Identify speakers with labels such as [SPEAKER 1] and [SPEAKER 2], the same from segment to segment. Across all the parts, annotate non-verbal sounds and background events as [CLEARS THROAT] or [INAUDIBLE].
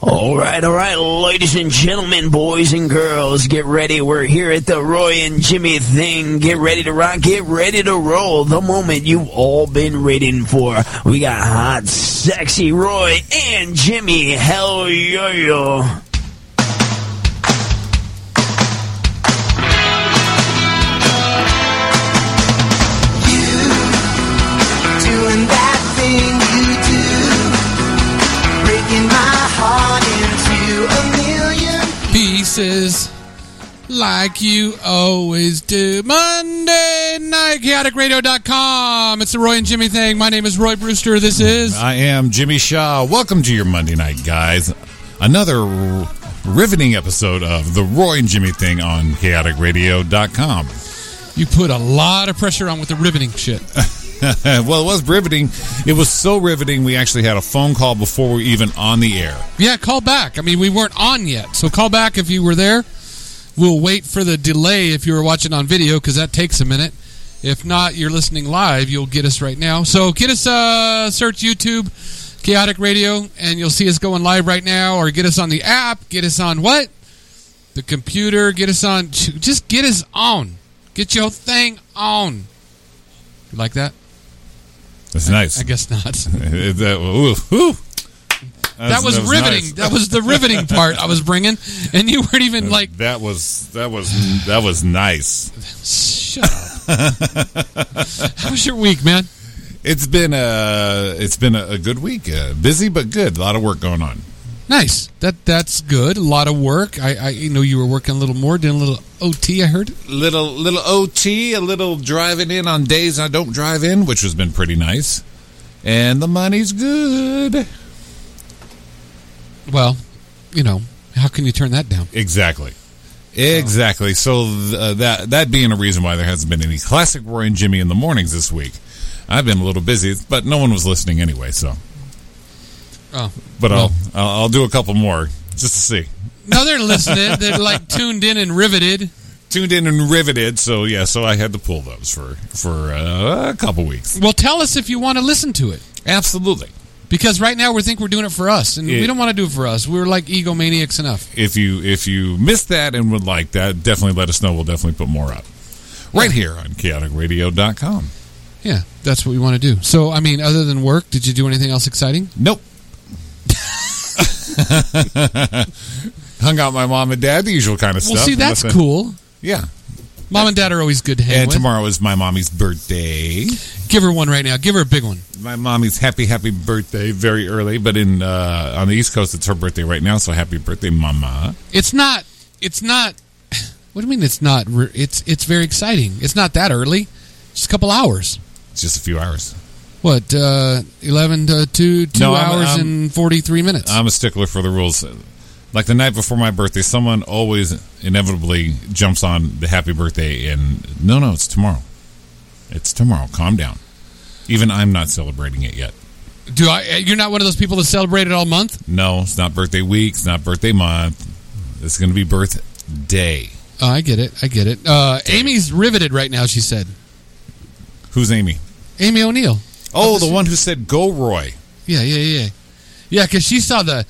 [SPEAKER 1] All right, all right, ladies and gentlemen, boys and girls, get ready. We're here at the Roy and Jimmy thing. Get ready to rock, get ready to roll. The moment you've all been waiting for. We got hot, sexy Roy and Jimmy. Hell yo yo.
[SPEAKER 2] Doing that thing you do, breaking my heart into a million.
[SPEAKER 3] pieces like you always do. Monday night, chaoticradio.com. It's the Roy and Jimmy thing. My name is Roy Brewster. This is.
[SPEAKER 4] I am Jimmy Shaw. Welcome to your Monday night, guys. Another r- riveting episode of The Roy and Jimmy Thing on chaoticradio.com.
[SPEAKER 3] You put a lot of pressure on with the riveting shit.
[SPEAKER 4] [LAUGHS] well, it was riveting. It was so riveting, we actually had a phone call before we were even on the air.
[SPEAKER 3] Yeah, call back. I mean, we weren't on yet. So call back if you were there. We'll wait for the delay if you were watching on video because that takes a minute. If not, you're listening live, you'll get us right now. So get us, uh, search YouTube, Chaotic Radio, and you'll see us going live right now, or get us on the app, get us on what? The computer, get us on, just get us on. Get your thing on. You like that?
[SPEAKER 4] That's nice.
[SPEAKER 3] I guess
[SPEAKER 4] [LAUGHS]
[SPEAKER 3] not. [LAUGHS]
[SPEAKER 4] that, ooh, ooh.
[SPEAKER 3] That was, riveting.
[SPEAKER 4] nice.
[SPEAKER 3] That was the riveting part I was bringing, and you weren't even like
[SPEAKER 4] that was that was that was nice.
[SPEAKER 3] Shut up. [LAUGHS] How was your week, man?
[SPEAKER 4] It's been a it's been a, a good week. Uh, busy but good. A lot of work going on.
[SPEAKER 3] Nice. That that's good. A lot of work. I, I you know you were working a little more, doing a little OT. I heard.
[SPEAKER 4] little little OT, a little driving in on days I don't drive in, which has been pretty nice. And the money's good.
[SPEAKER 3] Well, you know, how can you turn that down?
[SPEAKER 4] Exactly. Exactly. So uh, that that being a reason why there hasn't been any classic Roy and Jimmy in the mornings this week. I've been a little busy, but no one was listening anyway. So,
[SPEAKER 3] Oh
[SPEAKER 4] but
[SPEAKER 3] Well.
[SPEAKER 4] I'll, I'll I'll do a couple more just to see.
[SPEAKER 3] no, they're listening. They're like tuned in and riveted.
[SPEAKER 4] Tuned in and riveted. So yeah, so I had to pull those for for uh, a couple weeks.
[SPEAKER 3] Well, tell us if you want to listen to it.
[SPEAKER 4] Absolutely.
[SPEAKER 3] Because right now we think we're doing it for us, and we
[SPEAKER 4] Yeah.
[SPEAKER 3] don't want to do it for us. We're like egomaniacs enough.
[SPEAKER 4] if you if you missed that and would like that, definitely let us know. We'll definitely put more up. Right here on chaoticradio.com.
[SPEAKER 3] Yeah, that's what we want to do. So, I mean, other than work, did you do anything else exciting?
[SPEAKER 4] Nope. [LAUGHS] Hung out with my mom and dad, the usual kind of
[SPEAKER 3] Well,
[SPEAKER 4] stuff.
[SPEAKER 3] see, that's
[SPEAKER 4] Nothing-
[SPEAKER 3] cool.
[SPEAKER 4] Yeah.
[SPEAKER 3] Mom and dad are always good to hang
[SPEAKER 4] And
[SPEAKER 3] with.
[SPEAKER 4] tomorrow is my mommy's birthday.
[SPEAKER 3] Give her one right now. Give her a big one.
[SPEAKER 4] My mommy's happy, happy birthday very early, but in uh, on the East Coast, it's her birthday right now. So happy birthday, mama.
[SPEAKER 3] It's not. It's not. [SIGHS] What do you mean? It's not. re- It's it's very exciting. It's not that early. Just a couple hours.
[SPEAKER 4] It's just a few hours.
[SPEAKER 3] What? Uh, Eleven to two. Two
[SPEAKER 4] No, I'm-
[SPEAKER 3] hours
[SPEAKER 4] I'm-
[SPEAKER 3] and forty three minutes.
[SPEAKER 4] I'm a stickler for the rules. Like the night before my birthday, someone always inevitably jumps on the happy birthday and no, no, it's tomorrow. It's tomorrow. Calm down. Even I'm not celebrating it yet.
[SPEAKER 3] do I? uh, You're not one of those people that celebrate it all month.
[SPEAKER 4] No, it's not birthday week. It's not birthday month. It's going to be birthday.
[SPEAKER 3] Oh, I get it. I get it. Uh, Amy's riveted right now. She said.
[SPEAKER 4] Who's Amy?
[SPEAKER 3] Amy O'Neill.
[SPEAKER 4] Oh, the one who said go Roy.
[SPEAKER 3] Yeah, yeah, yeah, yeah. Because she saw the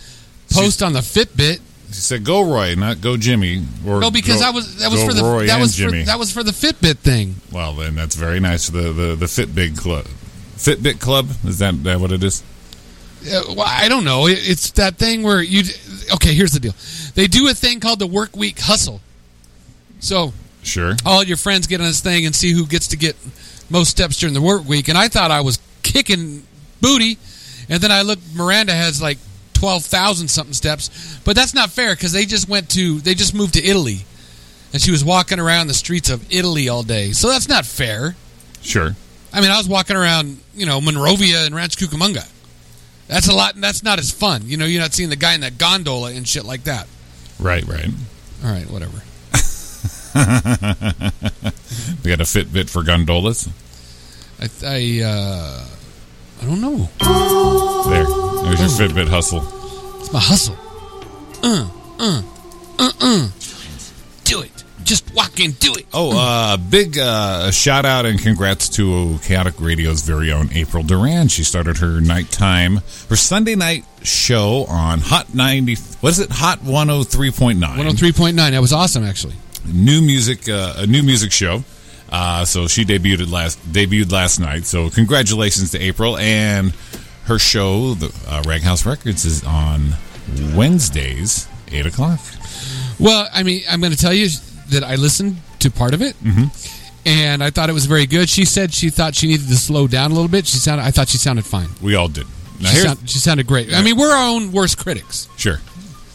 [SPEAKER 3] post on the Fitbit.
[SPEAKER 4] She said go Roy, not go Jimmy. Or
[SPEAKER 3] No, because
[SPEAKER 4] go-
[SPEAKER 3] I was that was
[SPEAKER 4] go
[SPEAKER 3] for the
[SPEAKER 4] Roy
[SPEAKER 3] that
[SPEAKER 4] and
[SPEAKER 3] was
[SPEAKER 4] Jimmy.
[SPEAKER 3] for that was for the Fitbit thing.
[SPEAKER 4] well, then that's very nice. The the the Fitbit club. Fitbit club is that, that what it is?
[SPEAKER 3] Uh, well, I don't know. It- It's that thing where you. Okay, here's the deal. They do a thing called the work week hustle. So
[SPEAKER 4] Sure.
[SPEAKER 3] all your friends get on this thing and see who gets to get most steps during the work week. And I thought I was kicking booty, and then I looked. Miranda has like twelve thousand something steps, but that's not fair because they just went to they just moved to Italy, and she was walking around the streets of Italy all day. So that's not fair.
[SPEAKER 4] Sure.
[SPEAKER 3] I mean, I was walking around, you know, Monrovia and Ranch Cucamonga. That's a lot. That's not as fun. You know, you're not seeing the guy in that gondola and shit like that.
[SPEAKER 4] Right, right.
[SPEAKER 3] All right, whatever.
[SPEAKER 4] We got a Fitbit for gondolas.
[SPEAKER 3] I, I, uh, I don't know.
[SPEAKER 4] There. There's your Fitbit hustle.
[SPEAKER 3] It's my hustle. Uh, uh, uh, uh. Do it. Just walk and do it.
[SPEAKER 4] Oh, uh, big uh, shout out and congrats to Chaotic Radio's very own April Duran. She started her nighttime, her Sunday night show on Hot 90. What is it? Hot 103.9.
[SPEAKER 3] 103.9. That was awesome, actually.
[SPEAKER 4] New music, uh, a new music show. Uh, so she debuted it last debuted last night. So congratulations to April and her show, the uh, Rag House Records, is on Wednesdays, eight o'clock.
[SPEAKER 3] Well, I mean, I'm going to tell you that I listened to part of it, and I thought it was very good. She said she thought she needed to slow down a little bit. She sounded, I thought she sounded fine.
[SPEAKER 4] We all did. Now
[SPEAKER 3] She,
[SPEAKER 4] here's-
[SPEAKER 3] sound, she sounded great. I mean, we're our own worst critics.
[SPEAKER 4] Sure.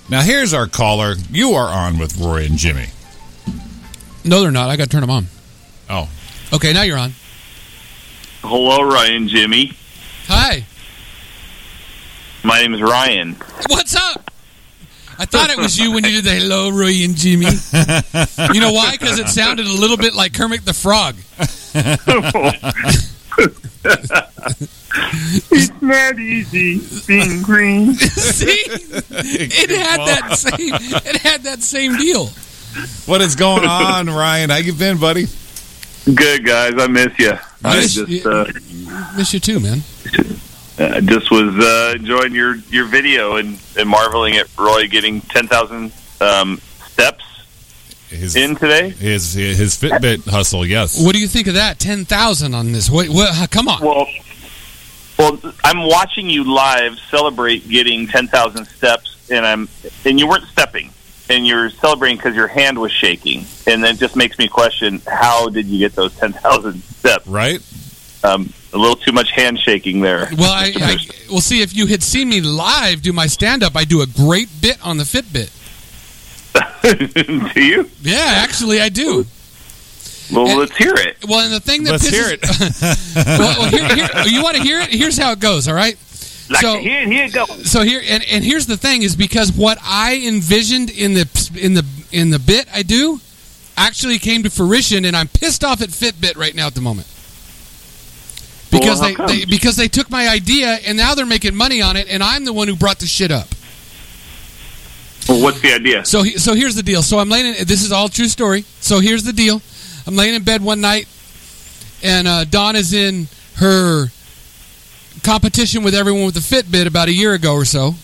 [SPEAKER 4] Now here's our caller. You are on with Roy and Jimmy.
[SPEAKER 3] No, they're not. I got to turn them on.
[SPEAKER 4] Oh,
[SPEAKER 3] Okay, now you're on.
[SPEAKER 5] Hello, Ryan Jimmy.
[SPEAKER 3] Hi.
[SPEAKER 5] My name is Ryan.
[SPEAKER 3] What's up? I thought it was you when you did the hello, Roy and Jimmy. you know why? Because it sounded a little bit like Kermit the Frog.
[SPEAKER 5] [LAUGHS] it's not easy being
[SPEAKER 3] [LAUGHS]
[SPEAKER 5] green.
[SPEAKER 3] See, it had that same. It had that same deal.
[SPEAKER 4] what is going on, Ryan? How you been, buddy?
[SPEAKER 5] Good guys, I miss you. I
[SPEAKER 3] Miss
[SPEAKER 5] just
[SPEAKER 3] you.
[SPEAKER 5] uh,
[SPEAKER 3] Miss you too, man.
[SPEAKER 5] uh, just was uh, enjoying your your video and, and marveling at Roy getting ten thousand um, steps
[SPEAKER 4] His
[SPEAKER 5] in today.
[SPEAKER 4] his his Fitbit hustle. Yes.
[SPEAKER 3] What do you think of that? Ten thousand on this. Wait, what? uh, Come on.
[SPEAKER 5] Well, well, I'm watching you live celebrate getting ten thousand steps, and I'm and you weren't stepping, and you're celebrating because your hand was shaking, and that just makes me question how did you get those ten thousand steps?
[SPEAKER 4] Right.
[SPEAKER 5] Um, a little too much hand shaking there.
[SPEAKER 3] Well, I, I well see if you had seen me live do my stand up. I do a great bit on the Fitbit.
[SPEAKER 5] [LAUGHS] do you?
[SPEAKER 3] Yeah, actually, I do.
[SPEAKER 5] Well,
[SPEAKER 3] And-
[SPEAKER 5] let's hear it.
[SPEAKER 3] Well, and the thing that
[SPEAKER 4] Let's
[SPEAKER 3] pisses,
[SPEAKER 4] hear it.
[SPEAKER 3] [LAUGHS] well, well, here, here, you want to hear it? Here's how it goes. All right.
[SPEAKER 5] Like
[SPEAKER 3] So-
[SPEAKER 5] here, here it goes.
[SPEAKER 3] So here and, and here's the thing is because what I envisioned in the in the in the bit I do actually came to fruition, and I'm pissed off at Fitbit right now at the moment because
[SPEAKER 5] Well, how
[SPEAKER 3] they,
[SPEAKER 5] come?
[SPEAKER 3] they because they took my idea and now they're making money on it, and I'm the one who brought the shit up.
[SPEAKER 5] Well, what's the idea?
[SPEAKER 3] So he- so here's the deal. So I'm laying. In, this is all true story. So here's the deal. I'm laying in bed one night, and uh, Dawn is in her competition with everyone with a Fitbit about a year ago or so.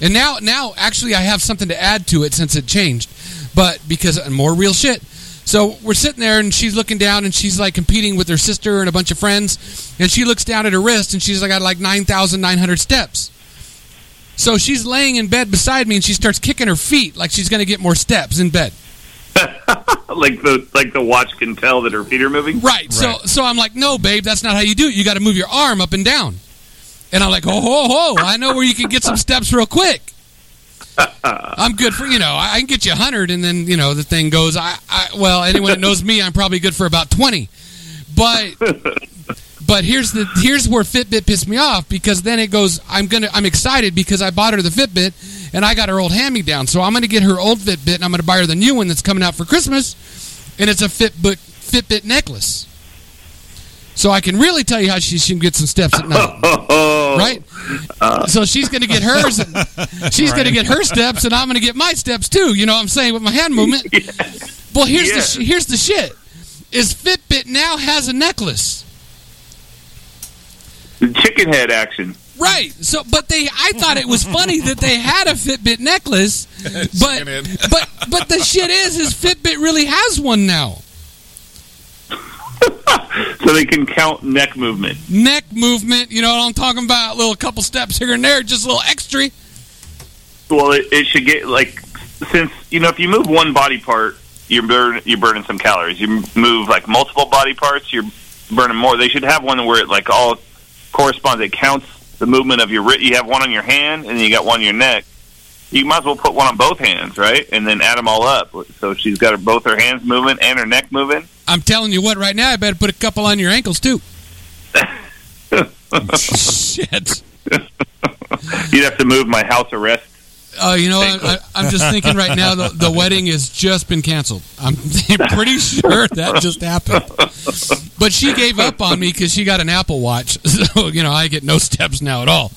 [SPEAKER 3] And now, now actually, I have something to add to it since it changed, but because and more real shit. So we're sitting there, and she's looking down, and she's like competing with her sister and a bunch of friends, and she looks down at her wrist, and she's like, "I got like nine thousand nine hundred steps." So she's laying in bed beside me, and she starts kicking her feet like she's going to get more steps in bed.
[SPEAKER 5] Like the like the watch can tell that her feet are moving.
[SPEAKER 3] Right. So so I'm like, no, babe, that's not how you do it. You got to move your arm up and down. And I'm like, oh ho ho, I know where you can get some steps real quick. I'm good for you know I I can get you hundred, and then you know the thing goes. I, I well anyone that knows me, I'm probably good for about twenty. But but here's the here's where Fitbit pissed me off because then it goes. I'm gonna I'm excited because I bought her the Fitbit and I got her old hand me down, so I'm gonna get her old Fitbit and I'm gonna buy her the new one that's coming out for Christmas, and it's a Fitbit Fitbit necklace. So I can really tell you how she should get some steps at night
[SPEAKER 5] Oh,
[SPEAKER 3] right? so she's going to get hers. and She's going to get her steps, and I'm going to get my steps too. You know what I'm saying with my hand movement. Well, here's the
[SPEAKER 5] Yeah.
[SPEAKER 3] sh- here's the shit. Is Fitbit now has a necklace,
[SPEAKER 5] chicken head action.
[SPEAKER 3] right? So, but they, I thought it was funny that they had a Fitbit necklace, but
[SPEAKER 4] Chicken head.
[SPEAKER 3] but but the shit is, is Fitbit really has one now?
[SPEAKER 5] So they can count neck movement.
[SPEAKER 3] Neck movement, you know what I'm talking about? little couple steps here and there, just a little extra.
[SPEAKER 5] Well, it, it should get like since you know if you move one body part, you're burn, you're burning some calories. You move like multiple body parts, you're burning more. They should have one where it like all corresponds. It counts the movement of your wrist. You have one on your hand, and then you got one on your neck. You might as well put one on both hands, right? And then add them all up. So she's got her, both her hands moving and her neck moving.
[SPEAKER 3] I'm telling you what, right now, I better put a couple on your ankles too. shit.
[SPEAKER 5] You'd have to move my house arrest.
[SPEAKER 3] Oh, you know, I, I, I'm just thinking right now the, the wedding has just been canceled. I'm [LAUGHS] pretty sure that just happened. But she gave up on me because she got an Apple Watch, [LAUGHS] so you know I get no steps now at all.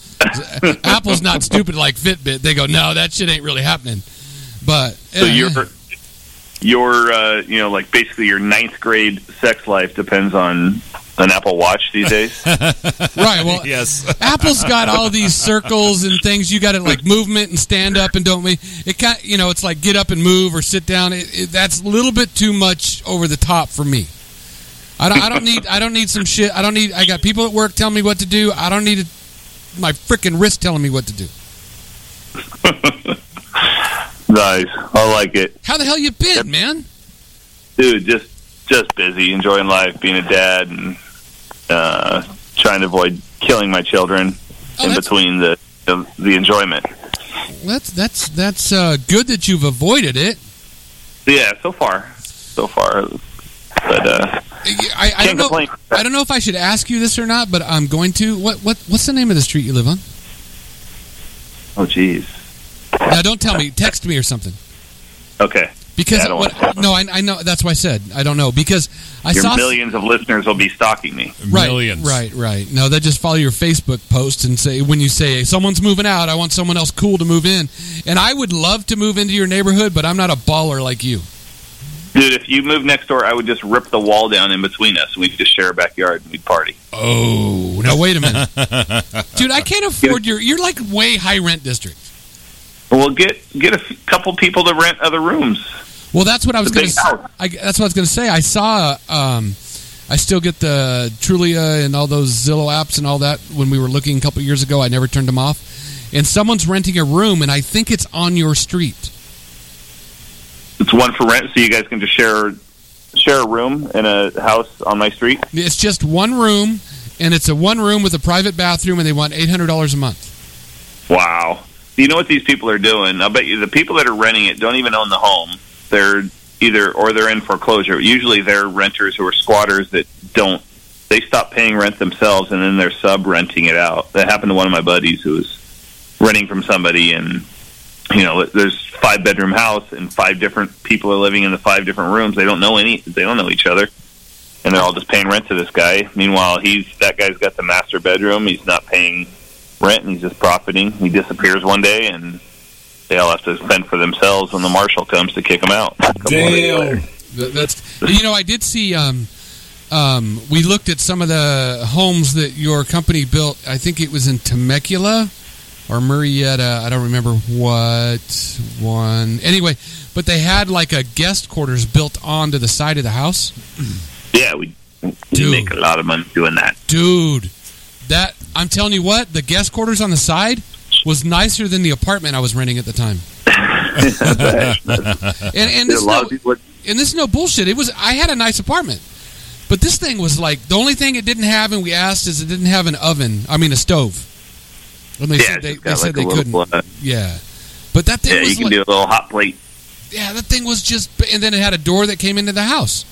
[SPEAKER 3] Apple's not stupid like Fitbit. They go, no, that shit ain't really happening. But
[SPEAKER 5] So you're your uh, you know like basically your ninth grade sex life depends on an Apple Watch these days.
[SPEAKER 3] Right. Well,
[SPEAKER 4] Yes.
[SPEAKER 3] Apple's got all these circles and things. You got it like movement and stand up and don't move. It kind you know it's like get up and move or sit down. It, it, that's a little bit too much over the top for me. I don't, I don't need I don't need some shit. I don't need. I got people at work telling me what to do. I don't need it, my freaking wrist telling me what to do.
[SPEAKER 5] nice, I like it,
[SPEAKER 3] How the hell you been, man?
[SPEAKER 5] dude. Just just busy, enjoying life, being a dad, and uh, trying to avoid killing my children
[SPEAKER 3] Oh,
[SPEAKER 5] in
[SPEAKER 3] that's-
[SPEAKER 5] between the the, the enjoyment.
[SPEAKER 3] That's that's that's uh, good that you've avoided it.
[SPEAKER 5] Yeah, so far, so far, but
[SPEAKER 3] I,
[SPEAKER 5] uh,
[SPEAKER 3] I don't
[SPEAKER 5] can't
[SPEAKER 3] know.
[SPEAKER 5] complain.
[SPEAKER 3] I don't know if I should ask you this or not, but I'm going to. What what what's the name of the street you live on?
[SPEAKER 5] Oh, jeez.
[SPEAKER 3] Now don't tell me. Text me or something.
[SPEAKER 5] Okay,
[SPEAKER 3] Because
[SPEAKER 5] Yeah, I don't
[SPEAKER 3] what-
[SPEAKER 5] wanna-
[SPEAKER 3] no, I, I know that's why I said I don't know because I
[SPEAKER 5] your
[SPEAKER 3] saw
[SPEAKER 5] millions of listeners will be stalking me.
[SPEAKER 3] right,
[SPEAKER 4] Millions.
[SPEAKER 3] Right, right. No, they just follow your Facebook post and say when you say someone's moving out, I want someone else cool to move in, and I would love to move into your neighborhood, but I'm not a baller like you.
[SPEAKER 5] Dude, if you moved next door, I would just rip the wall down in between us, and we'd just share a backyard and we'd party.
[SPEAKER 3] Oh, now wait a minute, dude. I can't afford your. You're like way high rent district.
[SPEAKER 5] Well, get get a f- couple people to rent other rooms.
[SPEAKER 3] Well, that's what I was
[SPEAKER 5] The
[SPEAKER 3] going
[SPEAKER 5] big
[SPEAKER 3] to.
[SPEAKER 5] house.
[SPEAKER 3] I, that's what I was going to say. I saw. Um, I still get the Trulia and all those Zillow apps and all that. When we were looking a couple years ago, I never turned them off. And someone's renting a room, and I think it's on your street.
[SPEAKER 5] It's one for rent, so you guys can just share share a room in a house on my street.
[SPEAKER 3] It's just one room, and it's a one room with a private bathroom, and they want eight hundred dollars a month.
[SPEAKER 5] Wow. You know what these people are doing? I'll bet you the people that are renting it don't even own the home. They're either or they're in foreclosure. Usually they're renters who are squatters that don't they stop paying rent themselves and then they're sub renting it out. That happened to one of my buddies who was renting from somebody and you know, there's five bedroom house and five different people are living in the five different rooms. They don't know any they don't know each other. And they're all just paying rent to this guy. Meanwhile, he's that guy's got the master bedroom. He's not paying rent and he's just profiting. He disappears one day and they all have to fend for themselves when the marshal comes to kick him out. A couple of days later.
[SPEAKER 3] That- That's you know I did see. Um, um, we looked at some of the homes that your company built. I think it was in Temecula or Murrieta. I don't remember what one. Anyway, but they had like a guest quarters built onto the side of the house.
[SPEAKER 5] Yeah, we, we
[SPEAKER 3] Dude.
[SPEAKER 5] make a lot of money doing that. [LAUGHS]
[SPEAKER 3] Dude, that I'm telling you what, the guest quarters on the side was nicer than the apartment I was renting at the
[SPEAKER 5] [LAUGHS]
[SPEAKER 3] time. and and this
[SPEAKER 5] Dude, a
[SPEAKER 3] is
[SPEAKER 5] lot
[SPEAKER 3] no,
[SPEAKER 5] of people
[SPEAKER 3] and this is no bullshit. It was I had a nice apartment, but this thing was like the only thing it didn't have, and we asked is it didn't have an oven. I mean a stove. And they
[SPEAKER 5] yeah,
[SPEAKER 3] said they,
[SPEAKER 5] it's
[SPEAKER 3] they
[SPEAKER 5] got
[SPEAKER 3] said
[SPEAKER 5] like a
[SPEAKER 3] they couldn't.
[SPEAKER 5] little, uh,
[SPEAKER 3] Yeah, but that thing
[SPEAKER 5] yeah, you
[SPEAKER 3] was
[SPEAKER 5] can
[SPEAKER 3] like,
[SPEAKER 5] do a little hot plate.
[SPEAKER 3] yeah, that thing was just. And then it had a door that came into the house.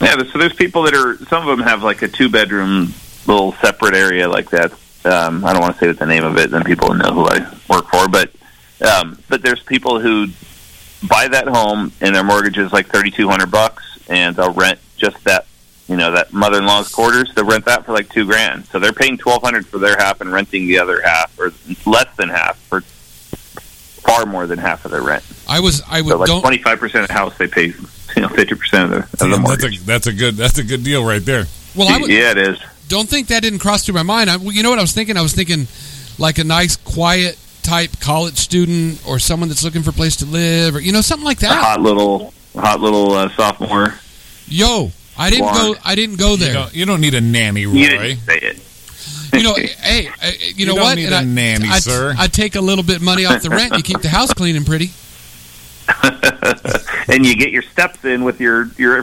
[SPEAKER 5] Yeah, so there's people that are some of them have like a two bedroom little separate area like that. Um, I don't want to say what the name of it, then people will know who I work for. But um, but there's people who buy that home and their mortgage is like thirty two hundred bucks, and they'll rent just that you know that mother in law's quarters. They'll rent that for like two grand, so they're paying twelve hundred for their half and renting the other half or less than half for far more than half of their rent.
[SPEAKER 3] I was I would
[SPEAKER 5] So like
[SPEAKER 3] don't
[SPEAKER 5] twenty five percent of the house they pay you know fifty percent of the, of the
[SPEAKER 4] Damn,
[SPEAKER 5] mortgage.
[SPEAKER 4] that's a that's a good that's a good deal right there.
[SPEAKER 3] well I would,
[SPEAKER 5] yeah, it is.
[SPEAKER 3] don't think that didn't cross through my mind. I, well, you know what I was thinking? I was thinking like a nice quiet type college student or someone that's looking for a place to live or you know something like
[SPEAKER 5] a
[SPEAKER 3] that.
[SPEAKER 5] hot little hot little uh, sophomore.
[SPEAKER 3] Yo, I didn't go
[SPEAKER 5] Blonde.
[SPEAKER 3] I didn't go
[SPEAKER 4] You
[SPEAKER 3] there.
[SPEAKER 4] don't, you don't need a nanny, Roy.
[SPEAKER 5] You didn't say it.
[SPEAKER 4] [LAUGHS]
[SPEAKER 3] you know, hey, I- you, know
[SPEAKER 4] don't
[SPEAKER 3] what?
[SPEAKER 4] need
[SPEAKER 3] And
[SPEAKER 4] a
[SPEAKER 3] I-
[SPEAKER 4] nanny,
[SPEAKER 3] I,
[SPEAKER 4] sir.
[SPEAKER 3] I take a little bit money off the rent. You keep the house clean and
[SPEAKER 4] [LAUGHS]
[SPEAKER 3] pretty,
[SPEAKER 5] and you get your steps in with your
[SPEAKER 3] [LAUGHS]
[SPEAKER 5] your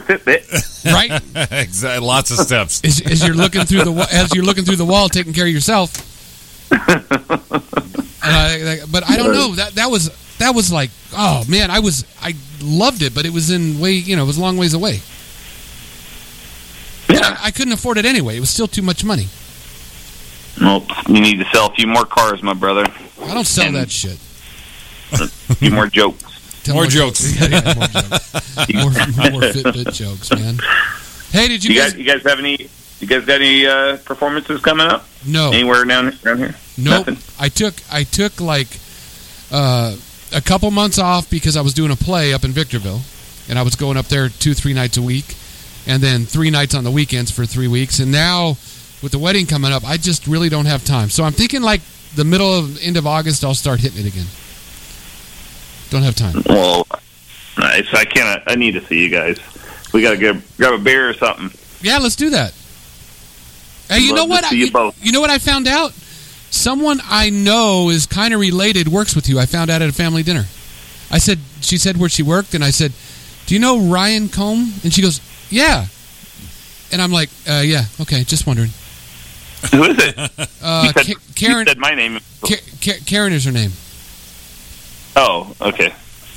[SPEAKER 4] [LAUGHS]
[SPEAKER 5] Fitbit.
[SPEAKER 3] right?
[SPEAKER 4] exactly. Lots of steps.
[SPEAKER 3] as, as you're looking through the wa- as you're looking through the wall, taking care of yourself. and I, I- but I don't know that that was that was like oh man, I was I loved it, but it was in way you know it was a long ways away.
[SPEAKER 5] Yeah.
[SPEAKER 3] I couldn't afford it anyway. It was still too much money.
[SPEAKER 5] Well, you need to sell a few more cars, my brother.
[SPEAKER 3] I don't sell
[SPEAKER 5] And-
[SPEAKER 3] that shit.
[SPEAKER 5] A few more jokes.
[SPEAKER 3] Tell
[SPEAKER 4] More
[SPEAKER 3] me what-
[SPEAKER 4] jokes.
[SPEAKER 3] [LAUGHS] Yeah, yeah, more jokes. More, more Fitbit jokes, man. Hey, did [LAUGHS] you,
[SPEAKER 5] You
[SPEAKER 3] guys?
[SPEAKER 5] guys, you guys have any? You guys got any uh, performances coming up
[SPEAKER 3] no.
[SPEAKER 5] anywhere down around here?
[SPEAKER 3] Oh. Nope.
[SPEAKER 5] Nothing?
[SPEAKER 3] I took I took like uh, a couple months off because I was doing a play up in Victorville, and I was going up there two, three nights a week, and then three nights on the weekends for three weeks. And now, with the wedding coming up, I just really don't have time. So I'm thinking like the middle of end of August, I'll start hitting it again. Don't have time.
[SPEAKER 5] Well, nice. I can't. I need to see you guys. We gotta go grab a beer or something.
[SPEAKER 3] Yeah, let's do that. Hey, you
[SPEAKER 5] Love
[SPEAKER 3] know
[SPEAKER 5] to
[SPEAKER 3] what? I,
[SPEAKER 5] see you both.
[SPEAKER 3] you know what I found out? Someone I know is kind of related works with you. I found out at a family dinner. I said she said where she worked, and I said, "Do you know Ryan Combe?" And she goes, "Yeah." And I'm like, uh, "Yeah, okay, just wondering."
[SPEAKER 5] Who is it?
[SPEAKER 3] [LAUGHS] Uh,
[SPEAKER 5] you said,
[SPEAKER 3] Ka-
[SPEAKER 5] you
[SPEAKER 3] Karen,
[SPEAKER 5] said my name.
[SPEAKER 3] Ka- Ka- Karen is her name.
[SPEAKER 5] Oh, okay.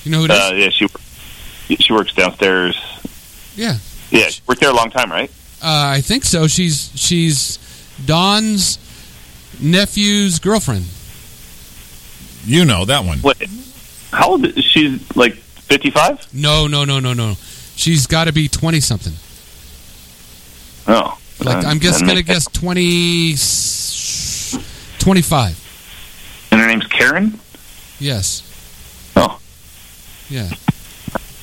[SPEAKER 3] You know who it is?
[SPEAKER 5] Uh, yeah, she she works downstairs.
[SPEAKER 3] Yeah.
[SPEAKER 5] Yeah, she worked there a long time, right?
[SPEAKER 3] Uh, I think so. She's she's Don's nephew's girlfriend.
[SPEAKER 4] You know that one.
[SPEAKER 5] What? How old? Is, she's like fifty-five.
[SPEAKER 3] No, no, no, no, no. She's got to be twenty something.
[SPEAKER 5] Oh,
[SPEAKER 3] Like
[SPEAKER 5] Uh,
[SPEAKER 3] I'm just
[SPEAKER 5] and-
[SPEAKER 3] gonna guess 20, 25.
[SPEAKER 5] And her name's Karen.
[SPEAKER 3] Yes,
[SPEAKER 5] Oh,
[SPEAKER 3] yeah.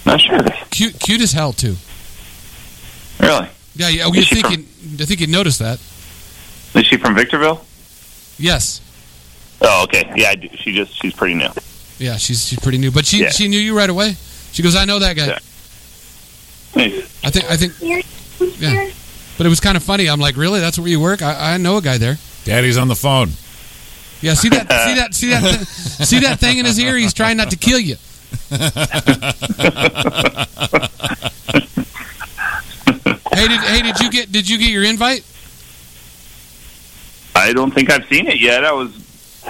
[SPEAKER 5] not sure.
[SPEAKER 3] Cute, cute as hell too.
[SPEAKER 5] Really?
[SPEAKER 3] Yeah, oh, yeah. You
[SPEAKER 5] Is she
[SPEAKER 3] think you, I think you noticed that?
[SPEAKER 5] Is she from Victorville?
[SPEAKER 3] Yes.
[SPEAKER 5] Oh, okay. Yeah, I do. she just she's pretty new.
[SPEAKER 3] Yeah, she's she's pretty new, but she
[SPEAKER 5] Yeah.
[SPEAKER 3] she knew you right away. She goes, I know that guy.
[SPEAKER 5] Yeah. Nice.
[SPEAKER 3] I think I think. Yeah. But it was kind of funny. I'm like, really? That's where you work? I, I know a guy there.
[SPEAKER 4] Daddy's on the phone. [LAUGHS]
[SPEAKER 3] Yeah. See that? see that? See that? thi- [LAUGHS] see that thing in his ear? He's trying not to kill
[SPEAKER 5] [LAUGHS]
[SPEAKER 3] you. hey, did hey did you get did you get your invite?
[SPEAKER 5] I don't think I've seen it yet. I was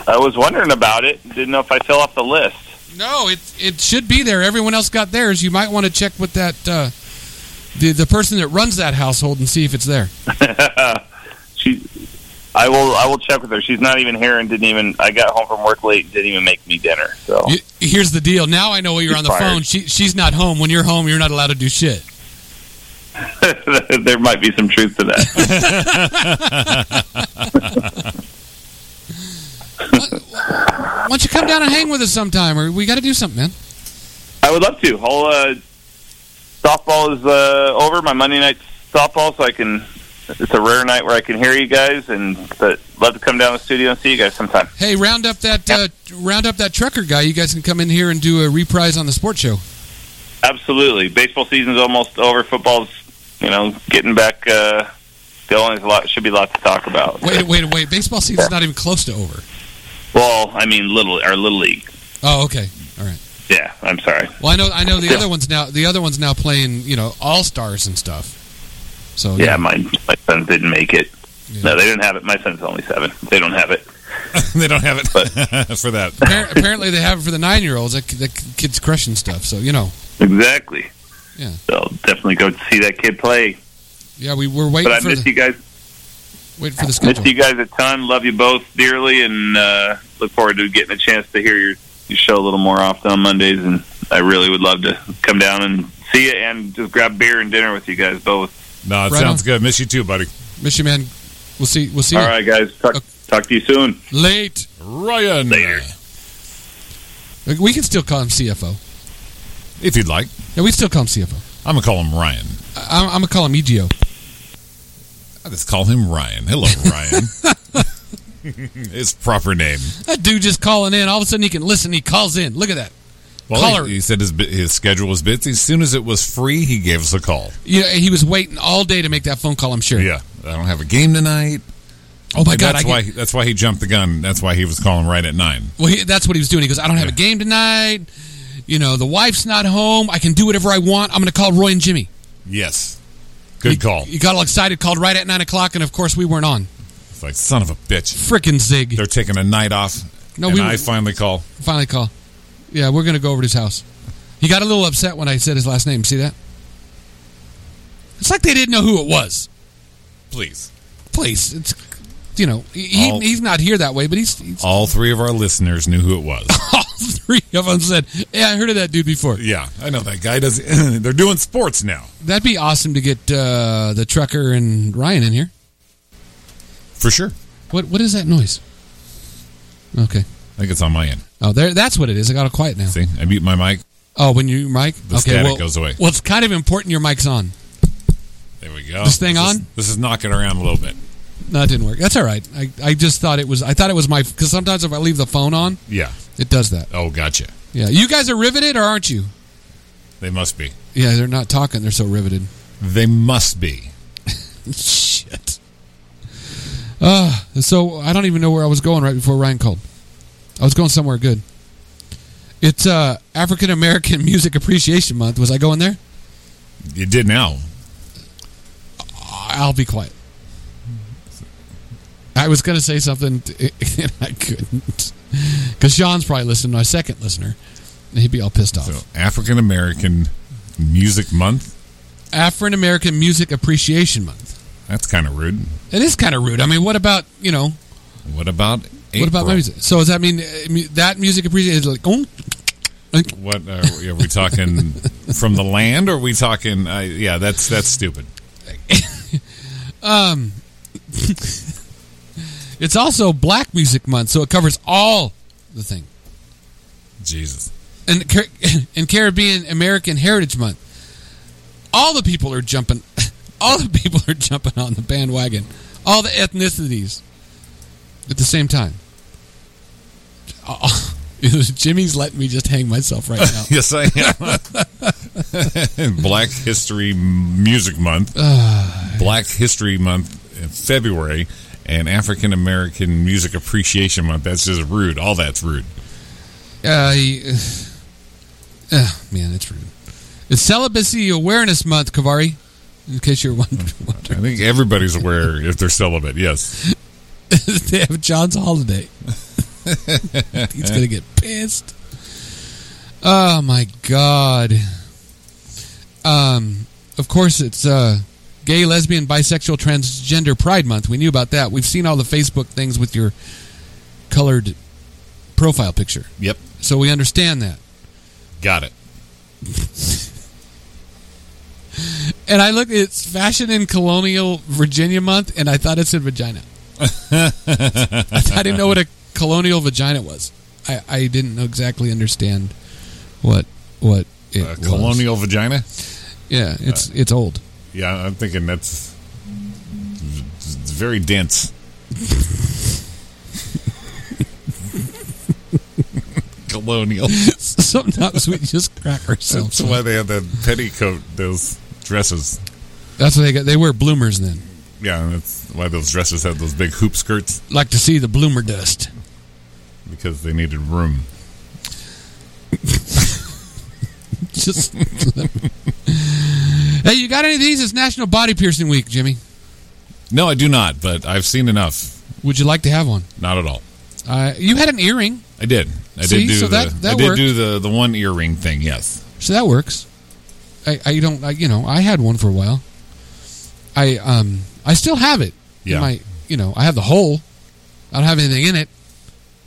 [SPEAKER 5] I was wondering about it. Didn't know if I fell off the list.
[SPEAKER 3] No, it it should be there. Everyone else got theirs. You might want to check with that uh, the the person that runs that household and see if it's there.
[SPEAKER 5] she, I will I will check with her. She's not even here and didn't even. I got home from work late. and Didn't even make me dinner. So
[SPEAKER 3] You- here's the deal. Now I know why you're on the
[SPEAKER 5] Fired.
[SPEAKER 3] phone. She she's not home. When you're home, you're not allowed to do shit.
[SPEAKER 5] [LAUGHS] there might be some truth to that.
[SPEAKER 3] Why don't you come down and hang with us sometime? Or we got to do something, man.
[SPEAKER 5] I would love to. I'll, uh, softball is uh, over. My Monday night softball, so I can. It's a rare night where I can hear you guys, and but love to come down to the studio and see you guys sometime.
[SPEAKER 3] Hey, round up that uh, round up that trucker guy. You guys can come in here and do a reprise on the sports show.
[SPEAKER 5] Absolutely. Baseball season's almost over. Football's, you know, getting back uh, going. There's a lot should be lots to talk about.
[SPEAKER 3] Wait, wait, wait. Baseball season's not even close to over.
[SPEAKER 5] Well, I mean, little our little league.
[SPEAKER 3] Oh, okay.
[SPEAKER 5] Yeah, I'm sorry.
[SPEAKER 3] Well, I know I know the
[SPEAKER 5] Yeah.
[SPEAKER 3] other ones now. The other ones now playing you know all stars and stuff. So
[SPEAKER 5] Yeah, my my son didn't make it.
[SPEAKER 3] Yeah.
[SPEAKER 5] No, they didn't have it. My son's only seven. They don't have it.
[SPEAKER 4] they don't have it [LAUGHS] for that.
[SPEAKER 3] Appar- apparently they have it for the nine year olds. That, that kid's crushing stuff. So you know,
[SPEAKER 5] Exactly.
[SPEAKER 3] Yeah.
[SPEAKER 5] So definitely go see that kid play.
[SPEAKER 3] yeah, we we're waiting
[SPEAKER 5] But I
[SPEAKER 3] for
[SPEAKER 5] miss
[SPEAKER 3] the
[SPEAKER 5] you guys.
[SPEAKER 3] waiting for the
[SPEAKER 5] Miss
[SPEAKER 3] schedule.
[SPEAKER 5] you guys a ton. Love you both dearly, and uh, look forward to getting a chance to hear your your show a little more often on Mondays. And I really would love to come down and see you, and just grab beer and dinner with you guys both.
[SPEAKER 4] No, it
[SPEAKER 3] Right
[SPEAKER 4] sounds good. Miss you too, buddy.
[SPEAKER 3] Miss you, man. We'll see. We'll see.
[SPEAKER 5] All
[SPEAKER 3] you
[SPEAKER 5] right, guys. Talk,
[SPEAKER 3] Okay.
[SPEAKER 5] talk to you soon.
[SPEAKER 3] Late.
[SPEAKER 4] Ryan.
[SPEAKER 5] Later.
[SPEAKER 3] Like, We can still call him CFO.
[SPEAKER 4] If you'd like.
[SPEAKER 3] Yeah, we still call him CFO.
[SPEAKER 4] I'm going to call him Ryan.
[SPEAKER 3] I, I'm, I'm gonna call him E EGO.
[SPEAKER 4] I just call him Ryan. Hello, Ryan.
[SPEAKER 3] [LAUGHS]
[SPEAKER 4] [LAUGHS] His proper name.
[SPEAKER 3] That dude just calling in. All of a sudden he can listen. He calls in. Look at that.
[SPEAKER 4] Well,
[SPEAKER 3] Caller.
[SPEAKER 4] he, he said his, bu- his schedule was busy. As soon as it was free, he gave us a call.
[SPEAKER 3] Yeah, he was waiting all day to make that phone call. I'm sure.
[SPEAKER 4] Yeah. I don't have a game tonight.
[SPEAKER 3] Oh my
[SPEAKER 4] And
[SPEAKER 3] god.
[SPEAKER 4] that's
[SPEAKER 3] I get-
[SPEAKER 4] why that's why he jumped the gun. That's why he was calling right at nine.
[SPEAKER 3] Well, he, that's what he was doing. He goes, I don't have a game tonight. You know, the wife's not home. I can do whatever I want. I'm going to call Roy and Jimmy.
[SPEAKER 4] Yes, good
[SPEAKER 3] He-
[SPEAKER 4] call.
[SPEAKER 3] He got all excited, called right at 9 o'clock, and of course we weren't on.
[SPEAKER 4] It's like son of a bitch.
[SPEAKER 3] Frickin' Zig.
[SPEAKER 4] They're taking a night off.
[SPEAKER 3] No,
[SPEAKER 4] and
[SPEAKER 3] we-
[SPEAKER 4] I finally call.
[SPEAKER 3] Finally call. Yeah, we're going to go over to his house. He got a little upset when I said his last name. See that? It's like they didn't know who it was.
[SPEAKER 4] Please,
[SPEAKER 3] Please. It's, you know, he,
[SPEAKER 4] All-
[SPEAKER 3] he's not here that way, but he's, he's [LAUGHS]
[SPEAKER 4] all three of our listeners knew who it was.
[SPEAKER 3] all three of them said, Yeah, I heard of that dude before.
[SPEAKER 4] yeah, I know that guy does. [LAUGHS] they're doing sports now
[SPEAKER 3] That'd be awesome to get uh, the trucker and Ryan in here.
[SPEAKER 4] for sure.
[SPEAKER 3] What what is that noise? Okay.
[SPEAKER 4] I think it's on my end.
[SPEAKER 3] Oh, there. That's what it is. I got it quiet now.
[SPEAKER 4] See, I mute my mic.
[SPEAKER 3] Oh, when you mic,
[SPEAKER 4] The
[SPEAKER 3] okay,
[SPEAKER 4] static
[SPEAKER 3] well,
[SPEAKER 4] goes away.
[SPEAKER 3] Well, it's kind of important your mic's on.
[SPEAKER 4] There we go.
[SPEAKER 3] This thing
[SPEAKER 4] Is,
[SPEAKER 3] on?
[SPEAKER 4] this is knocking around a little bit.
[SPEAKER 3] No, it didn't work. That's all right. I, I just thought it was. I thought it was my because sometimes if I leave the phone on,
[SPEAKER 4] Yeah.
[SPEAKER 3] it does that.
[SPEAKER 4] Oh, gotcha.
[SPEAKER 3] Yeah, you guys are riveted, or aren't you?
[SPEAKER 4] They must be.
[SPEAKER 3] Yeah, they're not talking. They're so riveted. [LAUGHS]
[SPEAKER 4] They must be.
[SPEAKER 3] Shit. Uh, so I don't even know where I was going right before Ryan called. I was going somewhere good. It's uh, African American [LAUGHS] Music Appreciation Month. Was I going there?
[SPEAKER 4] You did now.
[SPEAKER 3] I'll be quiet. I was going to say something, [LAUGHS] and I couldn't. Because Sean's probably listening, my second listener, and he'd be all pissed off.
[SPEAKER 4] So African American Music Month.
[SPEAKER 3] African American Music Appreciation Month.
[SPEAKER 4] That's kind of rude.
[SPEAKER 3] It is kind of rude. I mean, what about, you know,
[SPEAKER 4] What about April?
[SPEAKER 3] what about my music? So does that mean uh, mu- that music appreciation is like, oh,
[SPEAKER 4] What are, are we talking from the land? Or are we talking? Uh, yeah, that's that's stupid.
[SPEAKER 3] it's also Black Music Month, so it covers all the thing.
[SPEAKER 4] Jesus. [LAUGHS]
[SPEAKER 3] And, Car- [LAUGHS] and Caribbean American Heritage Month. All the people are jumping. [LAUGHS] All the people are jumping on the bandwagon. All the ethnicities at the same time. [LAUGHS] Oh, Jimmy's letting me just hang myself right now.
[SPEAKER 4] Yes, I am. [LAUGHS] Black History Music Month, Black History Month in February, and African American Music Appreciation Month. That's just rude. All that's rude.
[SPEAKER 3] Uh, [SIGHS] he- uh, man, it's rude. It's Celibacy Awareness Month, Kavari. In case you're wondering,
[SPEAKER 4] I think everybody's aware if they're celibate. Yes,
[SPEAKER 3] [LAUGHS] they have John's holiday. [LAUGHS] He's gonna get pissed. Oh my god. Um, of course it's uh, Gay, Lesbian, Bisexual, Transgender Pride Month. We knew about that. We've seen all the Facebook things with your colored profile picture,
[SPEAKER 4] yep,
[SPEAKER 3] so we understand that.
[SPEAKER 4] got it.
[SPEAKER 3] And I looked, it's Fashion in Colonial Virginia Month, and I thought it
[SPEAKER 4] [LAUGHS]
[SPEAKER 3] said vagina. I didn't know what a colonial vagina was. I, I didn't exactly understand what what it
[SPEAKER 4] A
[SPEAKER 3] was.
[SPEAKER 4] colonial vagina.
[SPEAKER 3] Yeah, it's it's old. [LAUGHS]
[SPEAKER 4] Yeah, I'm thinking that's it's very dense. [LAUGHS] colonial.
[SPEAKER 3] Sometimes we just crack ourselves.
[SPEAKER 4] That's why they have that petticoat, those dresses.
[SPEAKER 3] That's what they got. They wear bloomers then.
[SPEAKER 4] Yeah, and that's why those dresses have those big hoop skirts
[SPEAKER 3] Like to see the bloomer dust. [LAUGHS]
[SPEAKER 4] because they needed room.
[SPEAKER 3] Just. hey, you got any of these? It's National Body Piercing Week, Jimmy.
[SPEAKER 4] No, I do not, but I've seen enough.
[SPEAKER 3] Would you like to have one?
[SPEAKER 4] Not at all.
[SPEAKER 3] Uh, you had an earring,
[SPEAKER 4] I did. I
[SPEAKER 3] See,
[SPEAKER 4] did do
[SPEAKER 3] so
[SPEAKER 4] the
[SPEAKER 3] that- that
[SPEAKER 4] I did
[SPEAKER 3] worked.
[SPEAKER 4] do the the one earring thing. Yes.
[SPEAKER 3] so that works. I, I don't, I, you know, I had one for a while. I um, I still have it. in
[SPEAKER 4] Yeah.
[SPEAKER 3] my, you know, I have the hole. I don't have anything in it,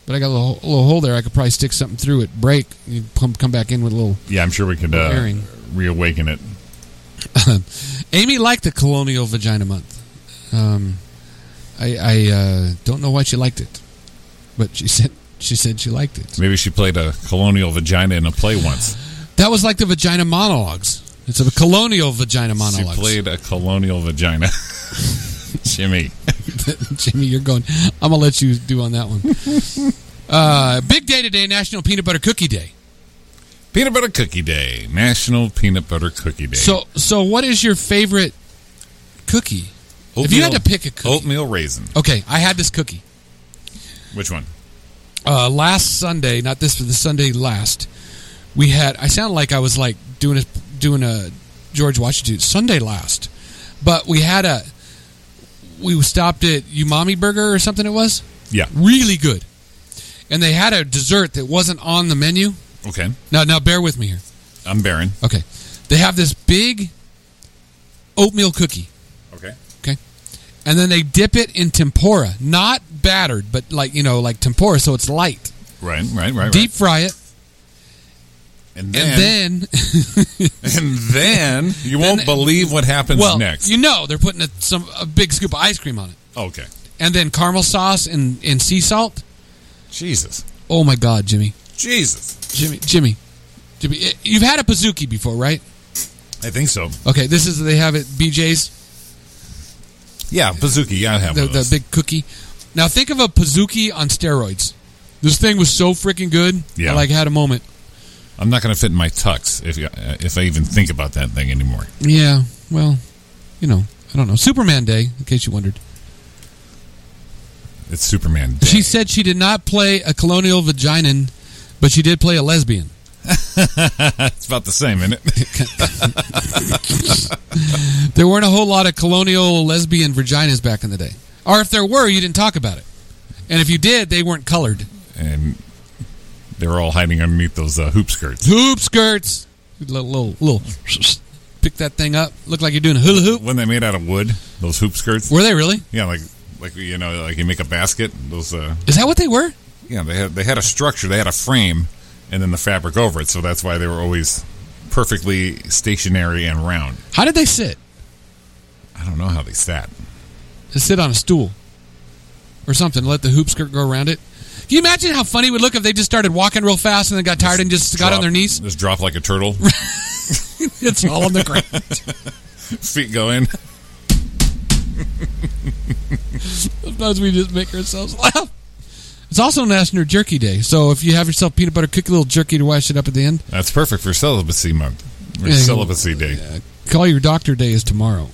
[SPEAKER 3] but I got a little, a little hole there. I could probably stick something through it, break, and come come back in with a little
[SPEAKER 4] Yeah, I'm sure we could uh,
[SPEAKER 3] earring.
[SPEAKER 4] reawaken it.
[SPEAKER 3] Amy liked the Colonial Vagina Month. Um, I I uh, don't know why she liked it, but she [LAUGHS] said she said she liked it.
[SPEAKER 4] Maybe she played a colonial vagina in a play once.
[SPEAKER 3] That was like the vagina monologues. It's a colonial vagina monologues.
[SPEAKER 4] She played a colonial vagina. [LAUGHS] Jimmy.
[SPEAKER 3] [LAUGHS] Jimmy, you're going. I'm gonna let you do on that one. uh, big day today, National Peanut Butter Cookie Day.
[SPEAKER 4] Peanut Butter Cookie Day. National Peanut Butter Cookie Day.
[SPEAKER 3] So, so what is your favorite cookie?
[SPEAKER 4] oatmeal,
[SPEAKER 3] if you had to pick a cookie,
[SPEAKER 4] oatmeal raisin.
[SPEAKER 3] okay, I had this cookie
[SPEAKER 4] Which one?
[SPEAKER 3] uh, last Sunday. Not this, but the Sunday last. We had. I sound like I was like doing a doing a George Washington Sunday last, but we had a. We stopped at Umami Burger or something. It was
[SPEAKER 4] Yeah.
[SPEAKER 3] really good, and they had a dessert that wasn't on the menu.
[SPEAKER 4] Okay.
[SPEAKER 3] Now, now, bear with me here.
[SPEAKER 4] I'm Baron.
[SPEAKER 3] Okay. They have this big oatmeal cookie,
[SPEAKER 4] Okay.
[SPEAKER 3] and then they dip it in tempura, not battered, but like you know, like tempura, so it's light.
[SPEAKER 4] Right, right, right.
[SPEAKER 3] Deep fry it,
[SPEAKER 4] right. And
[SPEAKER 3] and
[SPEAKER 4] then,
[SPEAKER 3] then
[SPEAKER 4] and then you won't believe what happens
[SPEAKER 3] well,
[SPEAKER 4] next.
[SPEAKER 3] you know, they're putting a, some a big scoop of ice cream on it,
[SPEAKER 4] okay.
[SPEAKER 3] and then caramel sauce and and sea salt.
[SPEAKER 4] Jesus.
[SPEAKER 3] Oh my God, Jimmy,
[SPEAKER 4] Jesus.
[SPEAKER 3] Jimmy, Jimmy, to be. You've had a Pazuki before, right?
[SPEAKER 4] I think so.
[SPEAKER 3] Okay, this is they have it. BJ's
[SPEAKER 4] Yeah, Pazuki. Yeah, I have
[SPEAKER 3] the,
[SPEAKER 4] one of
[SPEAKER 3] the
[SPEAKER 4] those.
[SPEAKER 3] big cookie. Now think of a Pazuki on steroids. This thing was so freaking good.
[SPEAKER 4] Yeah.
[SPEAKER 3] I like had a moment.
[SPEAKER 4] I'm not going to fit in my tux if you- uh, if I even think about that thing anymore.
[SPEAKER 3] Yeah. Well, you know, I don't know. Superman Day, in case you wondered.
[SPEAKER 4] It's Superman. Day.
[SPEAKER 3] She said she did not play a colonial vagina, but she did play a lesbian.
[SPEAKER 4] it's about the same, isn't it? [LAUGHS]
[SPEAKER 3] There weren't a whole lot of colonial lesbian vaginas back in the day. Or if there were, you didn't talk about it. And if you did, they weren't colored.
[SPEAKER 4] and they're all hiding underneath those uh, hoop skirts.
[SPEAKER 3] Hoop skirts. Little, little, little. Pick that thing up. Look like you're doing a hula hoop.
[SPEAKER 4] When they made out of wood, those hoop skirts.
[SPEAKER 3] Were they really?
[SPEAKER 4] Yeah, like like you know, like you make a basket. Those uh,
[SPEAKER 3] Is that what they were?
[SPEAKER 4] yeah, they had they had a structure, they had a frame, and then the fabric over it. So that's why they were always perfectly stationary and round.
[SPEAKER 3] How did they sit?
[SPEAKER 4] I don't know how they sat.
[SPEAKER 3] They sit on a stool or something. Let the hoop skirt go around it. Can you imagine how funny it would look if they just started walking real fast and then got tired and just got on
[SPEAKER 4] Drop-
[SPEAKER 3] their knees?
[SPEAKER 4] Just drop like a turtle.
[SPEAKER 3] [LAUGHS]
[SPEAKER 4] [LAUGHS]
[SPEAKER 3] It's all on the ground.
[SPEAKER 4] Feet go in.
[SPEAKER 3] [LAUGHS] Sometimes we just make ourselves laugh. It's also National Jerky Day, so if you have yourself peanut butter cookie, little jerky to wash it up at the end.
[SPEAKER 4] That's perfect for celibacy month. Or
[SPEAKER 3] Yeah, you-
[SPEAKER 4] celibacy day.
[SPEAKER 3] Call your doctor day is tomorrow.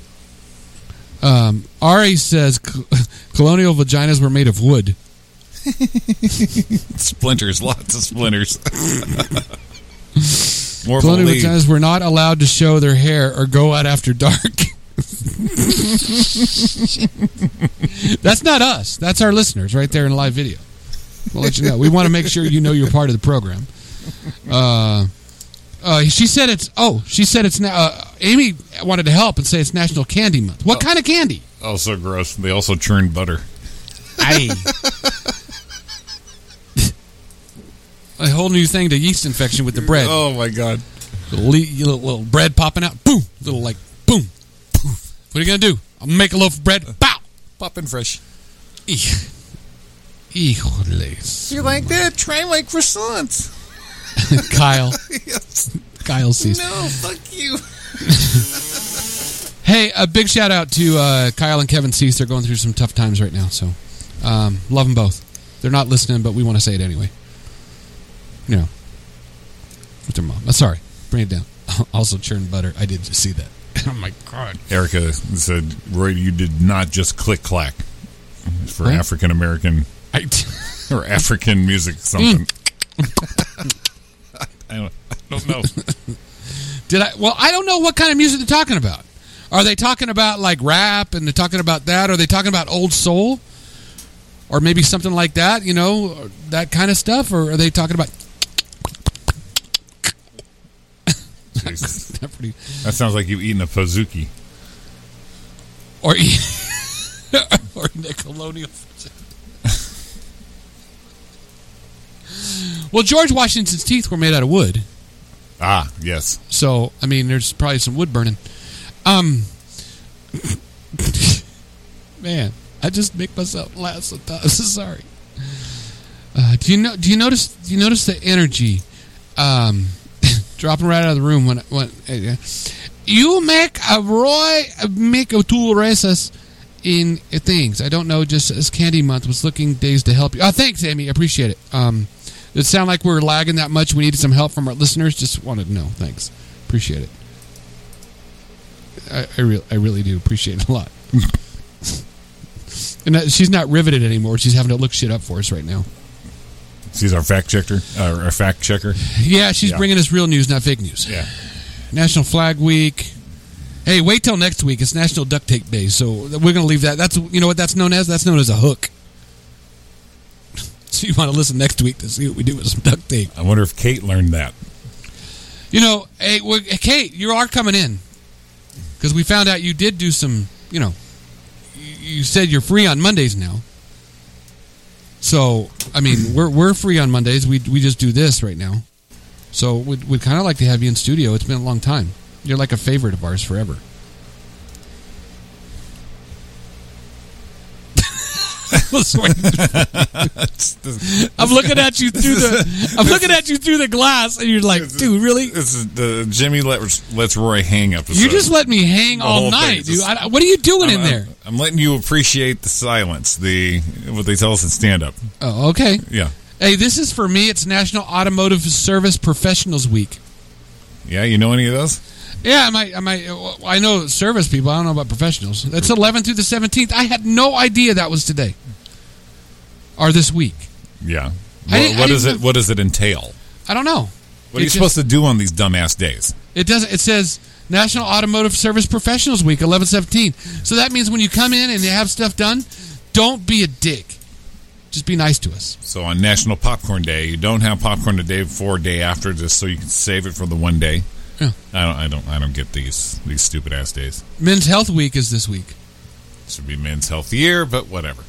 [SPEAKER 3] Um, Ari says "Co- [LAUGHS] colonial vaginas were made of wood.
[SPEAKER 4] [LAUGHS] Splinters, lots of splinters. [LAUGHS] More of a
[SPEAKER 3] Colonial
[SPEAKER 4] lead.
[SPEAKER 3] vaginas were not allowed to show their hair or go out after dark. [LAUGHS] That's not us. That's our listeners right there in live video. We'll let you know. We want to make sure you know you're part of the program. Uh, uh, she said it's. Oh, she said it's. na- Uh, Amy wanted to help and say it's National Candy Month. What kind of candy?
[SPEAKER 4] Oh, so gross. They also churn butter.
[SPEAKER 1] Aye.
[SPEAKER 3] A whole new thing to yeast infection with the bread.
[SPEAKER 4] Oh my god.
[SPEAKER 3] Little, le- little, little bread popping out. Boom. Little like boom. boom. What are you gonna do? I'll make a loaf of bread. Bow.
[SPEAKER 4] Poppin' fresh.
[SPEAKER 3] Eek. Híjoles.
[SPEAKER 4] You like that? Try my croissants.
[SPEAKER 3] [LAUGHS] Kyle.
[SPEAKER 4] [LAUGHS] Yes.
[SPEAKER 3] Kyle sees.
[SPEAKER 4] No, fuck you. [LAUGHS]
[SPEAKER 3] Hey, a big shout out to uh, Kyle and Kevin Cease. They're going through some tough times right now, so um, love them both. They're not listening, but we want to say it anyway. You know, with their mom. Uh, sorry, bring it down. [LAUGHS] Also, churn butter. I did just see that. [LAUGHS] oh my god.
[SPEAKER 4] Erica said, Roy, you did not just click clack. It's for
[SPEAKER 3] What?
[SPEAKER 4] African American
[SPEAKER 3] I [LAUGHS] t-
[SPEAKER 4] or African music something.
[SPEAKER 3] Hmm.
[SPEAKER 4] [LAUGHS] I, don't, I don't know.
[SPEAKER 3] did I? Well, I don't know what kind of music they're talking about. Are they talking about like rap and they're talking about that? Are they talking about old soul? Or maybe something like that, you know, or that kind of stuff? Or are they talking about. [LAUGHS]
[SPEAKER 4] Jesus. That sounds like you've eaten a Pazuki.
[SPEAKER 3] or e- [LAUGHS] or Nickelodeon. well, George Washington's teeth were made out of wood,
[SPEAKER 4] Ah, yes.
[SPEAKER 3] so I mean, there's probably some wood burning. Um, [LAUGHS] man, I just make myself laugh sometimes. [LAUGHS] Sorry. Uh, do you know? Do you notice? Do you notice the energy um, dropping right out of the room when when uh, you make a Roy make a two races in things. I don't know. Just as Candy Month was looking days to help you. Oh, thanks, Amy. I appreciate it. Um, it sounded like we were lagging that much. We needed some help from our listeners. Just wanted to know. Thanks. Appreciate it. I I, re- I really do appreciate it a lot. [LAUGHS] and uh, she's not riveted anymore. She's having to look shit up for us right now.
[SPEAKER 4] She's our fact checker. Uh, our fact checker.
[SPEAKER 3] Yeah, she's
[SPEAKER 4] Yeah.
[SPEAKER 3] bringing us real news, not fake news.
[SPEAKER 4] Yeah.
[SPEAKER 3] National Flag Week. Hey, wait till next week. It's National Duct Tape Day, so we're going to leave that. That's you know what that's known as. That's known as a hook. [LAUGHS] So you want to listen next week to see what we do with some duct tape.
[SPEAKER 4] I wonder if Kate learned that.
[SPEAKER 3] You know, hey, well, Kate, you are coming in because we found out you did do some. You know, you you said you're free on Mondays now. So
[SPEAKER 4] [CLEARS THROAT]
[SPEAKER 3] I mean, we're we're free on Mondays. We we just do this right now. So we'd we'd kind of like to have you in studio. It's been a long time. You're like a favorite of ours forever. [LAUGHS] was waiting.
[SPEAKER 4] It's the-
[SPEAKER 3] I'm looking at you through the. I'm looking at you through the glass, and you're like, dude, really?
[SPEAKER 4] This is the Jimmy lets, lets Roy hang up.
[SPEAKER 3] You just let me hang all
[SPEAKER 4] whole thing
[SPEAKER 3] night,
[SPEAKER 4] is
[SPEAKER 3] dude.
[SPEAKER 4] just-
[SPEAKER 3] I, what are you doing in there?
[SPEAKER 4] I'm, letting you appreciate the silence. The what they tell us in stand up.
[SPEAKER 3] Oh, okay.
[SPEAKER 4] Yeah,
[SPEAKER 3] Hey, this is for me. It's National Automotive Service Professionals Week.
[SPEAKER 4] yeah. You know any of those?
[SPEAKER 3] Yeah, I might, I might, I know service people. I don't know about professionals. That's 11th through the 17th. I had no idea that was today or this week.
[SPEAKER 4] Yeah. What,
[SPEAKER 3] I didn't- I
[SPEAKER 4] what is
[SPEAKER 3] didn't
[SPEAKER 4] it? What does it entail?
[SPEAKER 3] I don't know.
[SPEAKER 4] What are you
[SPEAKER 3] It just-
[SPEAKER 4] supposed to do on these dumbass days?
[SPEAKER 3] It doesn't. It says National Automotive Service Professionals Week, 11/17. So that means when you come in and you have stuff done, don't be a dick. Just be nice to us.
[SPEAKER 4] So on National Popcorn Day, you don't have popcorn the day before, day after, just so you can save it for the one day.
[SPEAKER 3] Yeah.
[SPEAKER 4] I don't. I don't. I don't get these these stupid ass days.
[SPEAKER 3] Men's Health Week is this week.
[SPEAKER 4] Should be Men's Health Year, but whatever.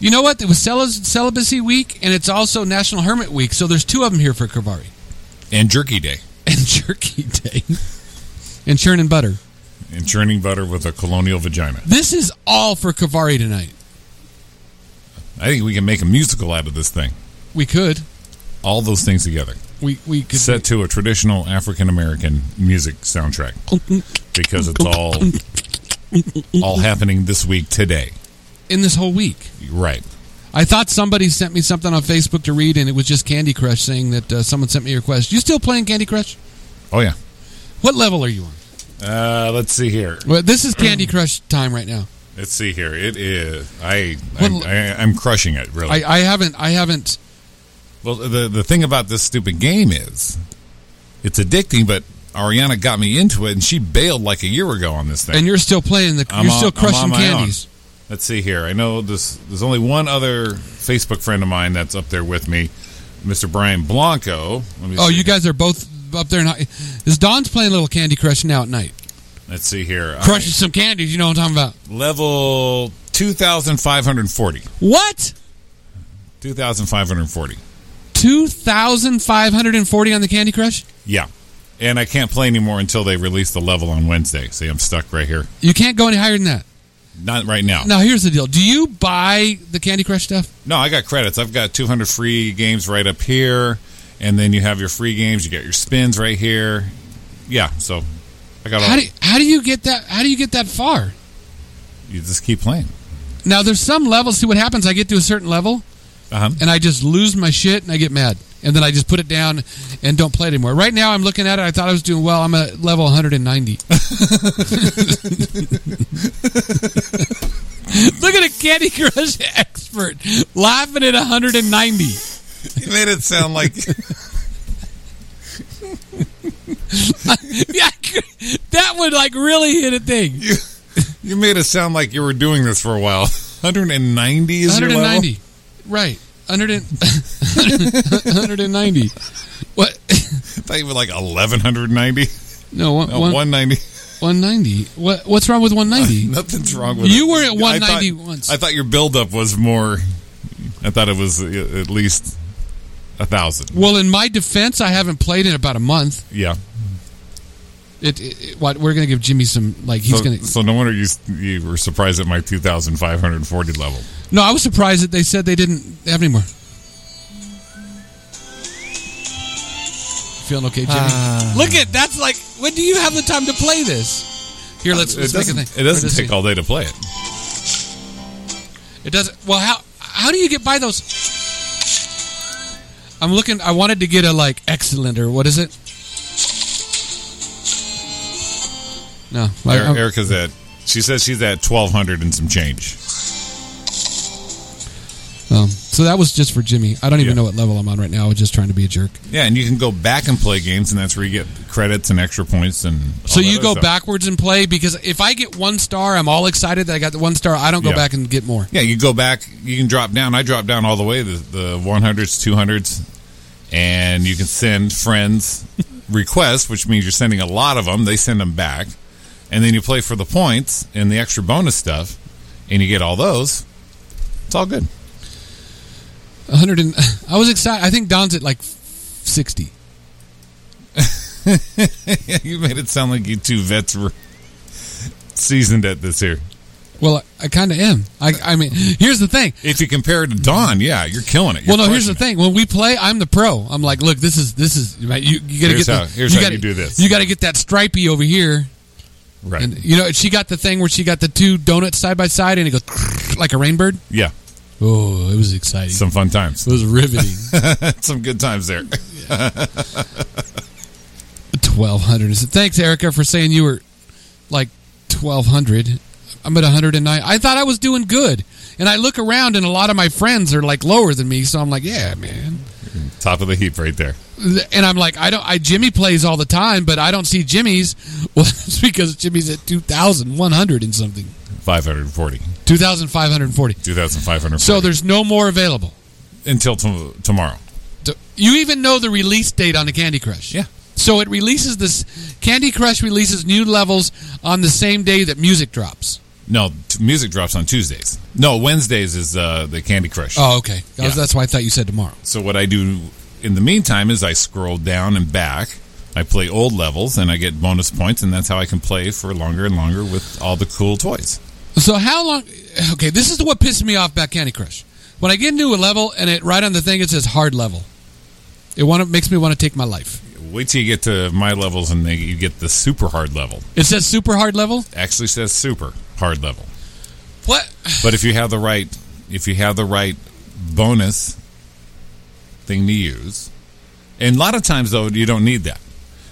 [SPEAKER 3] You know what? It was cel- Celibacy Week, and it's also National Hermit Week. So there's two of them here for Kavari [LAUGHS]
[SPEAKER 4] And Jerky Day,
[SPEAKER 3] and Jerky Day and Churn and Butter.
[SPEAKER 4] and churning butter with a colonial vagina.
[SPEAKER 3] This is all for Kavari tonight.
[SPEAKER 4] I think we can make a musical out of this thing.
[SPEAKER 3] We could.
[SPEAKER 4] All those things together.
[SPEAKER 3] We we could.
[SPEAKER 4] set to a traditional African American music soundtrack because it's all all happening this week today.
[SPEAKER 3] in this whole week.
[SPEAKER 4] Right.
[SPEAKER 3] I thought somebody sent me something on Facebook to read, and it was just Candy Crush saying that uh, someone sent me a request. You still playing Candy Crush?
[SPEAKER 4] Oh yeah.
[SPEAKER 3] What level are you on?
[SPEAKER 4] Uh, let's see here.
[SPEAKER 3] Well, this
[SPEAKER 4] [CLEARS THROAT]
[SPEAKER 3] is Candy Crush time right now.
[SPEAKER 4] Let's see here. It is. I.
[SPEAKER 3] Well-
[SPEAKER 4] I'm, I, I'm crushing it. Really.
[SPEAKER 3] I, I haven't. I haven't.
[SPEAKER 4] well, the the thing about this stupid game is, it's addicting. But Ariana got me into it, and she bailed like a year ago on this thing.
[SPEAKER 3] And you're still playing the.
[SPEAKER 4] I'm
[SPEAKER 3] you're
[SPEAKER 4] on-
[SPEAKER 3] still
[SPEAKER 4] I'm
[SPEAKER 3] crushing
[SPEAKER 4] on my
[SPEAKER 3] candies.
[SPEAKER 4] Let's see here. I know this. There's only one other Facebook friend of mine that's up there with me, Mr. Brian Blanco. Let me
[SPEAKER 3] Oh,
[SPEAKER 4] see.
[SPEAKER 3] you guys are both up there. Not, is Don's playing a little Candy Crush now at night?
[SPEAKER 4] Let's see here. All
[SPEAKER 3] Crushing some candies. You know what I'm talking about?
[SPEAKER 4] right. level 2,540.
[SPEAKER 3] What?
[SPEAKER 4] 2,540.
[SPEAKER 3] Two thousand five hundred and forty on the Candy Crush.
[SPEAKER 4] Yeah. And I can't play anymore until they release the level on Wednesday. See, I'm stuck right here.
[SPEAKER 3] You can't go any higher than that.
[SPEAKER 4] Not right now.
[SPEAKER 3] Now here's the deal. Do you buy the Candy Crush stuff?
[SPEAKER 4] No, I got credits. I've got 200 free games right up here. And then you have your free games. You got your spins right here. Yeah. So I got
[SPEAKER 3] How
[SPEAKER 4] all.
[SPEAKER 3] do how do you get that? How do you get that far?
[SPEAKER 4] you just keep playing.
[SPEAKER 3] Now there's some levels. See what happens. I get to a certain level
[SPEAKER 4] Uh huh.
[SPEAKER 3] and I just lose my shit and I get mad and then I just put it down and don't play it anymore. Right now I'm looking at it. I thought I was doing well. I'm at
[SPEAKER 4] [LAUGHS]
[SPEAKER 3] level 190. Look at a Candy Crush expert laughing at 190.
[SPEAKER 4] [LAUGHS] You made it sound [LAUGHS] like.
[SPEAKER 3] Yeah, [LAUGHS] that would like really hit a thing.
[SPEAKER 4] you made it sound like you were doing this for a while. [LAUGHS] 190 is your level?
[SPEAKER 3] 190. Right. 100 and, [LAUGHS] 190. What? [LAUGHS]
[SPEAKER 4] I thought you were like 1190. [LAUGHS]
[SPEAKER 3] No, one,
[SPEAKER 4] No,
[SPEAKER 3] one-
[SPEAKER 4] 190.
[SPEAKER 3] 190. What, what's wrong with 190?
[SPEAKER 4] [LAUGHS] Nothing's wrong with it.
[SPEAKER 3] You were at
[SPEAKER 4] I
[SPEAKER 3] 190
[SPEAKER 4] thought-
[SPEAKER 3] once.
[SPEAKER 4] I thought your buildup was more. I thought it was uh, at least a thousand.
[SPEAKER 3] Well, in my defense, I haven't played in about a month.
[SPEAKER 4] Yeah.
[SPEAKER 3] It, it, it- what we're gonna give Jimmy some like he's
[SPEAKER 4] So,
[SPEAKER 3] gonna.
[SPEAKER 4] so no wonder you you were surprised at my 2,540 level.
[SPEAKER 3] No, I was surprised that they said they didn't have any more. Feeling okay, Jimmy? Look at that's like when do you have the time to play this? Here, let's,
[SPEAKER 4] Uh, It
[SPEAKER 3] let's make a
[SPEAKER 4] doesn't,
[SPEAKER 3] thing.
[SPEAKER 4] it doesn't
[SPEAKER 3] Let's
[SPEAKER 4] take
[SPEAKER 3] see.
[SPEAKER 4] all day to play it.
[SPEAKER 3] It doesn't. Well, how how do you get by those? I'm looking. I wanted to get a like excellent or what is it? No, I-
[SPEAKER 4] Er-
[SPEAKER 3] I'm-
[SPEAKER 4] Erica's at. She says she's at 1,200 and some change.
[SPEAKER 3] Um, so that was just for Jimmy. I don't even
[SPEAKER 4] Yeah.
[SPEAKER 3] know what level I'm on right now. I was just trying to be a jerk.
[SPEAKER 4] Yeah, and you can go back and play games, and that's where you get credits and extra points and. all
[SPEAKER 3] So
[SPEAKER 4] that
[SPEAKER 3] you
[SPEAKER 4] other
[SPEAKER 3] go
[SPEAKER 4] stuff.
[SPEAKER 3] backwards and play because if I get one star, I'm all excited that I got the one star. I don't go
[SPEAKER 4] Yeah.
[SPEAKER 3] back and get more.
[SPEAKER 4] Yeah, you go back. You can drop down. I drop down all the way the the one hundreds, two hundreds, and you can send
[SPEAKER 3] [LAUGHS]
[SPEAKER 4] friends requests, which means you're sending a lot of them. They send them back, and then you play for the points and the extra bonus stuff, and you get all those. It's all good. [LAUGHS]
[SPEAKER 3] 100 and [LAUGHS] I was excited. I think Don's at like 60.
[SPEAKER 4] you made it sound like you two vets were seasoned at this here.
[SPEAKER 3] Well, I, I kind of am. I, I mean, here's the thing.
[SPEAKER 4] If you compare it to Dawn, yeah, you're killing it. You're
[SPEAKER 3] well, no, here's the
[SPEAKER 4] crushing
[SPEAKER 3] thing. When we play, I'm the pro. I'm like, look, this is this is mate, you. You gotta
[SPEAKER 4] Here's
[SPEAKER 3] get
[SPEAKER 4] how-
[SPEAKER 3] the,
[SPEAKER 4] here's
[SPEAKER 3] you
[SPEAKER 4] how
[SPEAKER 3] gotta,
[SPEAKER 4] you do this.
[SPEAKER 3] You got to get that stripey over here,
[SPEAKER 4] it. Right.
[SPEAKER 3] and you know and she got the thing where she got the two donuts side by side, and it goes [LAUGHS] like a rainbird.
[SPEAKER 4] yeah.
[SPEAKER 3] Oh, it was exciting.
[SPEAKER 4] Some fun times. [LAUGHS]
[SPEAKER 3] it was riveting.
[SPEAKER 4] Some good times there.
[SPEAKER 3] Twelve hundred. Thanks, Erica, for saying you were like twelve hundred. I'm at hundred and nine. I thought I was doing good, and I look around, and a lot of my friends are like lower than me. So I'm like, yeah, man.
[SPEAKER 4] Top of the heap right there.
[SPEAKER 3] and I'm like, I don't. I Jimmy plays all the time, but I don't see Jimmy's. [LAUGHS] Well, it's because Jimmy's at two thousand one hundred and something,
[SPEAKER 4] 540.
[SPEAKER 3] two thousand five hundred forty.
[SPEAKER 4] 2,540.
[SPEAKER 3] So there's no more available.
[SPEAKER 4] until to tomorrow.
[SPEAKER 3] So You even know the release date on the Candy Crush.
[SPEAKER 4] Yeah.
[SPEAKER 3] So it releases this. Candy Crush releases new levels on the same day that music drops.
[SPEAKER 4] No, t- music drops on Tuesdays. No, Wednesdays is uh, the Candy Crush.
[SPEAKER 3] Oh, okay. That was-
[SPEAKER 4] Yeah.
[SPEAKER 3] That's why I thought you said tomorrow.
[SPEAKER 4] So what I do in the meantime is I scroll down and back. I play old levels and I get bonus points, and that's how I can play for longer and longer with all the cool toys.
[SPEAKER 3] So how long? Okay, this is what pissed me off about Candy Crush. When I get into a level and it right on the thing it says hard level, it want makes me want to take my life.
[SPEAKER 4] Wait till you get to my levels and they, you get the super hard level.
[SPEAKER 3] It says super hard level.
[SPEAKER 4] Actually says super hard level.
[SPEAKER 3] What?
[SPEAKER 4] But if you have the right, if you have the right bonus thing to use, and a lot of times though you don't need that.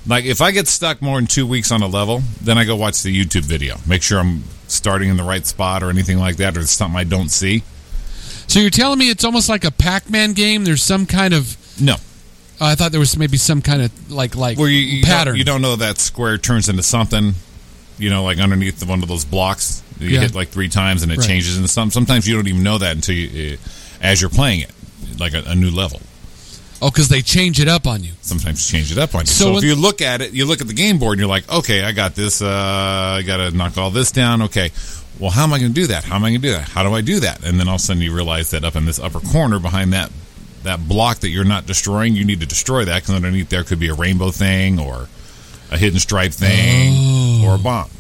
[SPEAKER 4] Like if I get stuck more than two weeks on a level, then I go watch the YouTube video, make sure I'm starting in the right spot or anything like that, or it's something I don't see.
[SPEAKER 3] So you're telling me it's almost like a Pac-Man game? There's some kind of
[SPEAKER 4] No,
[SPEAKER 3] uh, I thought there was maybe some kind of like like
[SPEAKER 4] where you, you
[SPEAKER 3] pattern.
[SPEAKER 4] Don't, you don't know that square turns into something. You know, like underneath one of those blocks, you
[SPEAKER 3] Yeah.
[SPEAKER 4] hit like three times and it
[SPEAKER 3] Right.
[SPEAKER 4] changes into something. Sometimes you don't even know that until you, uh, as you're playing it, like a, a new level.
[SPEAKER 3] Oh, because they change it up on you.
[SPEAKER 4] sometimes change it up on you.
[SPEAKER 3] So
[SPEAKER 4] So, if
[SPEAKER 3] when-
[SPEAKER 4] you look at it, you look at the game board, and you're like, okay, I got this. Uh, I got to knock all this down. Okay, well, how am I going to do that? How am I going to do that? How do I do that? And then all of a sudden, you realize that up in this upper corner behind that that block that you're not destroying, you need to destroy that because underneath there could be a rainbow thing or a hidden stripe thing
[SPEAKER 3] Oh.
[SPEAKER 4] or a bomb.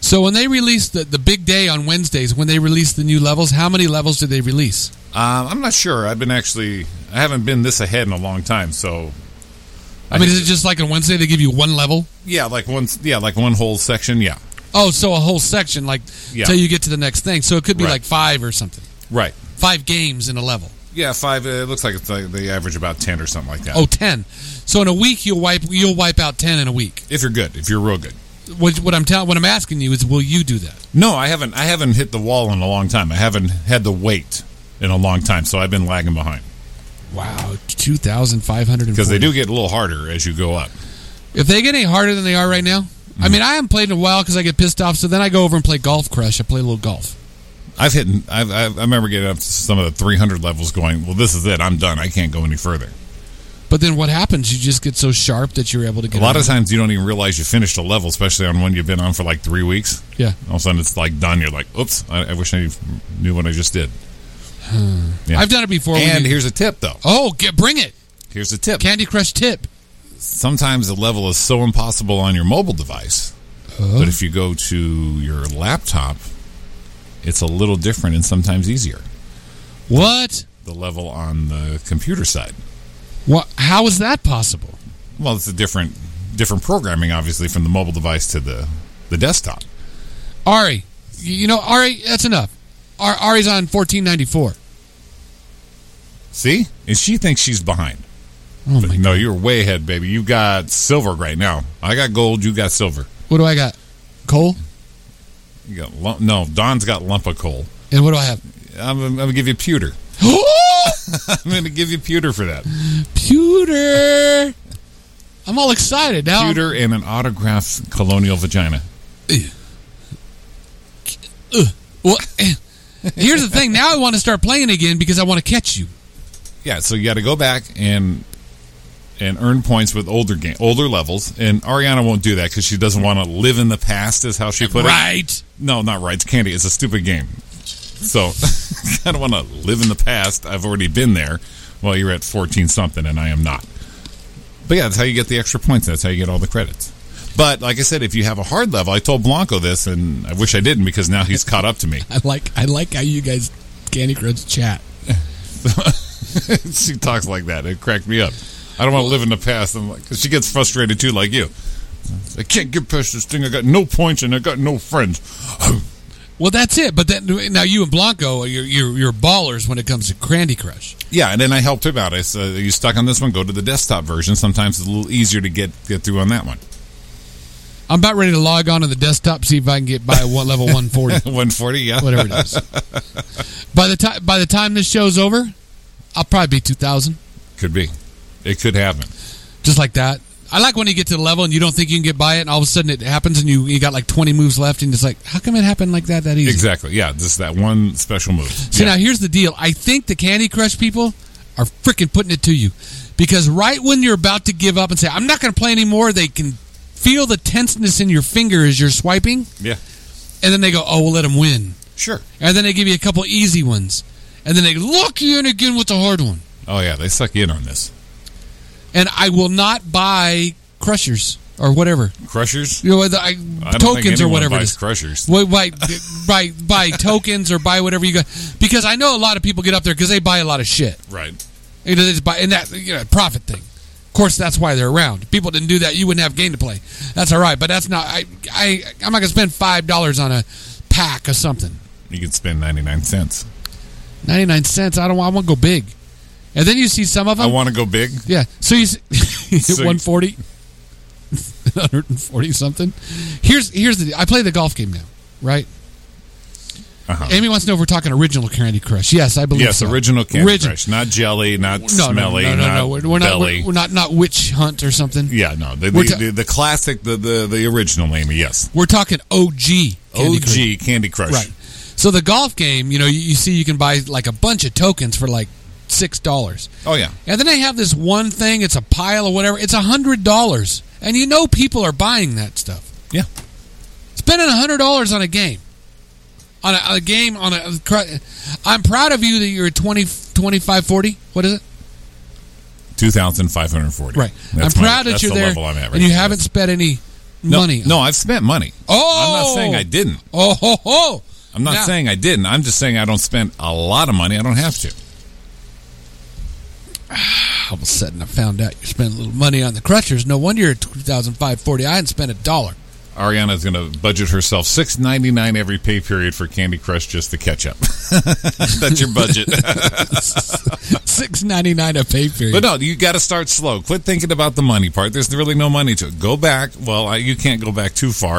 [SPEAKER 3] So when they release the the big day on Wednesdays, when they release the new levels, how many levels do they release?
[SPEAKER 4] Um, I'm not sure. I've been actually, I haven't been this ahead in a long time, so
[SPEAKER 3] I mean, is it just like on Wednesday they give you one level?
[SPEAKER 4] yeah, like one, yeah, like one whole section, yeah.
[SPEAKER 3] Oh, so a whole section like
[SPEAKER 4] Yeah.
[SPEAKER 3] till you get to the next thing. So it could be
[SPEAKER 4] Right.
[SPEAKER 3] like five or something.
[SPEAKER 4] Right.
[SPEAKER 3] Five games in a level.
[SPEAKER 4] Yeah, five. Uh, it looks like it's like they average about ten or something like that.
[SPEAKER 3] Oh, 10. So in a week you'll wipe you'll wipe out 10 in a week.
[SPEAKER 4] if you're good, if you're real good.
[SPEAKER 3] What, what I'm telling what I'm asking you is will you do that?
[SPEAKER 4] No, I haven't. I haven't hit the wall in a long time. I haven't had the weight in a long time, so I've been lagging behind
[SPEAKER 3] Wow, 2,500
[SPEAKER 4] because they do get a little harder as you go up.
[SPEAKER 3] If they get any harder than they are right now,
[SPEAKER 4] Mm.
[SPEAKER 3] I mean, I haven't played in a while because I get pissed off. So then I go over and play Golf Crush. I play a little golf.
[SPEAKER 4] I've hit. I've, I've, I remember getting up to some of the 300 levels, going, "Well, this is it. I'm done. I can't go any further."
[SPEAKER 3] But then what happens? You just get so sharp that you're able to
[SPEAKER 4] A
[SPEAKER 3] get
[SPEAKER 4] lot
[SPEAKER 3] around.
[SPEAKER 4] of times, you don't even realize you finished a level, especially on one you've been on for like three weeks.
[SPEAKER 3] yeah.
[SPEAKER 4] All of a sudden, it's like done. You're like, "Oops! I, I wish I knew what I just did." Yeah.
[SPEAKER 3] Hmm. I've done it before. when
[SPEAKER 4] And
[SPEAKER 3] you-
[SPEAKER 4] here's a tip, though.
[SPEAKER 3] oh, get, bring it,
[SPEAKER 4] Here's a tip.
[SPEAKER 3] Candy Crush tip.
[SPEAKER 4] sometimes the level is so impossible on your mobile device.
[SPEAKER 3] Uh-huh.
[SPEAKER 4] But if you go to your laptop, it's a little different and sometimes easier.
[SPEAKER 3] What?
[SPEAKER 4] The level on the computer side.
[SPEAKER 3] What? How is that possible?
[SPEAKER 4] Well, it's a different different programming obviously from the mobile device to the the desktop.
[SPEAKER 3] Ari, you you know Ari. That's enough. Ar- Ari's on fourteen ninety four.
[SPEAKER 4] See? And she thinks she's behind.
[SPEAKER 3] Oh
[SPEAKER 4] But
[SPEAKER 3] my!
[SPEAKER 4] no, you're way ahead, baby. You got silver right now. I got gold, you got silver.
[SPEAKER 3] What do I got? Coal.
[SPEAKER 4] You got lump, no, Don's got lump of coal.
[SPEAKER 3] And what do I have? [GASPS] Oh!
[SPEAKER 4] I'm, I'm going to give you pewter. [LAUGHS] I'm going to give you pewter for that.
[SPEAKER 3] Pewter. I'm all excited now.
[SPEAKER 4] computer and an autographed colonial vagina.
[SPEAKER 3] Well, eh, here's the thing. Now I want to start playing again because I want to catch you.
[SPEAKER 4] Yeah, so you got to go back and and earn points with older game, older levels. And Ariana won't do that because she doesn't want to live in the past, is how she put it.
[SPEAKER 3] right.
[SPEAKER 4] No, not right. It's candy. It's a stupid game. So [LAUGHS] I don't want to live in the past. I've already been there. Well, you're at fourteen something, and I am not. But yeah, that's how you get the extra points. That's how you get all the credits. But like I said, if you have a hard level, I told Blanco this, and I wish I didn't because now he's caught up to me.
[SPEAKER 6] I like I like how you guys Candy Crush chat.
[SPEAKER 4] [LAUGHS] she talks like that. It cracked me up. I don't want to live in the past. I'm like, 'cause she gets frustrated too, like you. I can't get past this thing. I got no points and I got no friends.
[SPEAKER 3] Well, that's it. But then now you and Blanco, you're, you're you're ballers when it comes to Candy Crush.
[SPEAKER 4] Yeah, and then I helped him out. I said, "Are you stuck on this one? Go to the desktop version. Sometimes it's a little easier to get get through on that one."
[SPEAKER 3] I'm about ready to log on to the desktop see if I can get by one level 140,
[SPEAKER 4] 140, yeah.
[SPEAKER 3] [LAUGHS] whatever it is. By the time by the time this show's over, I'll probably be 2,000,
[SPEAKER 4] Could be. It could happen.
[SPEAKER 3] just like that. I like when you get to the level and you don't think you can get by it, and all of a sudden it happens, and you you got like 20 moves left, and it's like, how come it happened like that that easy?
[SPEAKER 4] Exactly. Yeah, just that one special move.
[SPEAKER 3] See,
[SPEAKER 4] yeah.
[SPEAKER 3] now here's the deal. I think the Candy Crush people are freaking putting it to you because right when you're about to give up and say, I'm not going to play anymore, they can feel the tenseness in your finger as you're swiping,
[SPEAKER 4] yeah.
[SPEAKER 3] and then they go, Oh, we'll let them win.
[SPEAKER 4] Sure.
[SPEAKER 3] And then they give you a couple easy ones, and then they lock you in again with the hard one.
[SPEAKER 4] Oh yeah, they suck you in on this.
[SPEAKER 3] And I will not buy crushers or whatever,
[SPEAKER 4] Crushers.
[SPEAKER 3] you know, the, I,
[SPEAKER 4] I don't think
[SPEAKER 3] tokens or
[SPEAKER 4] anyone
[SPEAKER 3] whatever it
[SPEAKER 4] buys
[SPEAKER 3] is.
[SPEAKER 4] Crushers.
[SPEAKER 3] Wait, buy, buy, buy tokens or buy whatever you got. Because I know a lot of people get up there because they buy a lot of shit.
[SPEAKER 4] Right.
[SPEAKER 3] You know, they just buy, and that you know, profit thing. Of course, that's why they're around. If people didn't do that, you wouldn't have game to play. That's all right, but that's not. I, I, I'm not gonna spend five dollars on a pack of something.
[SPEAKER 4] You could spend ninety nine cents.
[SPEAKER 3] Ninety nine cents. I don't. want- I want to go big. And then you see some of
[SPEAKER 4] I
[SPEAKER 3] them.
[SPEAKER 4] want to go big.
[SPEAKER 3] yeah. So [LAUGHS] you
[SPEAKER 4] So you-
[SPEAKER 3] one forty. [LAUGHS] 140 something. Here's here's the I play the golf game now, right?
[SPEAKER 4] Uh-huh.
[SPEAKER 3] Amy wants to know if we're talking original Candy Crush. Yes, I believe
[SPEAKER 4] Yes,
[SPEAKER 3] so.
[SPEAKER 4] original Candy
[SPEAKER 3] Origi-
[SPEAKER 4] Crush, not jelly, not
[SPEAKER 3] No, no,
[SPEAKER 4] smelly,
[SPEAKER 3] no, no, no,
[SPEAKER 4] not
[SPEAKER 3] no. We're, we're not
[SPEAKER 4] belly.
[SPEAKER 3] we're, we're not not witch hunt or something.
[SPEAKER 4] yeah, no, the,
[SPEAKER 3] We're
[SPEAKER 4] the,
[SPEAKER 3] ta-
[SPEAKER 4] the, the classic, the, the the original Amy. Yes,
[SPEAKER 3] We're talking OG. Candy
[SPEAKER 4] OG
[SPEAKER 3] Crush.
[SPEAKER 4] Candy Crush.
[SPEAKER 3] Right. So the golf game, you know, you, you see you can buy like a bunch of tokens for like six dollars.
[SPEAKER 4] Oh yeah,
[SPEAKER 3] And then they have this one thing, it's a pile or whatever, it's a hundred dollars. And you know people are buying that stuff.
[SPEAKER 4] yeah.
[SPEAKER 3] Spending a hundred dollars on a game. On a, on a game on a cru- I'm proud of you that you're 20 25 40. What is it?
[SPEAKER 4] Two thousand five hundred forty.
[SPEAKER 3] Right.
[SPEAKER 4] That's
[SPEAKER 3] I'm
[SPEAKER 4] my-
[SPEAKER 3] proud that
[SPEAKER 4] that's
[SPEAKER 3] you're
[SPEAKER 4] the
[SPEAKER 3] there
[SPEAKER 4] Level I'm at right
[SPEAKER 3] and you
[SPEAKER 4] now.
[SPEAKER 3] haven't spent any
[SPEAKER 4] No,
[SPEAKER 3] money.
[SPEAKER 4] No, I've spent money.
[SPEAKER 3] Oh.
[SPEAKER 4] I'm not saying I didn't.
[SPEAKER 3] Oh ho ho.
[SPEAKER 4] I'm not
[SPEAKER 3] Now-
[SPEAKER 4] saying I didn't. I'm just saying I don't spend a lot of money. I don't have to.
[SPEAKER 3] all of a sudden I found out you spent a little money on the crushers. No wonder you're 2005 40. I hadn't spent a dollar. [LAUGHS]
[SPEAKER 4] Ariana's going to budget herself six ninety nine every pay period for Candy Crush just to catch up. [LAUGHS] That's your budget.
[SPEAKER 3] Six ninety nine a pay period.
[SPEAKER 4] but no, you got to start slow. Quit thinking about the money part. There's really no money to it. Go back. Well, I, you can't go back too far. [LAUGHS]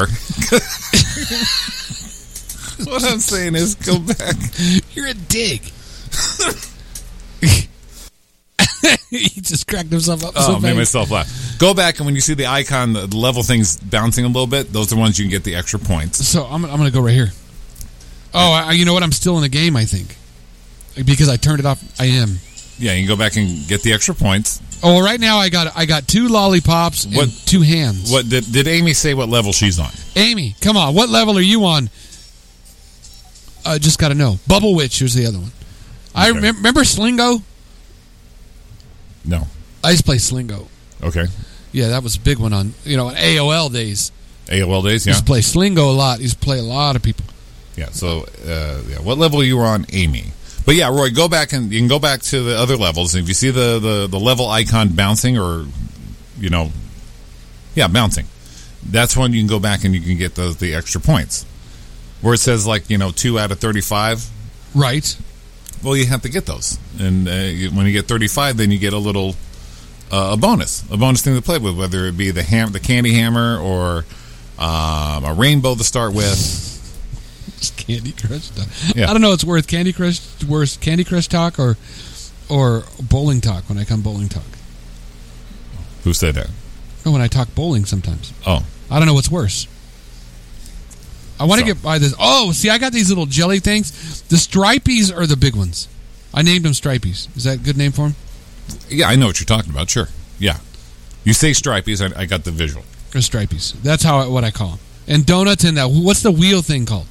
[SPEAKER 4] what I'm saying is go back.
[SPEAKER 3] you're a dig. [LAUGHS]
[SPEAKER 4] [LAUGHS]
[SPEAKER 3] he just cracked himself up.
[SPEAKER 4] Oh,
[SPEAKER 3] so
[SPEAKER 4] made
[SPEAKER 3] bad.
[SPEAKER 4] myself laugh. Go back and when you see the icon, the level things bouncing a little bit. Those are ones you can get the extra points.
[SPEAKER 3] So I'm, I'm going to go right here. Oh, I, you know what? I'm still in the game. I think because I turned it off. I am.
[SPEAKER 4] Yeah, you can go back and get the extra points.
[SPEAKER 3] Oh, well, right now I got I got two lollipops
[SPEAKER 4] What-
[SPEAKER 3] and two hands.
[SPEAKER 4] What did, did Amy say? What level she's on?
[SPEAKER 3] Amy, come on. What level are you on? I just got to know. Bubble Witch was the other one. I
[SPEAKER 4] Okay.
[SPEAKER 3] remem- remember Slingo.
[SPEAKER 4] No.
[SPEAKER 3] I used to play Slingo.
[SPEAKER 4] Okay.
[SPEAKER 3] Yeah, that was a big one on you know on AOL days.
[SPEAKER 4] AOL days. Yeah.
[SPEAKER 3] Used to play Slingo a lot. Used to play a lot of people.
[SPEAKER 4] Yeah. So, uh, yeah. What level you were on, Amy? But yeah, Roy, go back and you can go back to the other levels. If you see the the, the level icon bouncing, or you know, yeah, bouncing, that's when you can go back and you can get those the extra points. Where it says like you know two out of thirty five,
[SPEAKER 3] Right.
[SPEAKER 4] well, you have to get those, and uh, you- when you get thirty five, then you get a little uh, a bonus, a bonus thing to play with, whether it be the ham, the candy hammer, or um, a rainbow to start with.
[SPEAKER 3] Just Candy Crush stuff.
[SPEAKER 4] Yeah.
[SPEAKER 3] I don't know. It's worth Candy Crush. Worth Candy Crush talk or or bowling talk when I come bowling talk.
[SPEAKER 4] Who said that?
[SPEAKER 3] No, when I talk bowling sometimes.
[SPEAKER 4] Oh,
[SPEAKER 3] I don't know what's worse. I want to
[SPEAKER 4] So-
[SPEAKER 3] get by this. Oh, see, I got these little jelly things. The stripies are the big ones. I named them stripies. Is that a good name for them?
[SPEAKER 4] yeah, I know what you're talking about. Sure, yeah. You say stripies, I, I got the visual.
[SPEAKER 3] Or stripies. That's how I, what I call them. And donuts and that. What's the wheel thing called?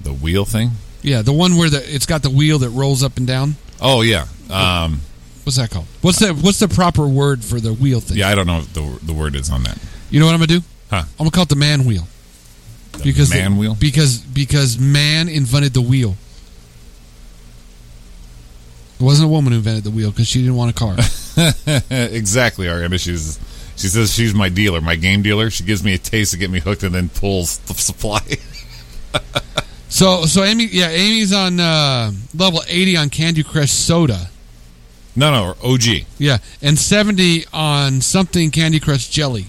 [SPEAKER 4] The wheel thing.
[SPEAKER 3] Yeah, the one where the it's got the wheel that rolls up and down.
[SPEAKER 4] Oh yeah, um,
[SPEAKER 3] What's that called? What's the what's the proper word for the wheel thing?
[SPEAKER 4] yeah. I don't know what the the word is on that.
[SPEAKER 3] You know what I'm gonna do?
[SPEAKER 4] Huh.
[SPEAKER 3] I'm gonna call it the man wheel because
[SPEAKER 4] man wheel?
[SPEAKER 3] because because man invented the wheel. It wasn't a woman who invented the wheel because she didn't want
[SPEAKER 4] [LAUGHS]
[SPEAKER 3] a car.
[SPEAKER 4] exactly, Ariana. She's she says she's my dealer, my game dealer. She gives me a taste to get me hooked, and then pulls the supply. [LAUGHS]
[SPEAKER 3] so so Amy yeah Amy's on uh, level 80 on Candy Crush soda.
[SPEAKER 4] no, no, or OG.
[SPEAKER 3] Yeah, and 70 on something Candy Crush jelly.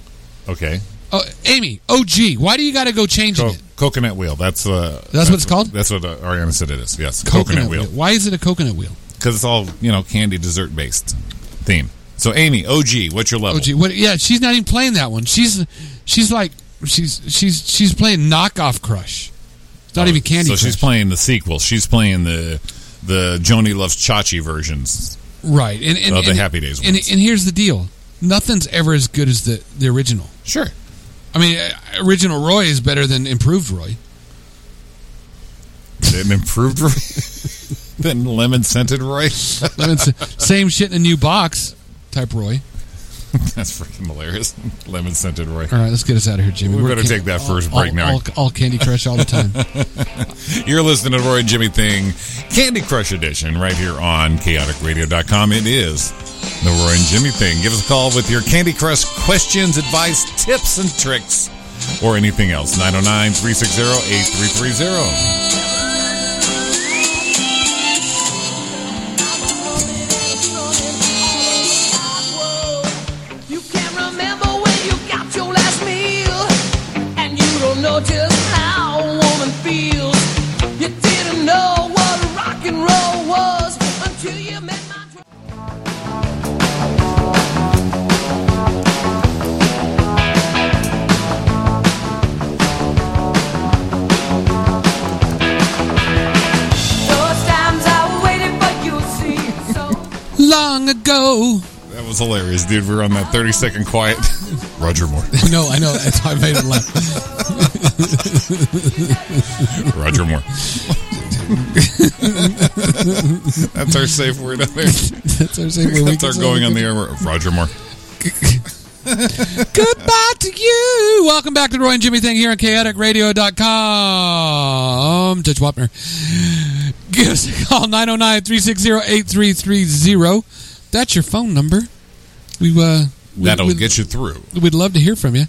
[SPEAKER 4] Okay,
[SPEAKER 3] Oh, Amy, OG, why do you got to go changing
[SPEAKER 4] Co-
[SPEAKER 3] it?
[SPEAKER 4] coconut wheel. That's uh, that's,
[SPEAKER 3] what it's called?
[SPEAKER 4] That's what uh, Ariana said it is. Yes, coconut, wheel. 'Cause wheel
[SPEAKER 3] Why is it a coconut wheel?
[SPEAKER 4] because it's all you know, candy dessert based theme. So Amy, OG, what's your level?
[SPEAKER 3] OG, Oh, what? Yeah, she's not even playing that one. She's she's like she's she's she's playing knockoff Crush. It's not even Candy
[SPEAKER 4] Oh, So
[SPEAKER 3] Crush.
[SPEAKER 4] she's playing the sequel. She's playing the the Joni loves Chachi versions.
[SPEAKER 3] right, and and,
[SPEAKER 4] Of the
[SPEAKER 3] and-
[SPEAKER 4] Happy Days
[SPEAKER 3] And,
[SPEAKER 4] ones.
[SPEAKER 3] and here's the deal: nothing's ever as good as the the original.
[SPEAKER 4] Sure.
[SPEAKER 3] I mean, uh, original Roy is better than improved Roy.
[SPEAKER 4] An improved [LAUGHS] than lemon scented Roy. [LAUGHS]
[SPEAKER 3] I mean, it's the same shit in a new box type Roy.
[SPEAKER 4] That's freaking hilarious. Lemon scented Roy.
[SPEAKER 3] All right, let's get us out of here, Jimmy.
[SPEAKER 4] We
[SPEAKER 3] We're
[SPEAKER 4] better
[SPEAKER 3] Candy-
[SPEAKER 4] take that first
[SPEAKER 3] all-
[SPEAKER 4] break now.
[SPEAKER 3] All, all Candy Crush all
[SPEAKER 4] [LAUGHS]
[SPEAKER 3] the time.
[SPEAKER 4] You're listening to Roy and Jimmy Thing Candy Crush Edition right here on chaoticradio.com. It is the Roy and Jimmy Thing. Give us a call with your Candy Crush questions, advice, tips, and tricks, or anything else. 909 360 8330.
[SPEAKER 7] You can't remember when you got your last meal, and you don't know just how a woman feels. You didn't know what rock and roll was until you met my. dr- Those times I waited, but you see, so.
[SPEAKER 3] Long ago.
[SPEAKER 4] That was hilarious, dude. We were on that 30 second quiet. [LAUGHS] Roger Moore.
[SPEAKER 6] No, I know. That's why I made it
[SPEAKER 3] [LAUGHS]
[SPEAKER 6] laugh.
[SPEAKER 4] Roger Moore. [LAUGHS] That's our safe word on there.
[SPEAKER 6] That's what I'm saying. When we
[SPEAKER 4] That's our going on the air. word. Roger Moore.
[SPEAKER 3] Goodbye to you. Welcome back to the Roy and Jimmy thing here on chaoticradio.com. Judge Wapner. Give us a call 909 360 8330. That's your phone number. We, uh, we,
[SPEAKER 4] That'll
[SPEAKER 3] we'd,
[SPEAKER 4] get you through.
[SPEAKER 3] we'd love to hear from you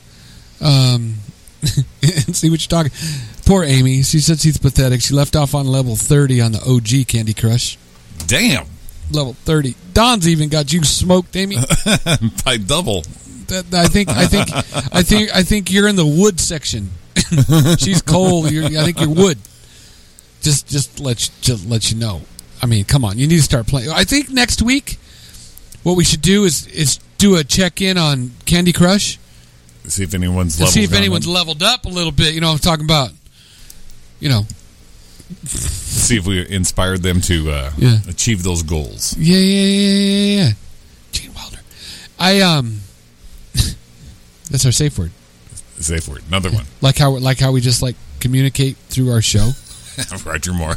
[SPEAKER 3] um, [LAUGHS] and see what you're talking. Poor Amy. She said she's pathetic. She left off on level 30 on the OG Candy Crush.
[SPEAKER 4] Damn.
[SPEAKER 3] Level 30. Don's even got you smoked, Amy.
[SPEAKER 4] By double.
[SPEAKER 3] that, I think I think I think I think you're in the wood section. [LAUGHS] She's coal. You're, I think you're wood. Just just let you, just let you know. I mean, come on. You need to start playing. I think next week, what we should do is is do a check in on Candy Crush
[SPEAKER 4] See if anyone's
[SPEAKER 3] to
[SPEAKER 4] leveled
[SPEAKER 3] see if
[SPEAKER 4] down.
[SPEAKER 3] anyone's leveled up a little bit. You know, what I'm talking about. You know,
[SPEAKER 4] See if we inspired them to uh,
[SPEAKER 3] Yeah.
[SPEAKER 4] achieve those goals.
[SPEAKER 3] yeah, yeah, yeah, yeah, yeah. Gene Wilder. I um. [LAUGHS] that's our safe word.
[SPEAKER 4] Safe word. Another
[SPEAKER 3] [LAUGHS]
[SPEAKER 4] one. [LAUGHS]
[SPEAKER 3] Like how like how we just like communicate through our show.
[SPEAKER 4] Roger Moore. [LAUGHS]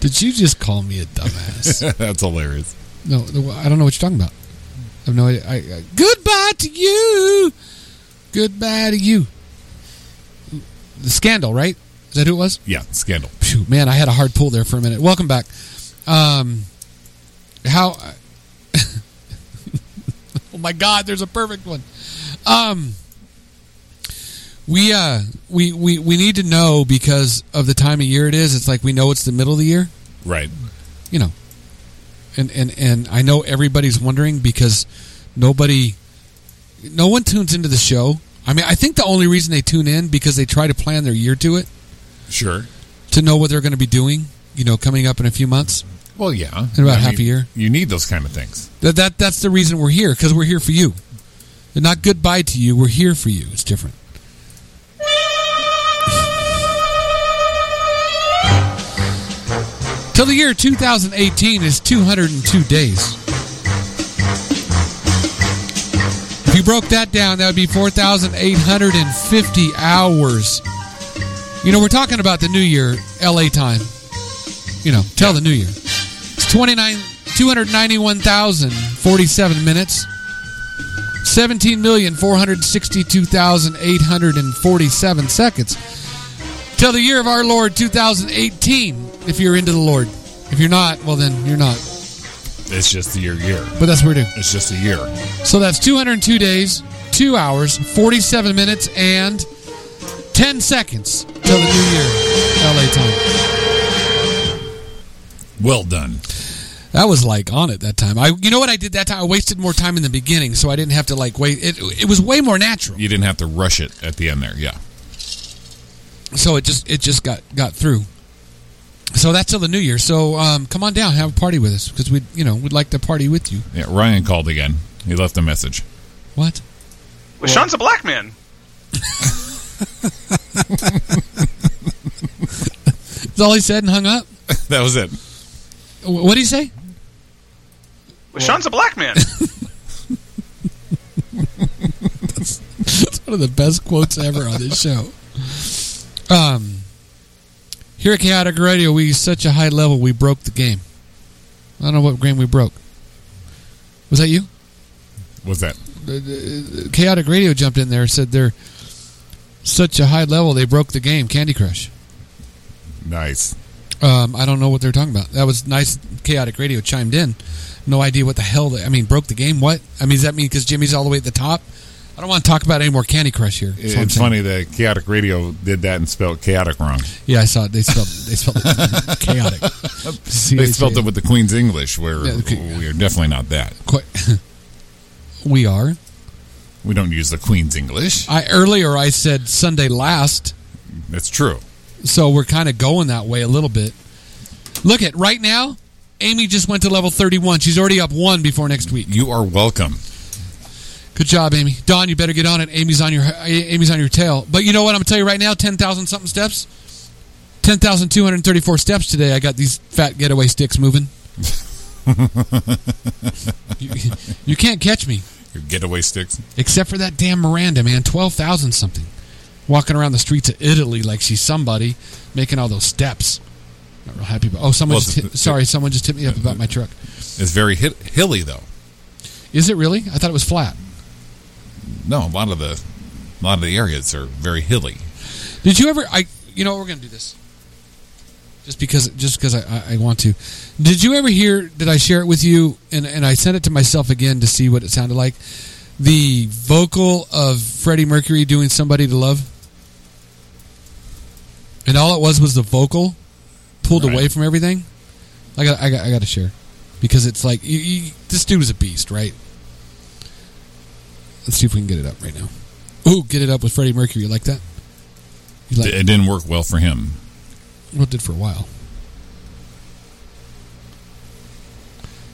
[SPEAKER 3] Did you just call me a
[SPEAKER 4] [LAUGHS]
[SPEAKER 3] dumbass?
[SPEAKER 4] That's hilarious.
[SPEAKER 3] no, no, I don't know what you're talking about. I have no idea. I, I, goodbye to you. Goodbye to you. The scandal, right? Is that who it was?
[SPEAKER 4] Yeah. Scandal.
[SPEAKER 3] Phew, man, I had a hard pull there for a minute. Welcome back. Um, how? [LAUGHS] oh my God, there's a perfect one. Um, we uh, we we we need to know because of the time of year it is. It's like we know it's the middle of the year
[SPEAKER 4] Right.
[SPEAKER 3] you know, and and and I know everybody's wondering because nobody, no one tunes into the show. I mean, I think the only reason they tune in because they try to plan their year to it
[SPEAKER 4] Sure.
[SPEAKER 3] to know what they're going to be doing. You know, coming up in a few months.
[SPEAKER 4] Well, yeah.
[SPEAKER 3] In about half a year.
[SPEAKER 4] You need those kind of things.
[SPEAKER 3] That that that's the reason we're here because we're here for you. And not goodbye to you. We're here for you. It's different. Till the year 2018 is 202 days. If you broke that down, that would be 4,850 hours. You know, we're talking about the new year, LA time. You know, tell the new year. It's 29 291,047 minutes. seventeen million four hundred sixty-two thousand eight hundred and forty-seven seconds till the year of our Lord 2018. If you're into the Lord, if you're not, well then you're not.
[SPEAKER 4] It's just a year, year.
[SPEAKER 3] But that's what we do.
[SPEAKER 4] It's just a year.
[SPEAKER 3] So that's 202 days, 2 hours, 47 minutes, and 10 seconds till the new year, LA time.
[SPEAKER 4] Well done.
[SPEAKER 3] That was like on it that time. I, You know what I did that time? I wasted more time in the beginning, so I didn't have to like wait. It, it was way more natural.
[SPEAKER 4] You didn't have to rush it at the end there. Yeah.
[SPEAKER 3] So it just it just got, got through. So that's till the new year. So um, come on down, have a party with us because we you know we'd like to party with you.
[SPEAKER 4] Yeah. Ryan called again. He left a message. [LAUGHS]
[SPEAKER 3] What?
[SPEAKER 8] Well, Sean's a black man.
[SPEAKER 3] That's all he said and hung up.
[SPEAKER 4] That was it.
[SPEAKER 3] Wh- What did he say? [LAUGHS]
[SPEAKER 8] Well, Sean's a black man.
[SPEAKER 3] It's one of the best quotes ever on this show. Um, here at Chaotic Radio, we used such a high level, we broke the game. I don't know what game we broke. Was that you?
[SPEAKER 4] Was that?
[SPEAKER 3] Chaotic Radio jumped in there and said they're such a high level, they broke the game, Candy Crush.
[SPEAKER 4] Nice.
[SPEAKER 3] Um, I don't know what they're talking about. That was nice. Chaotic Radio chimed in. No idea what the hell. They, I mean, broke the game. What? I mean, does that mean because Jimmy's all the way at the top? I don't want to talk about any more Candy Crush here. That's what I'm
[SPEAKER 4] it's
[SPEAKER 3] saying.
[SPEAKER 4] funny that Chaotic Radio did that and spelled chaotic wrong.
[SPEAKER 3] Yeah, I saw it. They spelled they spelled it [LAUGHS] chaotic.
[SPEAKER 4] They spelled it with the Queen's English, where
[SPEAKER 3] Yeah, okay.
[SPEAKER 4] we are definitely not that.
[SPEAKER 3] Quite. [LAUGHS] we are.
[SPEAKER 4] We don't use the Queen's English.
[SPEAKER 3] I earlier I said Sunday last,
[SPEAKER 4] That's true.
[SPEAKER 3] so we're kind of going that way a little bit. Look at right now. Amy just went to level 31. She's already up one before next week.
[SPEAKER 4] You are welcome.
[SPEAKER 3] Good job, Amy. Don, you better get on it. Amy's on your Amy's on your tail. But you know what? I'm gonna tell you right now. Ten thousand something steps. Ten thousand two hundred thirty-four steps today. I got these fat getaway sticks moving. [LAUGHS] you, you can't catch me.
[SPEAKER 4] Your getaway sticks.
[SPEAKER 3] Except for that damn Miranda, man. 12,000 something. Walking around the streets of Italy like she's somebody, making all those steps. Not real happy about. Oh, someone
[SPEAKER 4] Well,
[SPEAKER 3] just
[SPEAKER 4] the-
[SPEAKER 3] hit,
[SPEAKER 4] the-
[SPEAKER 3] sorry, someone just hit me up about my truck.
[SPEAKER 4] It's very hi- hilly, though.
[SPEAKER 3] Is it really? I thought it was flat.
[SPEAKER 4] No, a lot of the, a lot of the areas are very hilly.
[SPEAKER 3] Did you ever? I. You know what, we're gonna do this. Just because, just because I, I, I want to. Did you ever hear? Did I share it with you? And and I sent it to myself again to see what it sounded like. The vocal of Freddie Mercury doing "Somebody to Love," and all it was was the vocal pulled
[SPEAKER 4] Right.
[SPEAKER 3] away from everything. I got, I got, I got to share because it's like you, you, this dude is a beast, right? Let's see if we can get it up right now. Ooh, get it up with Freddie Mercury. You like that? You like
[SPEAKER 4] D- It didn't work well for him.
[SPEAKER 3] well, it did for a while.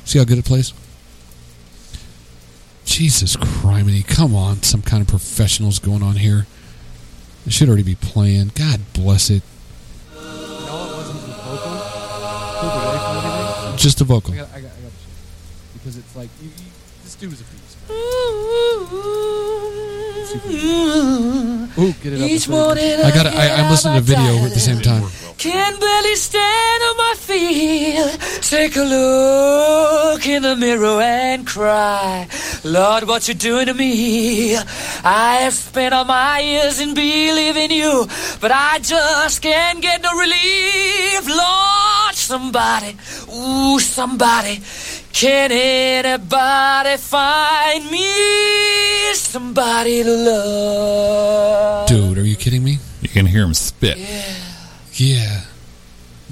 [SPEAKER 3] See how good it plays? Jesus criminy, come on. Some kind of professionals going on here. It should already be playing. God bless it. Just the vocal. Because it's like, this dude is a beast. Ooh, get it
[SPEAKER 9] Each morning
[SPEAKER 3] I got. I, I'm listening to video at the same time.
[SPEAKER 9] Can barely stand on my feet. Take a look in the mirror and cry, Lord, what you doing to me? I have spent all my years in believing you, but I just can't get no relief. Lord, somebody, ooh, somebody, can anybody find me somebody to love?
[SPEAKER 3] Dude, are you kidding me?
[SPEAKER 4] You can hear him spit.
[SPEAKER 3] Yeah.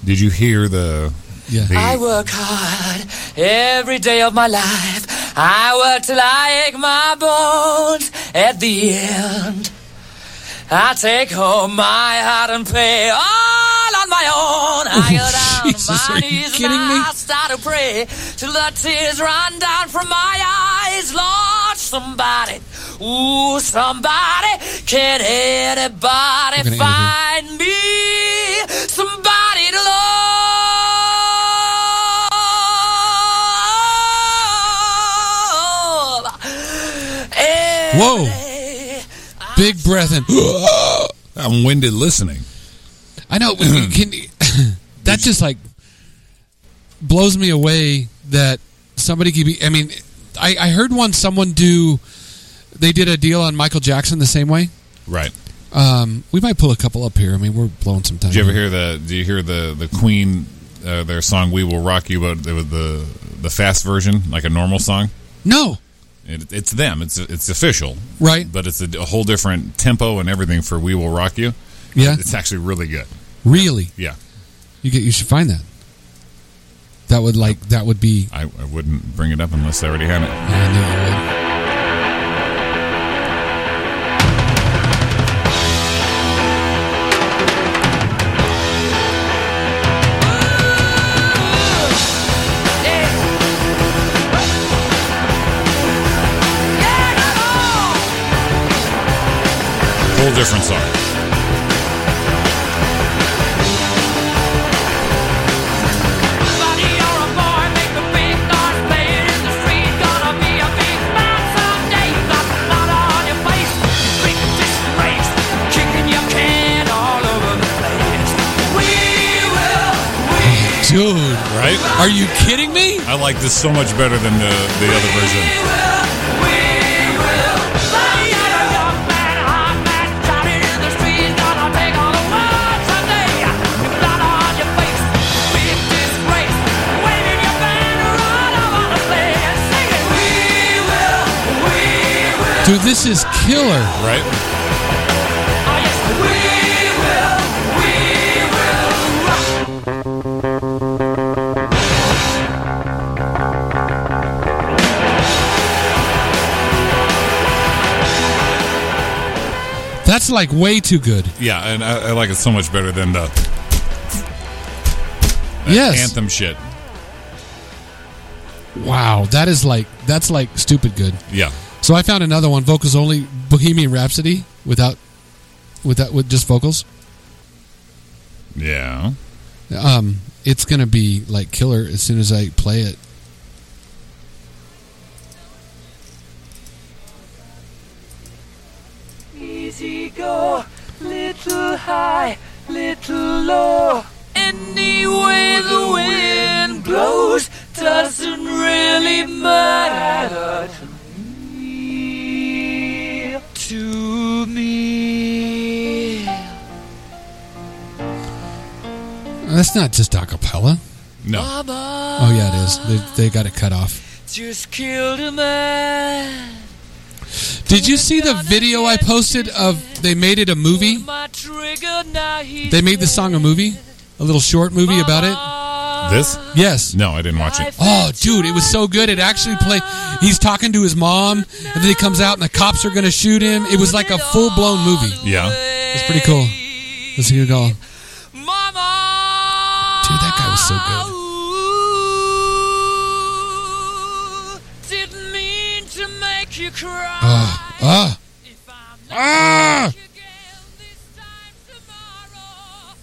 [SPEAKER 4] Did you hear the?
[SPEAKER 3] Yeah.
[SPEAKER 4] the-
[SPEAKER 9] I work hard every day of my life. I work till I ache my bones. At the end, I take home my heart and pay all on my own. I go down
[SPEAKER 3] Oh, Jesus,
[SPEAKER 9] on
[SPEAKER 3] are
[SPEAKER 9] my
[SPEAKER 3] you
[SPEAKER 9] knees
[SPEAKER 3] kidding
[SPEAKER 9] and
[SPEAKER 3] me?
[SPEAKER 9] I start to pray till the tears run down from my eyes. Lord, somebody, ooh, somebody, can
[SPEAKER 3] We're
[SPEAKER 9] anybody
[SPEAKER 3] gonna end it here.
[SPEAKER 9] find me somebody to love? Every
[SPEAKER 3] Whoa.
[SPEAKER 9] day I
[SPEAKER 3] Big breath in. Um,
[SPEAKER 4] I'm winded listening.
[SPEAKER 3] [GASPS] I know. but you [LAUGHS] Can that just like blows me away that somebody could be? I mean, I, I heard one someone do they did a deal on Michael Jackson the same way.
[SPEAKER 4] Right.
[SPEAKER 3] Um, we might pull a couple up here. I mean, we're blowing some time.
[SPEAKER 4] Did you ever hear the? Do you hear the the Queen uh, their song "We Will Rock You" but the the, the fast version, like a normal song?
[SPEAKER 3] No,
[SPEAKER 4] It, it's them. It's it's official,
[SPEAKER 3] right?
[SPEAKER 4] but it's a, a whole different tempo and everything for "We Will Rock You."
[SPEAKER 3] Yeah,
[SPEAKER 4] It's actually really good.
[SPEAKER 3] really.
[SPEAKER 4] Yeah,
[SPEAKER 3] You get. You should find that. That would like that would be.
[SPEAKER 4] I, I wouldn't bring it up unless I already had it.
[SPEAKER 3] Yeah, I knew I would.
[SPEAKER 4] Whole different song.
[SPEAKER 3] Dude,
[SPEAKER 4] Right?
[SPEAKER 3] are you kidding me?
[SPEAKER 4] I like this so much better than the the other version.
[SPEAKER 3] Dude, this is killer.
[SPEAKER 4] Right?
[SPEAKER 3] That's like way too good.
[SPEAKER 4] Yeah, and I, I like it so much better than the
[SPEAKER 3] yes.
[SPEAKER 4] anthem shit.
[SPEAKER 3] Wow, that is like that's like stupid good.
[SPEAKER 4] Yeah,
[SPEAKER 3] So I found another one, vocals only, Bohemian Rhapsody without without with just vocals.
[SPEAKER 4] yeah.
[SPEAKER 3] Um, it's gonna be like killer as soon as I play it.
[SPEAKER 9] Easy go, little high, little low. Any way the wind blows doesn't really matter to me. To me.
[SPEAKER 3] Uh, That's not just a cappella.
[SPEAKER 4] No,
[SPEAKER 9] Mama
[SPEAKER 3] Oh yeah, it is. They, they got it cut off.
[SPEAKER 9] just killed a man.
[SPEAKER 3] Did you see the video I posted of they made it a movie?
[SPEAKER 9] My trigger, now he
[SPEAKER 3] They made the song a movie, a little short movie about it.
[SPEAKER 4] this?
[SPEAKER 3] Yes.
[SPEAKER 4] No, I didn't watch it.
[SPEAKER 3] Oh, dude, it was so good. It actually played. He's talking to his mom, and then he comes out, and the cops are going to shoot him. It was like a full blown movie.
[SPEAKER 4] Yeah,
[SPEAKER 3] It's pretty cool. Let's hear it all.
[SPEAKER 9] Mama.
[SPEAKER 3] Dude, that guy was so good.
[SPEAKER 9] Ooh, didn't mean to make you cry.
[SPEAKER 3] Ah, ah,
[SPEAKER 9] If I'm not
[SPEAKER 3] ah.
[SPEAKER 9] back again this time tomorrow,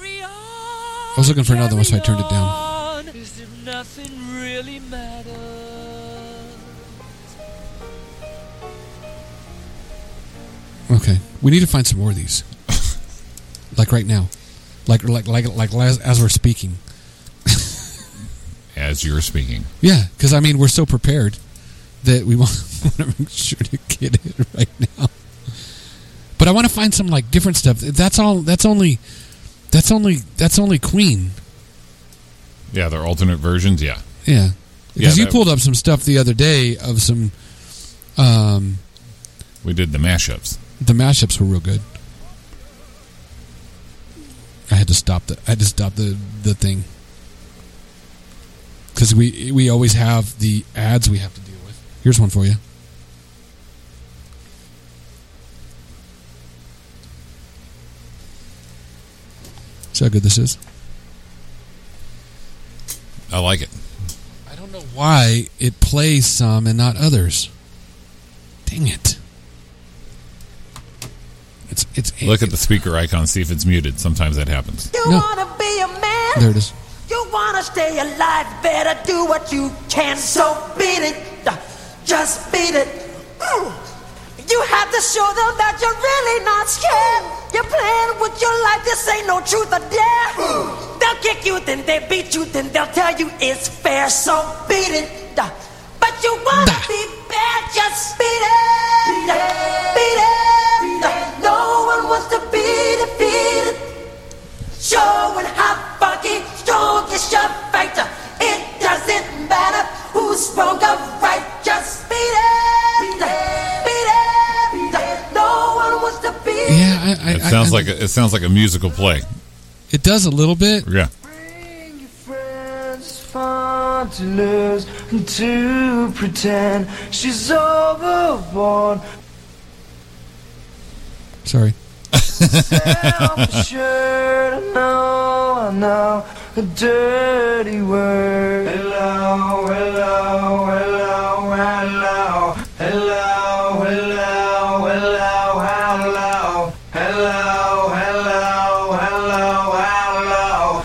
[SPEAKER 9] carry on. I
[SPEAKER 3] was looking for another one, so I turned it down.
[SPEAKER 9] Is it nothing really matters?
[SPEAKER 3] Okay, we need to find some more of these. like right now, like like like like as, as we're speaking.
[SPEAKER 4] as you were speaking.
[SPEAKER 3] Yeah, because I mean we're so prepared that we [LAUGHS] want, want to make sure to get it right now. But I want to find some like different stuff. That's all. That's only. That's only. That's only Queen.
[SPEAKER 4] Yeah, their alternate versions. Yeah,
[SPEAKER 3] Yeah,
[SPEAKER 4] Yeah,
[SPEAKER 3] because you
[SPEAKER 4] that-
[SPEAKER 3] pulled up some stuff the other day of some. Um,
[SPEAKER 4] we did the mashups.
[SPEAKER 3] the mashups were real good. I had to stop the. I had to stop the the thing because we we always have the ads we have to deal with. Here's one for you. See how good this is.
[SPEAKER 4] I like it.
[SPEAKER 3] I don't know why it plays some and not others. Dang it! It's it's
[SPEAKER 4] Look at the speaker icon, see if it's muted. Sometimes that happens.
[SPEAKER 10] You
[SPEAKER 3] No.
[SPEAKER 10] wanna be a man?
[SPEAKER 3] there it is.
[SPEAKER 10] You wanna stay alive? Better do what you can. So beat it, uh, just beat it. Mm. You have to show them that you're really not scared. You're playing with your life. This ain't no truth or dare. They'll kick you, then they beat you, then they'll tell you it's fair. So beat it, uh, but you wanna
[SPEAKER 3] Nah.
[SPEAKER 10] be bad? Just beat uh, it.
[SPEAKER 3] I, I,
[SPEAKER 4] It sounds
[SPEAKER 3] I-
[SPEAKER 4] like a, it sounds like a musical play.
[SPEAKER 3] it does a little bit.
[SPEAKER 4] Yeah. [LAUGHS]
[SPEAKER 11] fun to lose and to pretend she's overborn.
[SPEAKER 3] Sorry.
[SPEAKER 11] Sure to know, I know a dirty word. Hello, hello, hello, hello, hello, hello, hello, hello, hello, hello, hello, hello,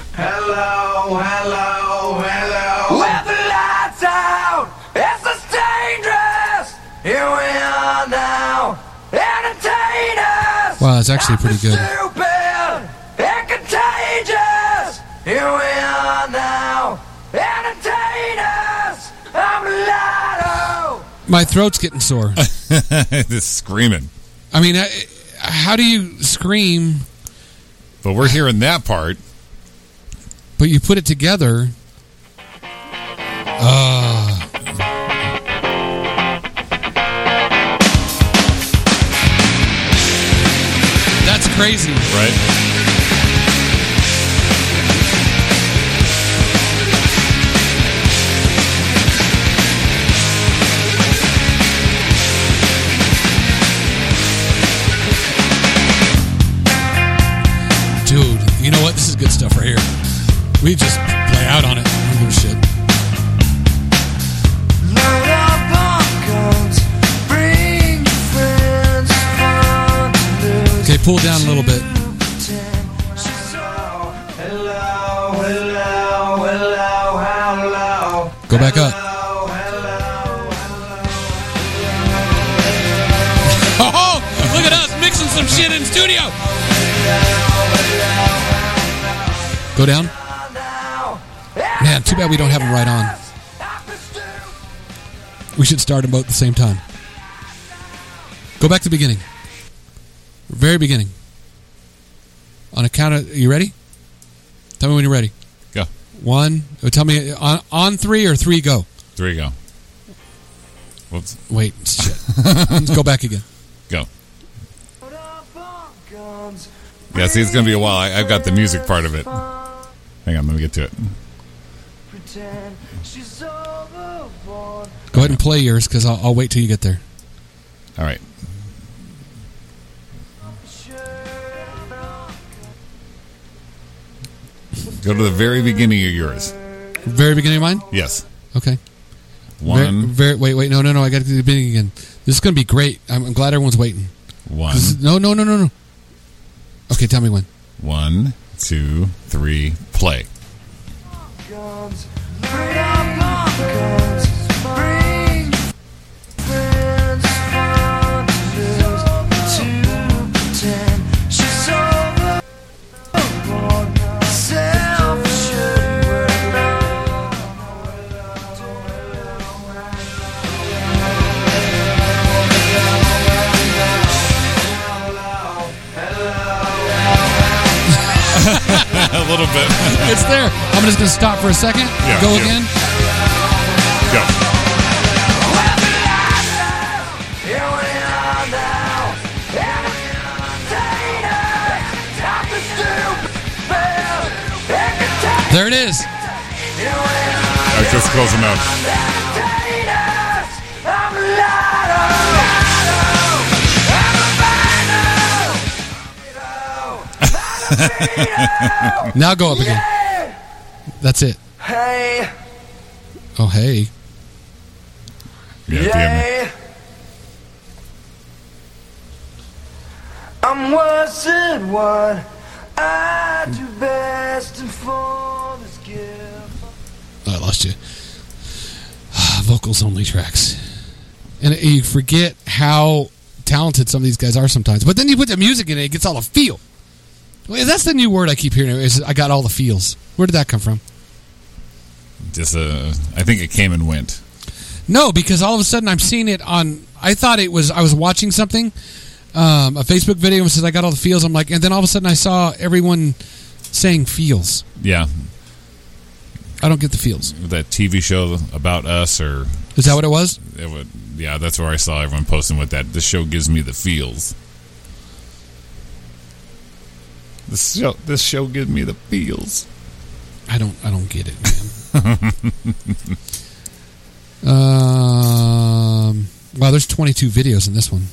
[SPEAKER 11] hello, hello, hello. Let the lights out. This is dangerous. Here we are now. Entertainers.
[SPEAKER 3] Wow, it's actually pretty good.
[SPEAKER 11] Stupid and contagious. Here we are now. Entertainers. I'm Lotto.
[SPEAKER 3] My throat's
[SPEAKER 4] [LAUGHS]
[SPEAKER 3] getting sore.
[SPEAKER 4] this screaming.
[SPEAKER 3] I mean, I, how do you scream?
[SPEAKER 4] But we're hearing that part.
[SPEAKER 3] But you put it together. Uh, that's crazy.
[SPEAKER 4] Right.
[SPEAKER 3] Dude, you know what? This is good stuff right here. We just play out on it. Who gives a shit?
[SPEAKER 11] Load up on guns. Bring your friends. Fun to lose.
[SPEAKER 3] Okay, pull down a little bit.
[SPEAKER 11] Pretend she's all hello, hello, hello, hello.
[SPEAKER 3] Go back up. [LAUGHS] Oh, look at us mixing some shit in studio. Go down. Man, too bad we don't have them right on. We should start them both at the same time. Go back to the beginning. Very beginning. On a count of, you ready? Tell me when you're ready.
[SPEAKER 4] Go.
[SPEAKER 3] One. oh, Tell me on on three or three. Go.
[SPEAKER 4] There you go. Whoops.
[SPEAKER 3] Wait. [LAUGHS] Shit. Let's go back again.
[SPEAKER 4] Go. Yeah, see, it's going to be a while. I, I've got the music part of it. Hang on, let me get to it.
[SPEAKER 11] Pretend she's overborn.
[SPEAKER 3] Go ahead and play yours because I'll, I'll wait till you get there.
[SPEAKER 4] All right. Go to the very beginning of yours.
[SPEAKER 3] Very beginning of mine.
[SPEAKER 4] Yes.
[SPEAKER 3] Okay. Very,
[SPEAKER 4] One,
[SPEAKER 3] very- wait, wait, no, no, no. I got to do the beginning again. This is going to be great. I'm, I'm glad everyone's waiting.
[SPEAKER 4] one,
[SPEAKER 3] This is- no, no, no, no, no. Okay, tell me when.
[SPEAKER 4] one, two, three, play. [LAUGHS]
[SPEAKER 11] guns. Bring up on guns. Bring friends fun to lose. To pretend she's over. Self-assured we're
[SPEAKER 4] a little bit. [LAUGHS]
[SPEAKER 3] It's there. I'm just going to stop for a second.
[SPEAKER 4] Yeah,
[SPEAKER 3] Go
[SPEAKER 4] yeah.
[SPEAKER 3] again.
[SPEAKER 4] Go.
[SPEAKER 3] There it is.
[SPEAKER 4] All right, that's close enough.
[SPEAKER 3] Now go up again. That's it.
[SPEAKER 11] Hey,
[SPEAKER 3] Oh, hey.
[SPEAKER 4] Yeah, at the end.
[SPEAKER 11] yay. I'm worse at what I do best, and for this gift.
[SPEAKER 3] Oh, I lost you. Ah, Vocals only tracks. And you forget how talented some of these guys are sometimes. But then you put the music in it, it gets all the feel. Well, That's the new word I keep hearing. Is I got all the feels. Where did that come from?
[SPEAKER 4] Just, uh, I think it came and went.
[SPEAKER 3] No, because all of a sudden I'm seeing it on. I thought it was I was watching something, um, a Facebook video, and it says I got all the feels. I'm like, and then all of a sudden I saw everyone saying feels.
[SPEAKER 4] Yeah,
[SPEAKER 3] I don't get the feels.
[SPEAKER 4] that TV show about us, or
[SPEAKER 3] Is that what it was?
[SPEAKER 4] it would, yeah, that's where I saw everyone posting with that. The show gives me the feels. This show, this show gives me the feels.
[SPEAKER 3] I don't I don't get it, [LAUGHS] man. um, wow, there's 22 videos in this one.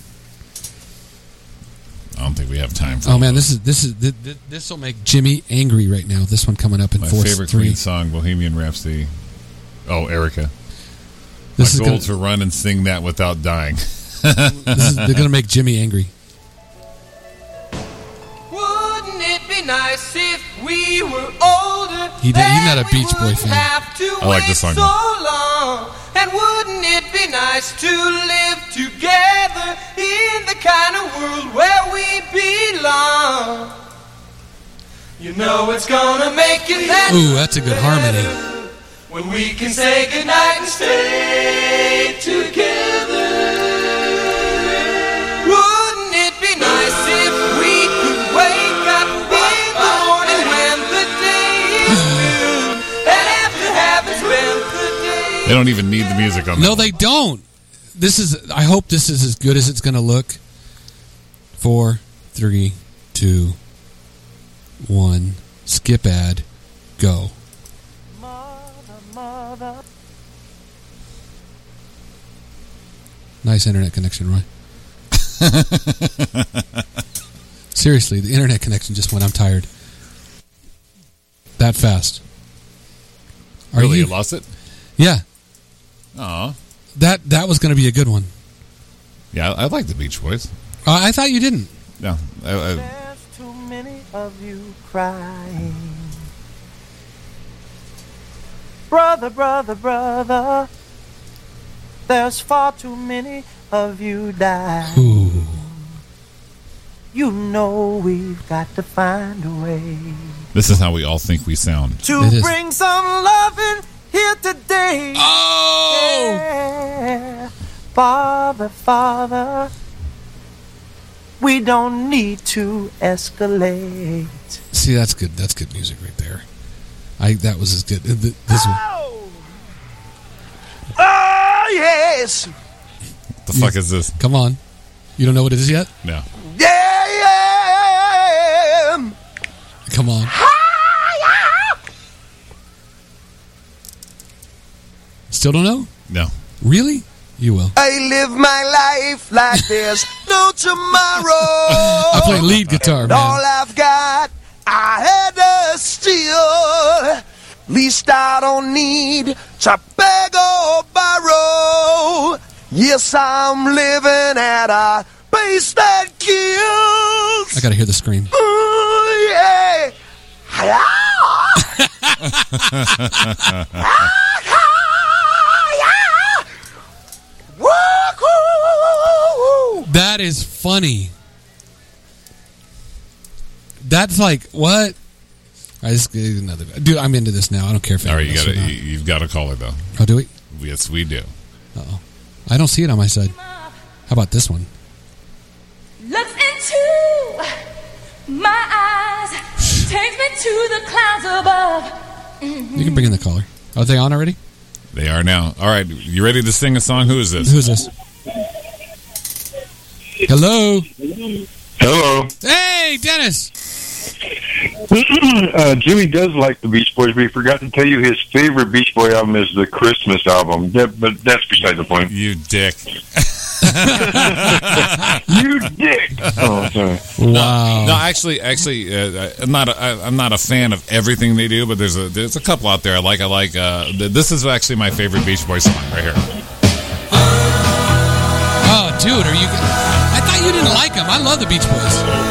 [SPEAKER 4] I don't think we have time for
[SPEAKER 3] Oh man, this is this is this will make Jimmy angry right now. This one coming up in
[SPEAKER 4] my
[SPEAKER 3] fourth
[SPEAKER 4] favorite
[SPEAKER 3] three.
[SPEAKER 4] Queen song, Bohemian Rhapsody. Oh, Erica.
[SPEAKER 3] This is
[SPEAKER 4] my goal
[SPEAKER 3] gonna-
[SPEAKER 4] to run and sing that without dying. [LAUGHS]
[SPEAKER 3] This [LAUGHS] is, they're gonna make Jimmy angry.
[SPEAKER 11] Wouldn't it be nice if we were older?
[SPEAKER 3] He did- he's not a
[SPEAKER 11] Then we
[SPEAKER 3] Beach Boy
[SPEAKER 11] wouldn't
[SPEAKER 3] fan.
[SPEAKER 11] have to
[SPEAKER 4] I like
[SPEAKER 11] wait
[SPEAKER 4] this song,
[SPEAKER 11] So
[SPEAKER 4] though.
[SPEAKER 11] long, and wouldn't it be nice to live together in the kind of world where we belong? You know it's gonna make you that
[SPEAKER 3] Ooh, that's a good harmony.
[SPEAKER 11] when we can say goodnight and stay together. Wouldn't it be nice if we could wake up in the morning when the day is new? And after having spent the day.
[SPEAKER 4] They don't even need the music on
[SPEAKER 3] No, they don't. This is. I hope this is as good as it's going to look. Four, three, two, one. Skip ad. Go. Nice internet connection, Roy. Seriously, the internet connection just went. I'm tired. That fast. Are
[SPEAKER 4] Really,
[SPEAKER 3] you-
[SPEAKER 4] you lost it?
[SPEAKER 3] Yeah.
[SPEAKER 4] Aw.
[SPEAKER 3] That that was going to be a good one.
[SPEAKER 4] Yeah, I, I like the Beach Boys.
[SPEAKER 3] Uh, I thought you didn't.
[SPEAKER 4] No, I, I,
[SPEAKER 2] Too many of you crying. Brother, brother, brother. There's far too many of you dying. You know we've got to find a way
[SPEAKER 4] this is how we all think we sound.
[SPEAKER 2] to bring some loving here today. Oh! Father, Father, we don't need to escalate.
[SPEAKER 3] See, that's good. That's good music right there. I that was as good. th- th- This one.
[SPEAKER 2] Oh, yes!
[SPEAKER 4] The fuck is this?
[SPEAKER 3] Come on. You don't know what it is yet?
[SPEAKER 4] No.
[SPEAKER 2] Yeah! yeah.
[SPEAKER 3] Come on. Still don't know?
[SPEAKER 4] No.
[SPEAKER 3] Really? You will.
[SPEAKER 2] I live my life like there's no [LAUGHS] tomorrow.
[SPEAKER 3] I play lead guitar,
[SPEAKER 2] And
[SPEAKER 3] man.
[SPEAKER 2] All I've got, I had to steal. Least I don't need to beg or borrow. Yes, I'm living at a pace that kills.
[SPEAKER 3] I gotta hear the scream.
[SPEAKER 2] Ooh, yeah. Woo-hoo.
[SPEAKER 3] That is funny. That's like what? I just another dude. I'm into this now. I don't care if.
[SPEAKER 4] All right, you
[SPEAKER 3] anyone
[SPEAKER 4] got
[SPEAKER 3] else or
[SPEAKER 4] to
[SPEAKER 3] not.
[SPEAKER 4] you, have got to call it though.
[SPEAKER 3] Oh, do we?
[SPEAKER 4] Yes, we do.
[SPEAKER 3] Uh-oh. I don't see it on my side. How about this one?
[SPEAKER 9] Looks into my eyes, takes me to the clouds above.
[SPEAKER 3] You can bring in the caller. Are they on already?
[SPEAKER 4] They are now. All right, you ready to sing a song? Who is this?
[SPEAKER 3] Who's this? Hello.
[SPEAKER 12] Hello. [CLEARS THROAT]
[SPEAKER 3] Hey, Dennis.
[SPEAKER 12] uh, Jimmy does like the Beach Boys, but he forgot to tell you his favorite Beach Boy album is the Christmas album. That, but that's beside the
[SPEAKER 3] [LAUGHS]
[SPEAKER 12] point.
[SPEAKER 4] You dick.
[SPEAKER 12] you
[SPEAKER 3] [LAUGHS]
[SPEAKER 12] dick. Oh, sorry.
[SPEAKER 3] Uh,
[SPEAKER 4] Wow. No, actually, actually, uh, I'm not. A, I, I'm not a fan of everything they do, but there's a there's a couple out there I like. I like. Uh, th- this is actually my favorite Beach Boy song right here.
[SPEAKER 3] Oh, dude, are you? I thought you didn't like them. I love the Beach Boys.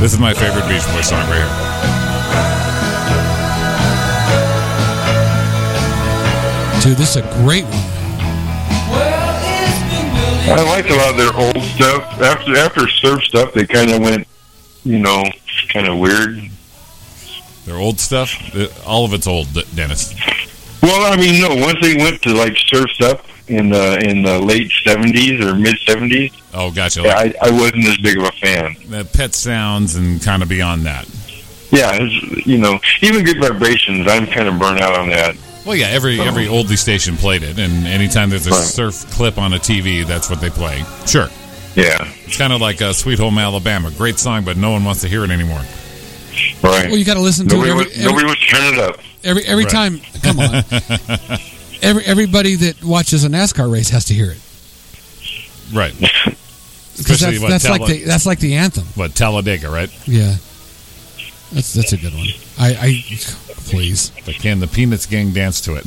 [SPEAKER 4] This is my favorite Beach Boy song right here.
[SPEAKER 3] Dude, this is a great one.
[SPEAKER 12] I liked a lot of their old stuff. After after surf stuff, they kind of went, you know, kind of weird.
[SPEAKER 4] Their old stuff, uh, all of it's old, D- Dennis.
[SPEAKER 12] Well, I mean, no. Once they went to like surf stuff in the in the late seventies or mid seventies,
[SPEAKER 4] Oh, gotcha.
[SPEAKER 12] yeah, I, I wasn't as big of a fan.
[SPEAKER 4] The pet sounds and kind of beyond that.
[SPEAKER 12] Yeah, it's, you know, even good vibrations. I'm kind of burnt out on that.
[SPEAKER 4] Well, yeah, every every oldie station played it, and anytime there's a
[SPEAKER 12] Oh. Right.
[SPEAKER 4] surf clip on a TV, that's what they play. Sure.
[SPEAKER 12] Yeah.
[SPEAKER 4] It's kind of like uh, Sweet Home Alabama. Great song, but no one wants to hear it anymore.
[SPEAKER 12] Right.
[SPEAKER 3] Well, you gotta listen to it Nobody every- wants- every- nobody
[SPEAKER 12] wants to turn it up.
[SPEAKER 3] Every every
[SPEAKER 4] Right.
[SPEAKER 3] time,
[SPEAKER 4] [LAUGHS]
[SPEAKER 3] come on. Every everybody that watches a NASCAR race has to hear it.
[SPEAKER 4] Right.
[SPEAKER 3] 'Cause that's- that's like the- that's like the anthem.
[SPEAKER 4] [LAUGHS] What Talladega, right?
[SPEAKER 3] Yeah, that's that's a good one. I, I please.
[SPEAKER 4] But can the Peanuts gang dance to it?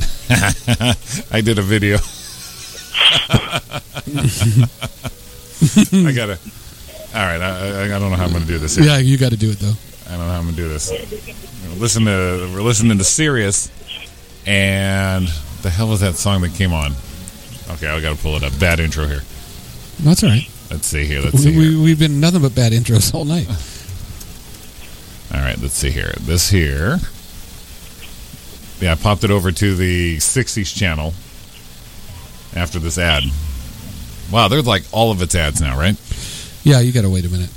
[SPEAKER 4] [LAUGHS] I did a video. [LAUGHS] I gotta. All right, I, I, I don't know how I'm gonna do this. here.
[SPEAKER 3] Yeah, you got to do it though.
[SPEAKER 4] I don't know how I'm gonna do this. We're Listen to we're listening to Sirius, and the hell was that song that came on? Okay, I gotta pull it up. Bad intro here.
[SPEAKER 3] No, that's all right.
[SPEAKER 4] Let's see here. Let's see.
[SPEAKER 3] We,
[SPEAKER 4] Here.
[SPEAKER 3] we, we've been nothing but bad intros all night.
[SPEAKER 4] All right, let's see here. This here. Yeah, I popped it over to the 60s channel after this ad. Wow, they're like all of its ads now, right?
[SPEAKER 3] Yeah, you got to wait a minute.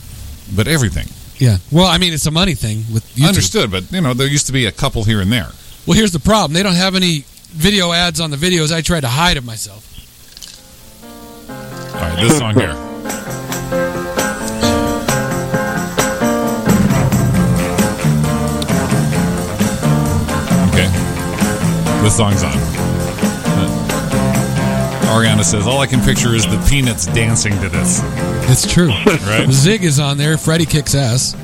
[SPEAKER 4] But everything.
[SPEAKER 3] Yeah. Well, I mean, it's a money thing with YouTube.
[SPEAKER 4] Understood, but you know, there used to be a couple here and there.
[SPEAKER 3] Well, here's the problem. They don't have any video ads on the videos. I tried to hide it myself.
[SPEAKER 4] All right, this song here. Okay. This song's on. Ariana says, All I can picture is the peanuts dancing to this.
[SPEAKER 3] It's true.
[SPEAKER 4] Right.
[SPEAKER 13] [LAUGHS]
[SPEAKER 3] Zig is on there. Freddie kicks ass.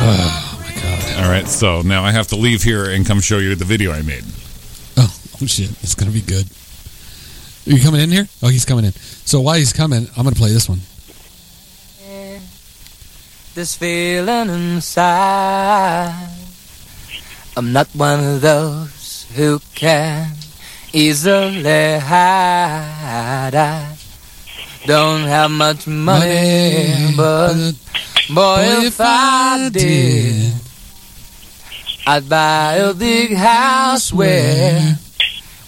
[SPEAKER 3] Oh,
[SPEAKER 4] my God. All right, so now I have to leave here and come show you the video I made.
[SPEAKER 3] Oh, oh shit. It's going to be good. Are you coming in here? Oh, he's coming in. So while he's coming, I'm going to play this one.
[SPEAKER 13] this feeling inside. I'm not one of those who can easily hide. I don't have much money, but boy, if I did, I'd buy a big house where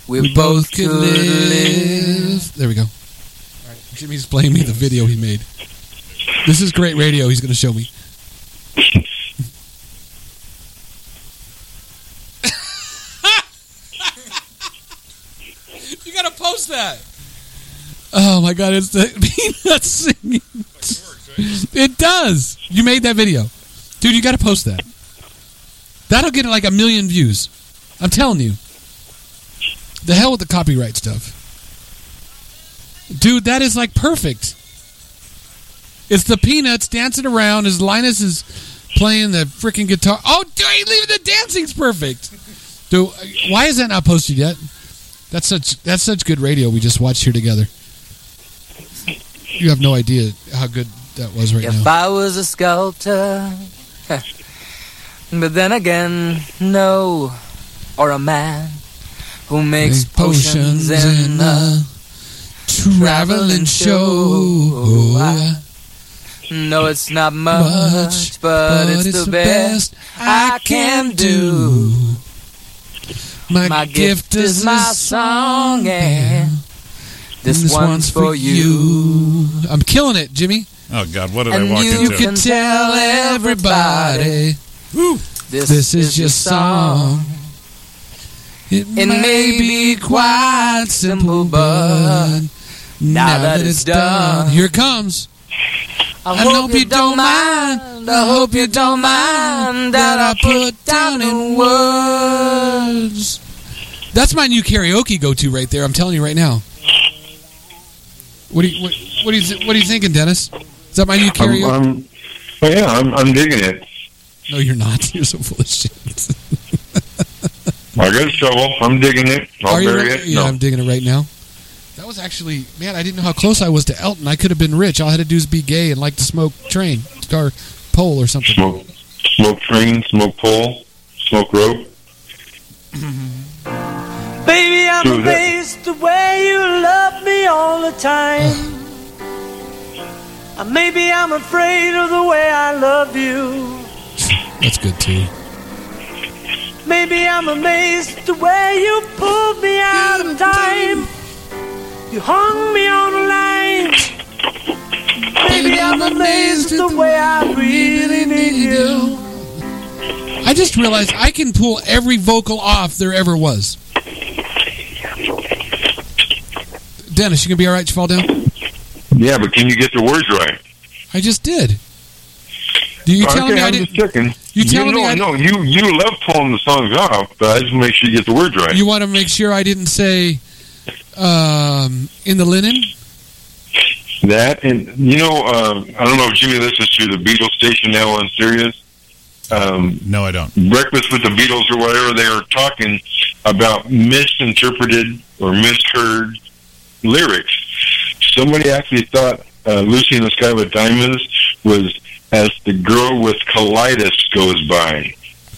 [SPEAKER 13] we, both could live.
[SPEAKER 3] There we go. Jimmy's playing me the video he made. This is great radio. He's going to show me. [LAUGHS] you got to post that. Oh my god, it's the [LAUGHS] peanuts singing. It does. You made that video, dude. You got to post that. That'll get like a million views. I'm telling you. The hell with the copyright stuff, dude. That is like perfect. It's the peanuts dancing around as Linus is playing the freaking guitar. Oh, dude, leaving the dancing's perfect. Dude, why is that not posted yet? That's such that's such good radio we just watched here together. You have no idea how good that was right
[SPEAKER 13] if
[SPEAKER 3] now.
[SPEAKER 13] I was
[SPEAKER 11] [LAUGHS]
[SPEAKER 13] a sculptor, but then again, no, or a man who makes
[SPEAKER 3] Make potions
[SPEAKER 13] potions, in
[SPEAKER 3] in
[SPEAKER 13] a
[SPEAKER 3] traveling Oh, show.
[SPEAKER 13] no, it's not much, but, it's, the best, I can do.
[SPEAKER 3] My,
[SPEAKER 13] gift is my song, and this,
[SPEAKER 3] This
[SPEAKER 13] one's,
[SPEAKER 3] one's
[SPEAKER 13] for
[SPEAKER 3] for you. I'm killing it, Jimmy.
[SPEAKER 4] Oh God, what did
[SPEAKER 13] And
[SPEAKER 4] I walk
[SPEAKER 13] you
[SPEAKER 4] into?
[SPEAKER 13] can tell everybody
[SPEAKER 3] This, is your song. It,
[SPEAKER 13] It may be quite simple, but now that it's done,
[SPEAKER 3] here it comes.
[SPEAKER 13] I hope you don't mind. I hope you don't mind that I put down in words.
[SPEAKER 3] That's my new karaoke go-to right there. I'm telling you right now. What do you what, what do you th- what are you thinking, Dennis? Is that my new
[SPEAKER 12] I'm,
[SPEAKER 3] karaoke?
[SPEAKER 12] I'm, well, Oh, yeah, I'm, I'm digging it.
[SPEAKER 3] no, you're not. [LAUGHS] You're so full of shit.
[SPEAKER 12] I got a shovel. I'm digging it. I'll
[SPEAKER 3] Are you
[SPEAKER 12] bury
[SPEAKER 3] right-
[SPEAKER 12] it.
[SPEAKER 3] Yeah,
[SPEAKER 12] No.
[SPEAKER 3] I'm digging it right now. That was actually man. I didn't know how close I was to Elton. I could have been rich. All I had to do is be gay and like to smoke train or pole or something.
[SPEAKER 12] Smoke, smoke train, smoke pole, smoke rope.
[SPEAKER 11] Baby, I'm
[SPEAKER 12] True that.
[SPEAKER 11] amazed the way you love me all the
[SPEAKER 13] [SIGHS]
[SPEAKER 11] time. Uh, Maybe I'm afraid of the way I love you.
[SPEAKER 3] That's good too.
[SPEAKER 11] Maybe I'm amazed the way you pulled me out of time. You hung me on a line. Maybe I'm amazed the way I really need you.
[SPEAKER 3] I just realized I can pull every vocal off there ever was. Dennis, you gonna be all right? You fall down.
[SPEAKER 12] Yeah, but can you get the words right?
[SPEAKER 3] I just did. Do you telling
[SPEAKER 12] okay,
[SPEAKER 3] me I
[SPEAKER 12] I'm
[SPEAKER 3] didn't?
[SPEAKER 12] just checking.
[SPEAKER 3] You telling
[SPEAKER 12] know,
[SPEAKER 3] me I-
[SPEAKER 12] no, you you love pulling the songs off, but I just make sure you get the words right.
[SPEAKER 3] You want to make sure I didn't say um, in the linen.
[SPEAKER 12] That and you know, uh, I don't know if Jimmy listens to the Beatles station now on Sirius. Um,
[SPEAKER 4] no, I don't. [LAUGHS]
[SPEAKER 12] Breakfast with the Beatles or whatever they are talking about misinterpreted or misheard lyrics. Somebody actually thought uh, "Lucy in the Sky with Diamonds" was "As the girl with colitis goes by,"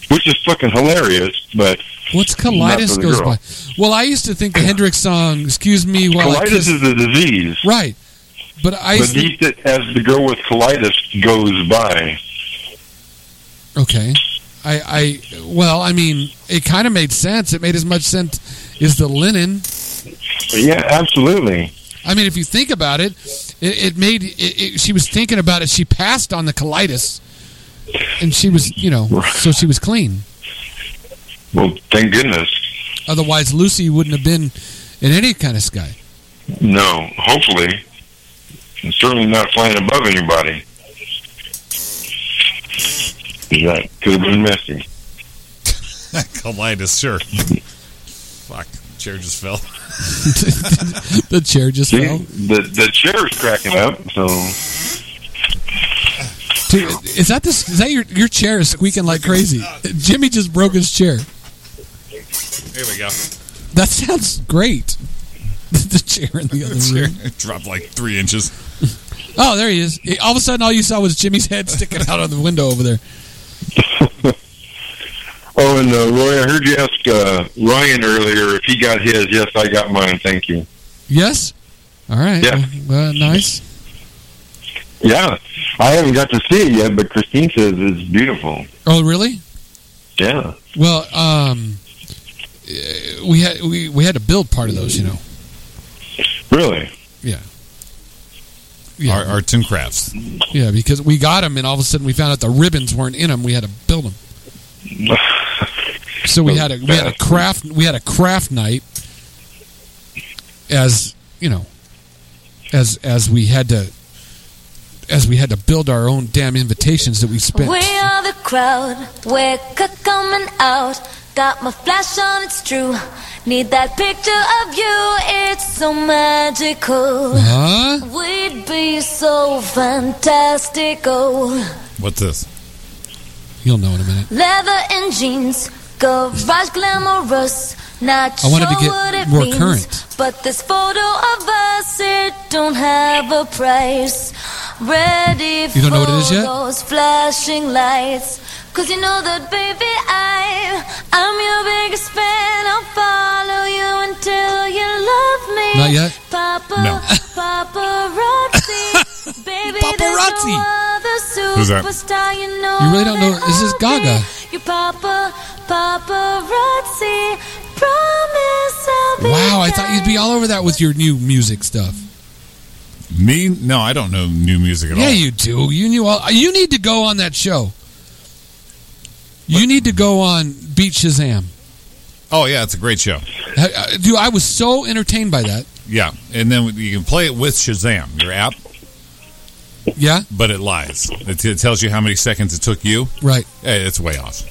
[SPEAKER 12] which is fucking hilarious. But
[SPEAKER 3] what's colitis goes by. Well, I used to think the Hendrix song "Excuse Me While I
[SPEAKER 12] Colitis
[SPEAKER 3] Kiss,"
[SPEAKER 12] is a disease.
[SPEAKER 3] right? But I
[SPEAKER 12] but he said, as the girl with colitis goes by.
[SPEAKER 3] okay. I, I well, I mean, it kind of made sense. It made as much sense as the linen.
[SPEAKER 12] Yeah, absolutely.
[SPEAKER 3] I mean, if you think about it, it, it made. It, it, she was thinking about it. She passed on the colitis, and she was, you know, so she was clean.
[SPEAKER 12] Well, thank goodness.
[SPEAKER 3] Otherwise, Lucy wouldn't have been in any kind of sky.
[SPEAKER 12] No, hopefully. And certainly not flying above anybody. That could have been messy.
[SPEAKER 4] Colitis, sure. Fuck, chair just fell. [LAUGHS]
[SPEAKER 3] the chair just
[SPEAKER 12] See,
[SPEAKER 3] fell.
[SPEAKER 12] the, the chair is cracking up, so.
[SPEAKER 3] Dude, is that this? Is that your your chair is squeaking like crazy? Jimmy just broke his chair.
[SPEAKER 4] Here we go. [LAUGHS]
[SPEAKER 3] That sounds great. [LAUGHS] the chair in the other
[SPEAKER 4] Chair
[SPEAKER 3] room.
[SPEAKER 4] dropped like three inches.
[SPEAKER 3] Oh, there he is. It- All of a sudden, all you saw was Jimmy's head sticking out of the window over there.
[SPEAKER 12] Oh, and uh, Roy, I heard you ask uh, Ryan earlier if he got his. Yes, I got mine. Thank you.
[SPEAKER 3] Yes. All right.
[SPEAKER 12] Yeah.
[SPEAKER 3] Well, nice.
[SPEAKER 12] Yeah, I haven't got to see it yet, but Christine says it's beautiful.
[SPEAKER 3] Oh, really?
[SPEAKER 12] Yeah.
[SPEAKER 3] Well, um, eh, we had we, we had to build part of those, you know.
[SPEAKER 12] Really?
[SPEAKER 3] Yeah.
[SPEAKER 4] Ar- arts and crafts.
[SPEAKER 3] Yeah, because we got them, and all of a sudden we found out the ribbons weren't in them. We had to build them. So we had a we had a craft we had a craft night as you know as as we had to as we had to build our own damn invitations that we spent.
[SPEAKER 14] We are the crowd, we're c- coming out. Got my flash on, it's true. Need that picture of you, it's so magical.
[SPEAKER 4] Huh?
[SPEAKER 14] We'd be so fantastical.
[SPEAKER 4] What's this?
[SPEAKER 3] You'll know in a minute.
[SPEAKER 14] Leather and jeans, garage glamorous. Not
[SPEAKER 3] I wanted
[SPEAKER 14] sure
[SPEAKER 3] to get
[SPEAKER 14] what it
[SPEAKER 3] more
[SPEAKER 14] means,
[SPEAKER 3] current.
[SPEAKER 14] but this photo of us it don't have a price. Ready
[SPEAKER 3] You don't know what it is
[SPEAKER 14] for
[SPEAKER 3] yet?
[SPEAKER 14] those flashing lights. Cause you know that baby I I'm your biggest fan. I'll follow you until you love me.
[SPEAKER 3] Not yet?
[SPEAKER 14] Papa
[SPEAKER 3] No. [LAUGHS]
[SPEAKER 14] paparazzi. baby there's
[SPEAKER 3] Paparazzi.
[SPEAKER 14] no other
[SPEAKER 3] Who's that?
[SPEAKER 14] superstar you know.
[SPEAKER 3] You really don't know.
[SPEAKER 14] that
[SPEAKER 3] This is
[SPEAKER 14] I'll
[SPEAKER 3] Gaga.
[SPEAKER 14] be your papa, paparazzi. Promise I'll be
[SPEAKER 3] Wow, I thought you'd be all over that with your new music stuff.
[SPEAKER 4] Me? No, I don't know new music at
[SPEAKER 3] yeah,
[SPEAKER 4] all.
[SPEAKER 3] you do. You knew all. You need to go on that show. You need to go on Beat Shazam.
[SPEAKER 4] Oh yeah, it's a great show.
[SPEAKER 3] Uh, uh, Dude, I was so entertained by that.
[SPEAKER 4] Yeah, and then you can play it with Shazam, your app.
[SPEAKER 3] Yeah,
[SPEAKER 4] but it lies. It, it tells you how many seconds it took you.
[SPEAKER 3] Right.
[SPEAKER 4] Hey, it's way off.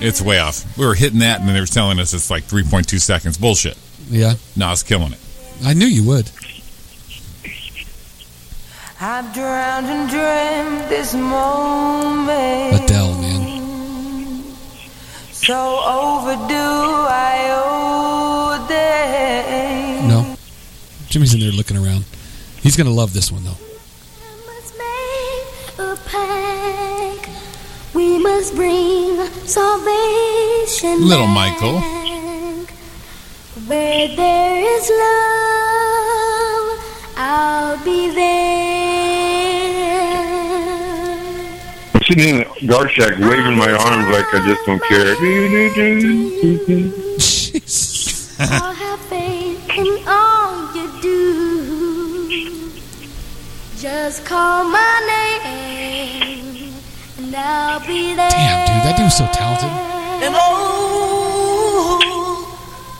[SPEAKER 4] It's way off. We were hitting that, and then they were telling us it's like three point two seconds. Bullshit.
[SPEAKER 3] Yeah,
[SPEAKER 4] No, it's killing it.
[SPEAKER 3] I knew you would.
[SPEAKER 13] I drowned and dreamt this moment.
[SPEAKER 3] Adele, man.
[SPEAKER 13] So overdue, I owe them.
[SPEAKER 3] No, Jimmy's in there looking around. He's gonna love this one though. [LAUGHS]
[SPEAKER 15] a pact. We must bring salvation.
[SPEAKER 4] Little
[SPEAKER 15] back
[SPEAKER 4] Michael.
[SPEAKER 15] Where there is love, I'll be there.
[SPEAKER 12] I'm sitting in the guard shack waving my arms like I just don't
[SPEAKER 14] [LAUGHS]
[SPEAKER 12] care.
[SPEAKER 15] I'll have faith in all you do. Just call my name, and I'll be there.
[SPEAKER 3] Damn, dude, that dude was so talented.
[SPEAKER 15] And oh,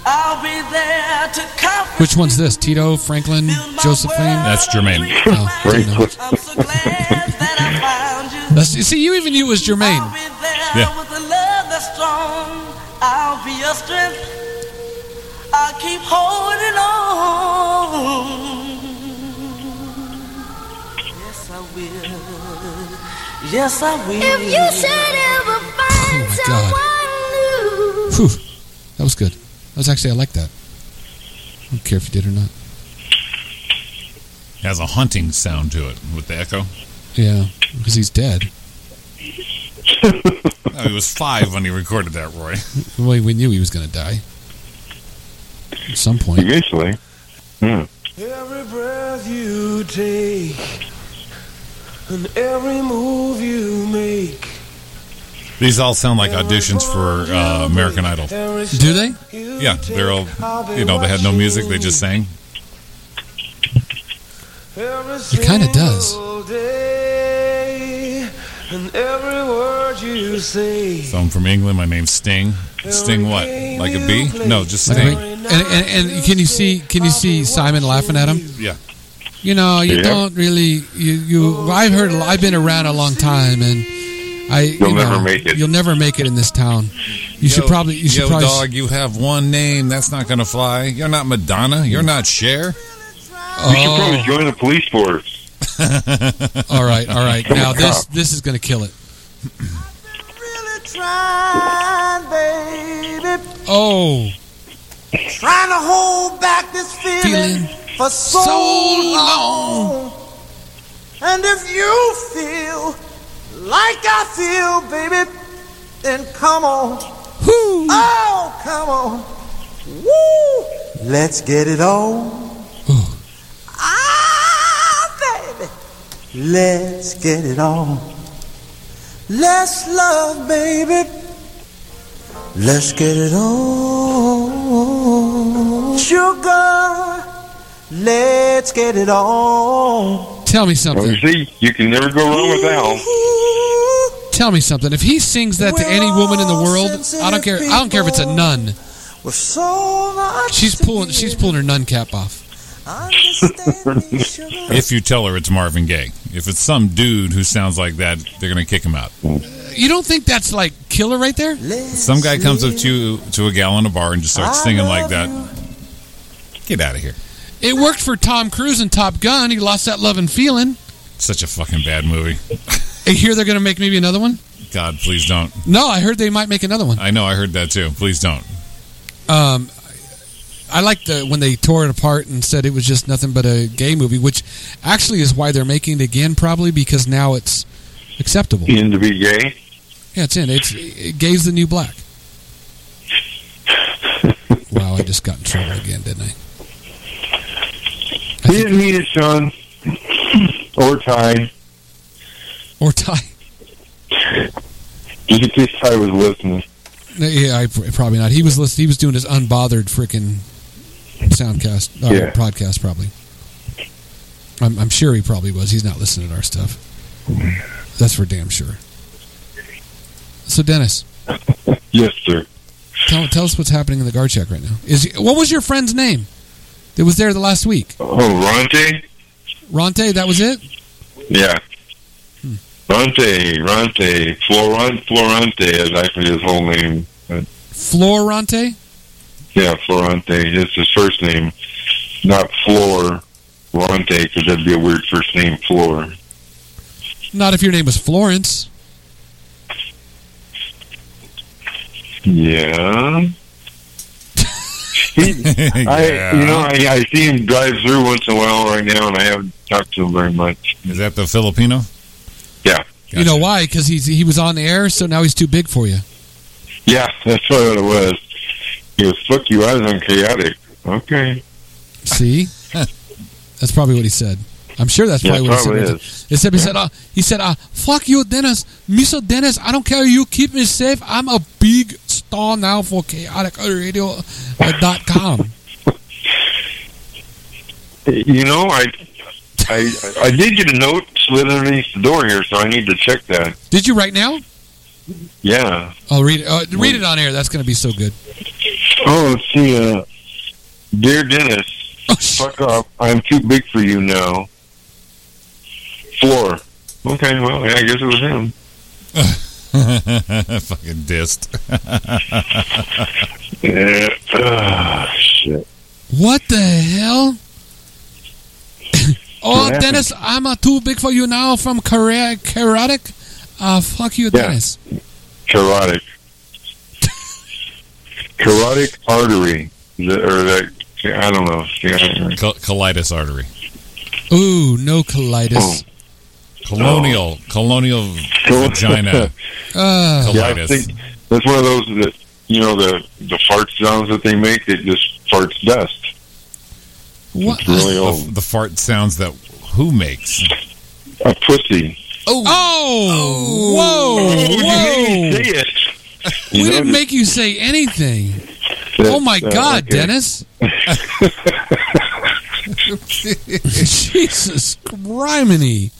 [SPEAKER 11] I'll be there to comfort
[SPEAKER 3] Which one's this? Tito, Franklin, Josephine?
[SPEAKER 4] That's Jermaine.
[SPEAKER 11] Oh,
[SPEAKER 3] That's, see, you even knew it was Jermaine.
[SPEAKER 4] Yeah.
[SPEAKER 11] with a love that's strong. I'll be your strength. I'll keep holding on. Yes, I will. Yes, I will.
[SPEAKER 15] If you should ever find
[SPEAKER 3] Oh, my God.
[SPEAKER 15] someone new,
[SPEAKER 3] Whew. That was good. That was actually, I like that. I don't care if you did or not.
[SPEAKER 4] It has a haunting sound to it with the echo.
[SPEAKER 3] Yeah, because he's dead.
[SPEAKER 4] Oh, he was five when he recorded that, Roy.
[SPEAKER 3] Well, we knew he was going to die. At some point.
[SPEAKER 12] Eventually.
[SPEAKER 2] Every breath you take and every move you make.
[SPEAKER 4] These all sound like auditions for uh, American Idol.
[SPEAKER 3] Do they?
[SPEAKER 4] Yeah, they're all, you know, they had no music, they just sang.
[SPEAKER 3] It kind of does.
[SPEAKER 2] And every word you say.
[SPEAKER 4] So I'm from England, my name's Sting. Sting what? Like a bee? No, just
[SPEAKER 3] Like, wait,
[SPEAKER 4] Sting.
[SPEAKER 3] and, and, and can you see can you see Simon laughing at him?
[SPEAKER 4] Yeah.
[SPEAKER 3] You know, you
[SPEAKER 4] Yeah.
[SPEAKER 3] don't really you, you I've heard I've been around a long time and I
[SPEAKER 4] You'll
[SPEAKER 3] you know,
[SPEAKER 4] never make it.
[SPEAKER 3] You'll never make it in this town. You should
[SPEAKER 4] Yo-
[SPEAKER 3] probably you should
[SPEAKER 4] yo,
[SPEAKER 3] probably
[SPEAKER 4] dog, you have one name. That's not going to fly. You're not Madonna. You're not Cher.
[SPEAKER 12] You should
[SPEAKER 3] Oh.
[SPEAKER 12] probably join the police force.
[SPEAKER 3] All right, all
[SPEAKER 4] [LAUGHS]
[SPEAKER 3] right.
[SPEAKER 12] Become a
[SPEAKER 3] Now this
[SPEAKER 12] cop.
[SPEAKER 3] this is going to kill it.
[SPEAKER 11] Trying, baby,
[SPEAKER 3] Oh,
[SPEAKER 11] trying to hold back this feeling, for so,
[SPEAKER 13] so
[SPEAKER 11] long. And if you feel like I feel, baby, then come on. Oh, come on. Woo!
[SPEAKER 2] Let's get it on.
[SPEAKER 11] Ah, Let's get it on. Let's love, baby.
[SPEAKER 2] Let's get it on.
[SPEAKER 11] Sugar. Let's get it on.
[SPEAKER 3] tell me something.
[SPEAKER 12] You see, you can never go wrong with Al.
[SPEAKER 3] Tell me something. If he sings that to any woman in the world, I don't care. I don't care if it's a nun.
[SPEAKER 11] With so much
[SPEAKER 3] She's pulling. She's pulling her nun cap off.
[SPEAKER 4] if you tell her it's Marvin Gaye. If it's some dude who sounds like that, they're going to kick him out.
[SPEAKER 3] You don't think that's like killer right there?
[SPEAKER 4] Some guy comes up to you to a gal in a bar and just starts singing like that. Get out of here.
[SPEAKER 3] It worked for Tom Cruise in Top Gun. He lost that love and feeling.
[SPEAKER 4] Such a fucking bad movie.
[SPEAKER 3] I hear they're going to make maybe another one.
[SPEAKER 4] God, please don't.
[SPEAKER 3] No, I heard they might make another one.
[SPEAKER 4] I know, I heard that too. Please don't. [LAUGHS]
[SPEAKER 3] Um, I like the when they tore it apart and said it was just nothing but a gay movie, which actually is why they're making it again, probably because now it's acceptable.
[SPEAKER 12] In to be gay.
[SPEAKER 3] Yeah, it's in. It's it, gay's the new black. wow, I just got in trouble again, didn't I?
[SPEAKER 12] He didn't mean it, Sean. [CLEARS THROAT] or Ty.
[SPEAKER 3] Or Ty.
[SPEAKER 12] You could see Ty was listening.
[SPEAKER 3] No, Yeah, I probably not. He was listening. He was doing his unbothered freaking soundcast or
[SPEAKER 12] Yeah.
[SPEAKER 3] podcast probably. I'm, I'm sure he probably was. He's not listening to our stuff. That's for damn sure. So Dennis,
[SPEAKER 12] Yes, sir.
[SPEAKER 3] tell tell us what's happening in the guard check right now. Is what was your friend's name that was there the last week?
[SPEAKER 12] Oh, Ronte?
[SPEAKER 3] Ronte, that was it.
[SPEAKER 12] Yeah. Ronte, Ronte, Florent, Florante is actually his whole name. But
[SPEAKER 3] Florante.
[SPEAKER 12] yeah, Florante is his first name, not Flor Ronte, because that'd be a weird first name, Flor.
[SPEAKER 3] Not if your name was Florence.
[SPEAKER 12] Yeah. he, I, you know, I, I see him drive through once in a while right now, and I haven't talked to him very much.
[SPEAKER 4] Is that the Filipino? [LAUGHS]
[SPEAKER 12] Yeah.
[SPEAKER 3] You know why? Because he's he was on the air, so now he's too big for you.
[SPEAKER 12] Yeah, that's what it was. He goes, fuck you, I was on chaotic. Okay.
[SPEAKER 3] See, that's probably what he said. I'm sure that's
[SPEAKER 12] Yeah,
[SPEAKER 3] probably what
[SPEAKER 12] probably
[SPEAKER 3] he said. Except he said, uh, "He said, uh, fuck you, Dennis, Mr. Dennis. I don't care. You keep me safe. I'm a big star now for Chaotic Radio uh, dot com."
[SPEAKER 12] You know, I, I, I did get a note slid underneath the door here, so I need to check that.
[SPEAKER 3] Did you right now? Oh,
[SPEAKER 12] Yeah.
[SPEAKER 3] I'll read it. Uh, read it on air. That's going to be so good.
[SPEAKER 12] Oh, let's see, uh, dear Dennis,
[SPEAKER 3] Oh,
[SPEAKER 12] fuck off. I'm too big for you now. Floor. Okay, well, yeah, I guess it was him.
[SPEAKER 4] Fucking dissed. [LAUGHS]
[SPEAKER 12] Yeah. Ah, shit.
[SPEAKER 3] What the hell? [LAUGHS] oh,
[SPEAKER 12] happened?
[SPEAKER 3] Dennis, I'm uh, too big for you now from Kara- Karate. Uh, fuck you, Dennis.
[SPEAKER 12] Carotid. Carotid artery. The, or that, I don't know. uh, Yeah.
[SPEAKER 4] colitis artery.
[SPEAKER 3] Ooh, no colitis.
[SPEAKER 4] Colonial. Colonial vagina.
[SPEAKER 12] Oh.
[SPEAKER 3] Uh,
[SPEAKER 12] [LAUGHS] Yeah, I
[SPEAKER 4] Colitis.
[SPEAKER 12] think that's one of those that you know the the fart sounds that they make. It just farts dust.
[SPEAKER 3] What?
[SPEAKER 12] It's really
[SPEAKER 4] The,
[SPEAKER 12] old.
[SPEAKER 4] the fart sounds that who makes?
[SPEAKER 12] A pussy.
[SPEAKER 3] Oh. Oh. Whoa. Whoa.
[SPEAKER 12] Say it.
[SPEAKER 3] We
[SPEAKER 12] You know,
[SPEAKER 3] didn't
[SPEAKER 12] just-
[SPEAKER 3] make you say anything.
[SPEAKER 12] that-
[SPEAKER 3] oh my
[SPEAKER 12] uh,
[SPEAKER 3] God,
[SPEAKER 12] okay.
[SPEAKER 3] [LAUGHS] Dennis! Jesus Criminy!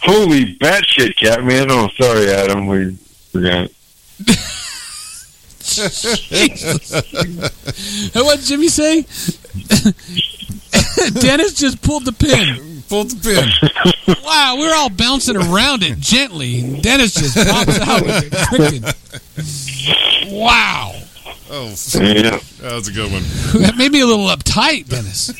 [SPEAKER 12] Holy batshit, Catman! Oh, sorry, Adam. We forgot.
[SPEAKER 3] Jesus. And what did Jimmy say? [LAUGHS] Dennis just pulled the pin.
[SPEAKER 4] Pulled the
[SPEAKER 3] pin. [LAUGHS] Wow, we're all bouncing around it gently. Dennis just pops out. with a Freaking. Wow.
[SPEAKER 4] Oh,
[SPEAKER 12] Yeah.
[SPEAKER 4] that was a good one.
[SPEAKER 3] That made me a little uptight, Dennis.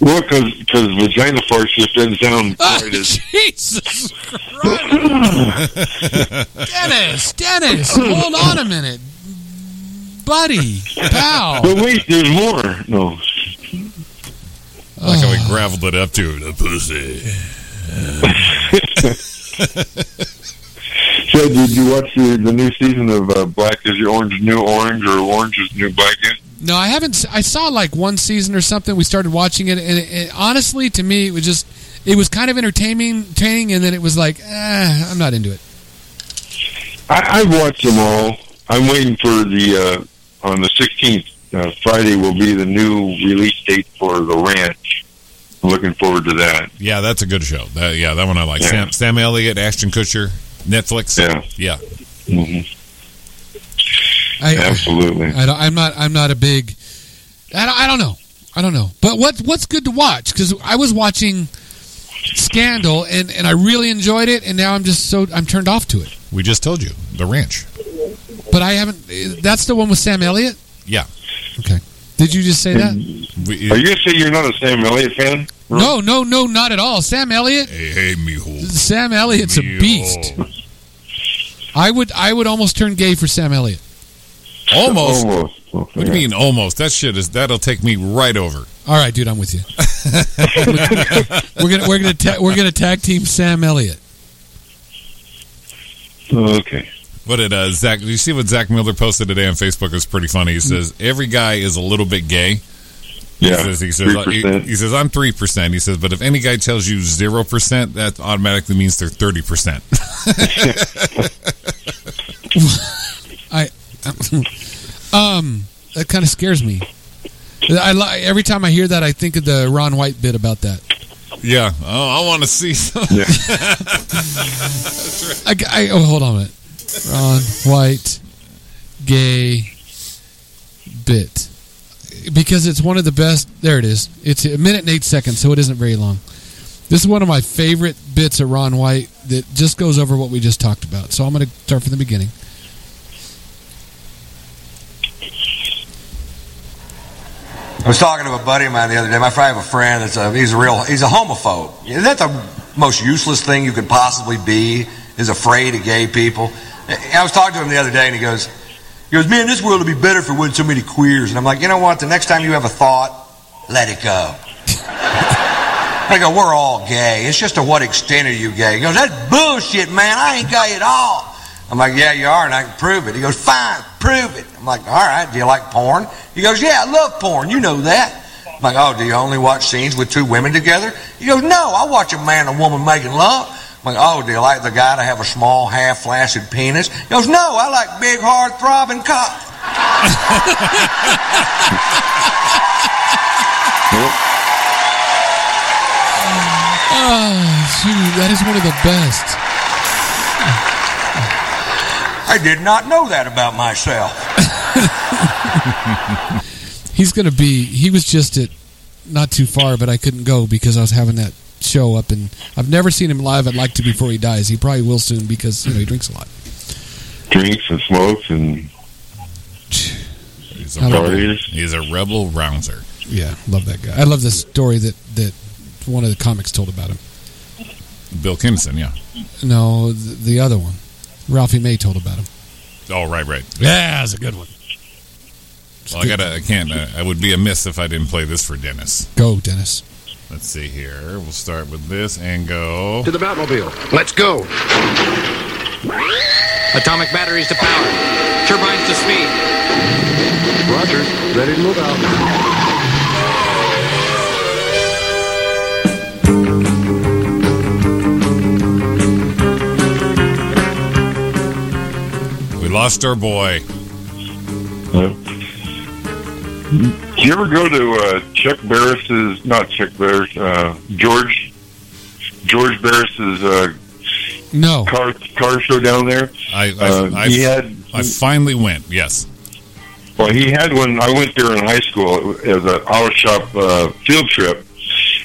[SPEAKER 12] Well, because vagina farts just doesn't sound
[SPEAKER 3] Ah. [LAUGHS]
[SPEAKER 12] quite as
[SPEAKER 3] Jesus Christ. Dennis, Dennis, hold on a minute. Buddy,
[SPEAKER 12] [LAUGHS]
[SPEAKER 3] pal.
[SPEAKER 12] But wait, there's more. No.
[SPEAKER 4] [SIGHS] Like how we graveled it up to the pussy.
[SPEAKER 12] So, did you watch the, the new season of uh, Black is Your Orange New Orange or Orange is New Black? yet?
[SPEAKER 3] No, I haven't. s- I saw like one season or something. We started watching it, and it, it- honestly, to me, it was just it was kind of entertaining, entertaining, and then it was like, eh, I'm not into it.
[SPEAKER 12] I, I've watched them all. I'm waiting for the uh, on the 16th uh, Friday will be the new release date for The Ranch. I'm looking forward to that.
[SPEAKER 4] Yeah, that's a good show. That, yeah, that one I like.
[SPEAKER 12] Yeah.
[SPEAKER 4] Sam, Sam Elliott, Ashton Kutcher, Netflix.
[SPEAKER 12] Yeah.
[SPEAKER 4] Yeah.
[SPEAKER 12] hmm
[SPEAKER 3] I,
[SPEAKER 4] [LAUGHS]
[SPEAKER 12] Absolutely.
[SPEAKER 3] I don't, I'm not. I'm not a big. I don't, I don't know. I don't know. But what what's good to watch? Because I was watching Scandal, and and I really enjoyed it, and now I'm just so I'm turned off to it.
[SPEAKER 4] We just told you. The Ranch.
[SPEAKER 3] But I haven't. eh, That's the one with Sam Elliott.
[SPEAKER 4] Yeah.
[SPEAKER 3] Okay. Did you just say that?
[SPEAKER 4] We,
[SPEAKER 12] Are you gonna say you're not a Sam Elliott fan?
[SPEAKER 3] No, no, no, not at all. Sam Elliott.
[SPEAKER 4] hey, hey, mijo.
[SPEAKER 3] Sam Elliott's a beast. I would I would almost turn gay for Sam Elliott.
[SPEAKER 4] Almost.
[SPEAKER 12] Almost.
[SPEAKER 4] Oh. What do you mean almost? That shit is that'll take me right over.
[SPEAKER 3] All right, dude, I'm with you. we're gonna we're gonna ta- we're gonna tag team Sam Elliott.
[SPEAKER 12] Oh, Okay.
[SPEAKER 4] What did uh, Zach? Did you see what Zach Miller posted today on Facebook? It was pretty funny. He says every guy is a little bit gay. He [LAUGHS]
[SPEAKER 12] Yeah,
[SPEAKER 4] says, he, says, uh, he,
[SPEAKER 12] 3%.
[SPEAKER 4] he says I'm three percent. He says, but if any guy tells you zero percent, that automatically means they're thirty percent. [LAUGHS]
[SPEAKER 3] I [LAUGHS] um that kind of scares me. I li- every time I hear that, I think of the Ron White bit about that.
[SPEAKER 4] Yeah. Oh, I want to see. [LAUGHS] Some.
[SPEAKER 12] Yeah.
[SPEAKER 3] I, I- oh, hold on a minute. Ron White gay bit. Because it's one of the best. There it is. It's a minute and eight seconds, so it isn't very long. This is one of my favorite bits of Ron White that just goes over what we just talked about. So I'm going to start from the beginning.
[SPEAKER 16] I was talking to a buddy of mine the other day. My friend, I have a friend that's a, he's a real he's a homophobe. Isn't that the most useless thing you could possibly be? Is afraid of gay people. I was talking to him the other day, and he goes, he goes, man, this world would be better if it wasn't so many queers. And I'm like, you know what? The next time you have a thought, let it go. I go, we're all gay. It's just to what extent are you gay? He goes, that's bullshit, man. I ain't gay at all. I'm like, yeah, you are, and I can prove it. He goes, fine, prove it. I'm like, all right, do you like porn? He goes, yeah, I love porn. You know that. I'm like, oh, do you only watch scenes with two women together? He goes, no, I watch a man and a woman making love. I'm like, oh, do you like the guy to have a small, half flaccid penis? He goes, no, I like big, hard, throbbing cock.
[SPEAKER 3] Ah, Oh, shoot. That is one of the best.
[SPEAKER 16] I did not know that about myself.
[SPEAKER 3] He's going to be. He was just at not too far, but I couldn't go because I was having that show up, and I've never seen him live. I'd like to before he dies. He probably will soon because you know he drinks a lot.
[SPEAKER 12] Drinks and smokes and
[SPEAKER 4] He's a, rebel, he's a rebel rouser.
[SPEAKER 3] Yeah, love that guy. I love the story that that one of the comics told about him.
[SPEAKER 4] Bill Kinson, yeah.
[SPEAKER 3] No, the, the other one, Ralphie May told about him.
[SPEAKER 4] Oh, right, right.
[SPEAKER 3] Yeah, that's a good one.
[SPEAKER 4] Well, I gotta. I can't. Uh, I would be amiss if I didn't play this for Dennis.
[SPEAKER 3] Go, Dennis.
[SPEAKER 4] Let's see here. We'll start with this and go
[SPEAKER 17] To the Batmobile. Let's go.
[SPEAKER 18] Atomic batteries to power. Turbines to speed.
[SPEAKER 17] Roger. Ready to move out.
[SPEAKER 4] We lost our boy.
[SPEAKER 12] Do Hmm? you ever go to uh, Chuck Barris's? Not Chuck Barris. Uh, George George Barris's uh,
[SPEAKER 3] no
[SPEAKER 12] car car show down there.
[SPEAKER 4] I I,
[SPEAKER 12] Uh,
[SPEAKER 4] I,
[SPEAKER 12] he had-
[SPEAKER 4] I finally went. Yes.
[SPEAKER 12] Well, he had one. I went there in high school as an auto shop uh, field trip,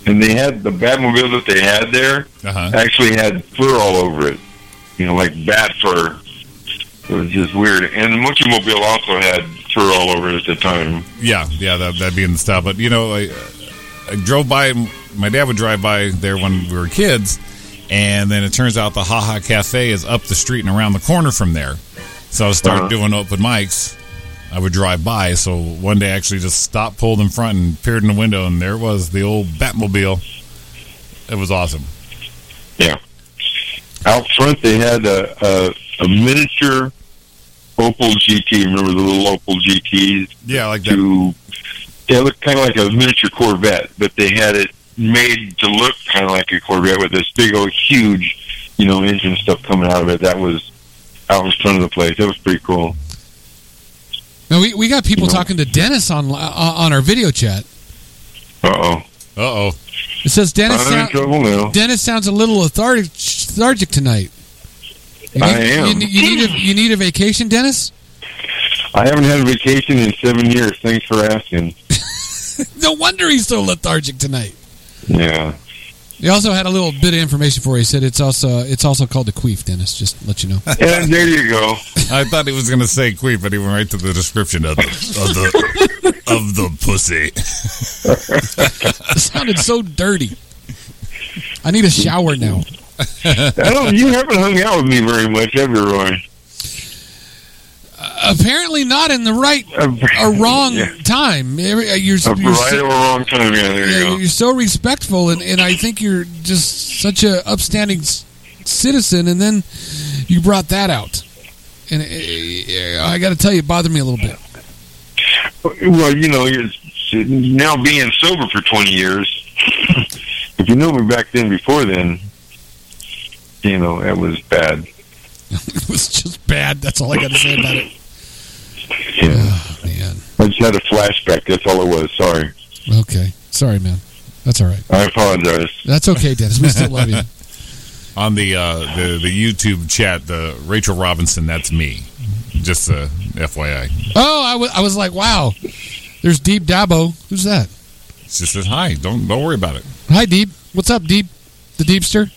[SPEAKER 12] and they had the Batmobile that they had there
[SPEAKER 4] Uh-huh.
[SPEAKER 12] actually had fur all over it. You know, like bat fur. It was just weird. And the Monkey Mobile also had fur all over it at the time.
[SPEAKER 4] Yeah, yeah, that, that'd be in the style. But you know, I, I drove by. My dad would drive by there when we were kids, and then it turns out the Ha Ha Cafe is up the street and around the corner from there. So I started
[SPEAKER 12] Uh-huh.
[SPEAKER 4] doing open mics. I would drive by. So one day, I actually just stopped, pulled in front, and peered in the window, and there was the old Batmobile. It was awesome.
[SPEAKER 12] Yeah. Out front, they had a, a, a miniature Opal GT. Remember the little Opal GTs?
[SPEAKER 4] Yeah, like
[SPEAKER 12] that. it looked kind of like a miniature Corvette, but they had it made to look kind of like a Corvette with this big old huge, you know, engine stuff coming out of it. That was out in front of the place. That was pretty cool.
[SPEAKER 3] No, we, we got people talking to Dennis on uh, on our video chat.
[SPEAKER 12] Uh oh.
[SPEAKER 4] Uh oh.
[SPEAKER 3] It says Dennis.
[SPEAKER 12] I'm in
[SPEAKER 3] Sound,
[SPEAKER 12] trouble now.
[SPEAKER 3] Dennis sounds a little lethargic, lethargic tonight. You
[SPEAKER 12] I am.
[SPEAKER 3] You, you need a, you need a vacation, Dennis?
[SPEAKER 12] I haven't had a vacation in seven years. Thanks for asking.
[SPEAKER 3] No wonder he's so lethargic tonight.
[SPEAKER 12] Yeah.
[SPEAKER 3] He also had a little bit of information for you. He said it's also it's also called the queef, Dennis. Just to let you know.
[SPEAKER 12] And there you go.
[SPEAKER 4] I thought he was going to say queef, but he went right to the description of the of the, of the pussy.
[SPEAKER 3] it sounded so dirty. I need a shower now.
[SPEAKER 12] I don't. You haven't hung out with me very much, have you, Roy?
[SPEAKER 3] Apparently not in the right or wrong
[SPEAKER 12] Yeah.
[SPEAKER 3] time. Every- uh, You're,
[SPEAKER 12] A
[SPEAKER 3] you're
[SPEAKER 12] right or
[SPEAKER 3] so,
[SPEAKER 12] wrong time. Yeah, there you
[SPEAKER 3] yeah,
[SPEAKER 12] go.
[SPEAKER 3] you're so respectful, and, and I think you're just such a upstanding s- citizen. And then you brought that out, and uh, I got to tell you, it bothered me a little bit. [LAUGHS]
[SPEAKER 12] Well, you know, you're now being sober for 20 years. [LAUGHS] if you knew me back then, before then, you know, it was bad.
[SPEAKER 3] It was just bad. That's all I got to say about it.
[SPEAKER 12] Yeah. I just had a flashback. That's all it was. Sorry.
[SPEAKER 3] Okay, sorry, man. That's all right.
[SPEAKER 12] I apologize.
[SPEAKER 3] That's okay, Dennis. We still love you.
[SPEAKER 4] On the uh, the the YouTube chat, the Rachel Robinson, that's me. Just uh, FYI,
[SPEAKER 3] Oh, I wa- I was like, wow. There's Deep Dabo. Who's that?
[SPEAKER 4] she says hi. Don't don't worry about it.
[SPEAKER 3] Hi, Deep. What's up, Deep? The Deepster.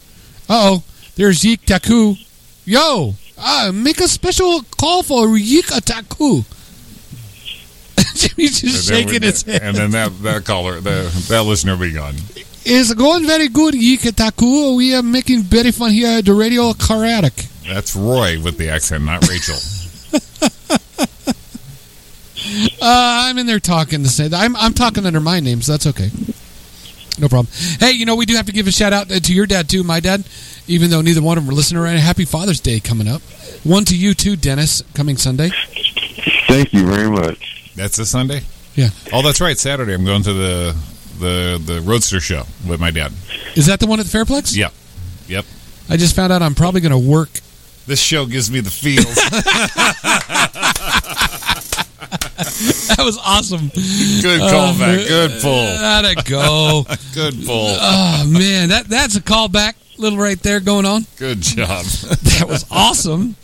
[SPEAKER 3] Uh oh. There's Yeek Taku. Yo, uh, make a special call for Yeek Taku. [LAUGHS] Jimmy's just
[SPEAKER 4] And then
[SPEAKER 3] shaking
[SPEAKER 4] we-
[SPEAKER 3] his head.
[SPEAKER 4] and then that that caller, the, that listener, will be gone.
[SPEAKER 3] It's going very good, Yeek Taku. We are making very fun here at the Radio Karatic.
[SPEAKER 4] That's Roy with the accent, not Rachel.
[SPEAKER 3] Uh, I'm in there talking the same. I'm I'm talking under my name, so that's okay. No problem. Hey, you know we do have to give a shout out uh, to your dad too, my dad. Even though neither one of them are listening right, now, happy Father's Day coming up. One to you too, Dennis, coming Sunday.
[SPEAKER 12] Thank you very much.
[SPEAKER 4] that's this Sunday.
[SPEAKER 3] Yeah.
[SPEAKER 4] Oh, that's right. Saturday, I'm going to the the the Roadster show with my dad.
[SPEAKER 3] Is that the one at the Fairplex?
[SPEAKER 4] Yep. Yep.
[SPEAKER 3] I just found out I'm probably going to work. [LAUGHS]
[SPEAKER 4] This show gives me the feels.
[SPEAKER 3] That was awesome. Uh,
[SPEAKER 4] Good callback. Good pull.
[SPEAKER 3] That'd go.
[SPEAKER 4] Good pull.
[SPEAKER 3] Oh man, that that's a callback, little right there going on.
[SPEAKER 4] Good job.
[SPEAKER 3] That was awesome.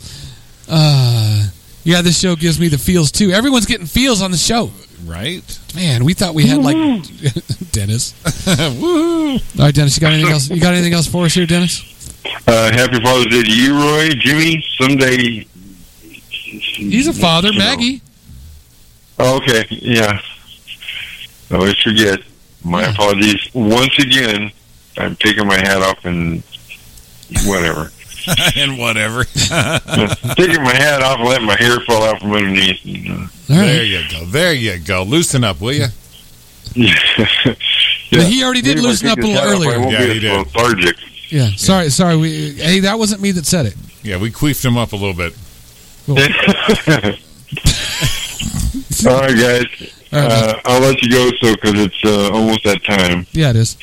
[SPEAKER 3] Uh, yeah, this show gives me the feels too. Everyone's getting feels on the show.
[SPEAKER 4] Right?
[SPEAKER 3] Man, we thought we had like [LAUGHS] Dennis. All right, Dennis, you got anything else? You got anything else for us here, Dennis?
[SPEAKER 12] Uh, happy Father's Day to you, Roy, Jimmy. Someday. He's
[SPEAKER 3] a father, Maggie.
[SPEAKER 12] Oh, okay, yeah. I always forget. My apologies. Once again, I'm taking my hat off and
[SPEAKER 3] [LAUGHS]
[SPEAKER 12] whatever.
[SPEAKER 4] [LAUGHS] and whatever.
[SPEAKER 12] taking my hat off and letting my hair fall out from underneath. you know.
[SPEAKER 4] There you go. There you go. Loosen up, will you?
[SPEAKER 12] Yeah.
[SPEAKER 3] he already did
[SPEAKER 12] Maybe if I
[SPEAKER 3] loosen
[SPEAKER 12] take
[SPEAKER 3] up a
[SPEAKER 12] this
[SPEAKER 3] little
[SPEAKER 12] hat off, I
[SPEAKER 3] earlier.
[SPEAKER 12] won't
[SPEAKER 3] Yeah,
[SPEAKER 12] be
[SPEAKER 3] he
[SPEAKER 12] as
[SPEAKER 3] did. [LAUGHS]
[SPEAKER 12] lethargic.
[SPEAKER 3] Yeah. Sorry, sorry. We, hey, that wasn't me that said it.
[SPEAKER 4] Yeah, we queefed him up a little bit.
[SPEAKER 12] All right, guys.
[SPEAKER 3] All right,
[SPEAKER 12] uh, I'll let you go, so because it's uh, almost that time.
[SPEAKER 3] Yeah, it is.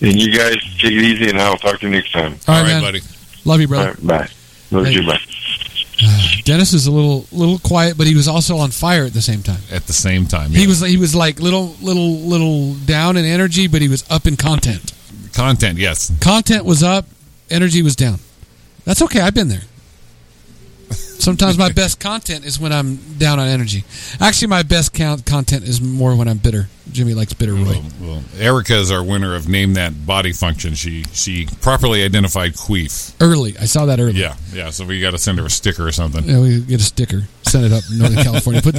[SPEAKER 12] And you guys take it easy, and I'll talk to you next time.
[SPEAKER 3] All right, All right, man. buddy. Love you,
[SPEAKER 12] All
[SPEAKER 3] brother.
[SPEAKER 12] right, bye. Love
[SPEAKER 3] Hey.
[SPEAKER 12] you, bye.
[SPEAKER 3] Dennis is a little little quiet, but he was also on fire at the same time.
[SPEAKER 4] At the same time.
[SPEAKER 3] He was he was like little little little down in energy, but he was up in content.
[SPEAKER 4] Content, yes.
[SPEAKER 3] Content was up, energy was down. That's okay. I've been there. Sometimes [LAUGHS] my best content is when I'm down on energy. Actually, my best count content is more when I'm bitter. Jimmy likes bitter Roy.
[SPEAKER 4] Well, Erica is our winner of name that body function. She she properly identified queef.
[SPEAKER 3] Early, I saw that early.
[SPEAKER 4] Yeah, yeah. So we got to send her a sticker or something.
[SPEAKER 3] Yeah, we get a sticker, send it up in [LAUGHS] Northern California. Put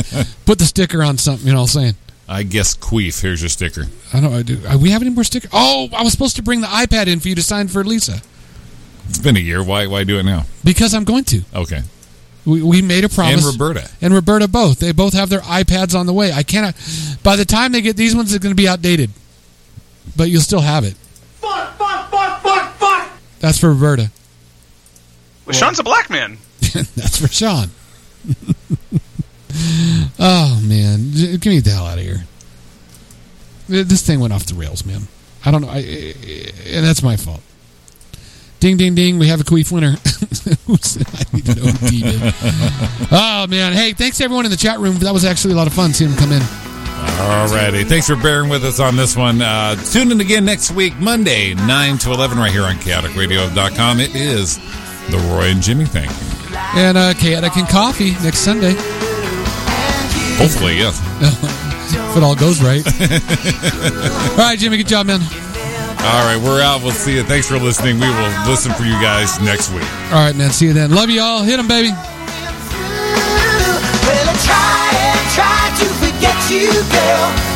[SPEAKER 3] put the sticker on something. You know what I'm saying?
[SPEAKER 4] I guess queef. Here's your sticker.
[SPEAKER 3] I don't. I do. uh, We have any more stickers? Oh, I was supposed to bring the iPad in for you to sign for Lisa
[SPEAKER 4] It's been a year. Why why do it now?
[SPEAKER 3] because I'm going to.
[SPEAKER 4] Okay.
[SPEAKER 3] We, we made a promise.
[SPEAKER 4] And Roberta.
[SPEAKER 3] And Roberta both. They both have their iPads on the way. I cannot. By the time they get these ones, it's going to be outdated. But you'll still have it.
[SPEAKER 19] Fuck, fuck, fuck, fuck, fuck.
[SPEAKER 3] That's for Roberta.
[SPEAKER 8] Well, Sean's a black man.
[SPEAKER 3] [LAUGHS] That's for Sean. oh man, J- give me the hell out of here. Th- This thing went off the rails, man. I don't know. I, I- I- and that's my fault. Ding, ding, ding. We have a queef winner. [LAUGHS] I need to know who T did. Oh, man. Hey, thanks to everyone in the chat room. That was actually a lot of fun seeing them come in.
[SPEAKER 4] Alrighty. Thanks for bearing with us on this one. Uh, tune in again next week, Monday, 9 to 11, right here on chaoticradio.com. It is the Roy and Jimmy thing.
[SPEAKER 3] And uh, Chaotic and Coffee next Sunday.
[SPEAKER 4] Hopefully, yes.
[SPEAKER 3] if it all goes right. all right, Jimmy. Good job, man.
[SPEAKER 4] All right, we're out. We'll see you. Thanks for listening. We will listen for you guys next week.
[SPEAKER 3] All right, man. See you then. Love you all. Hit them, baby.
[SPEAKER 19] Well, I try and try to forget you, girl.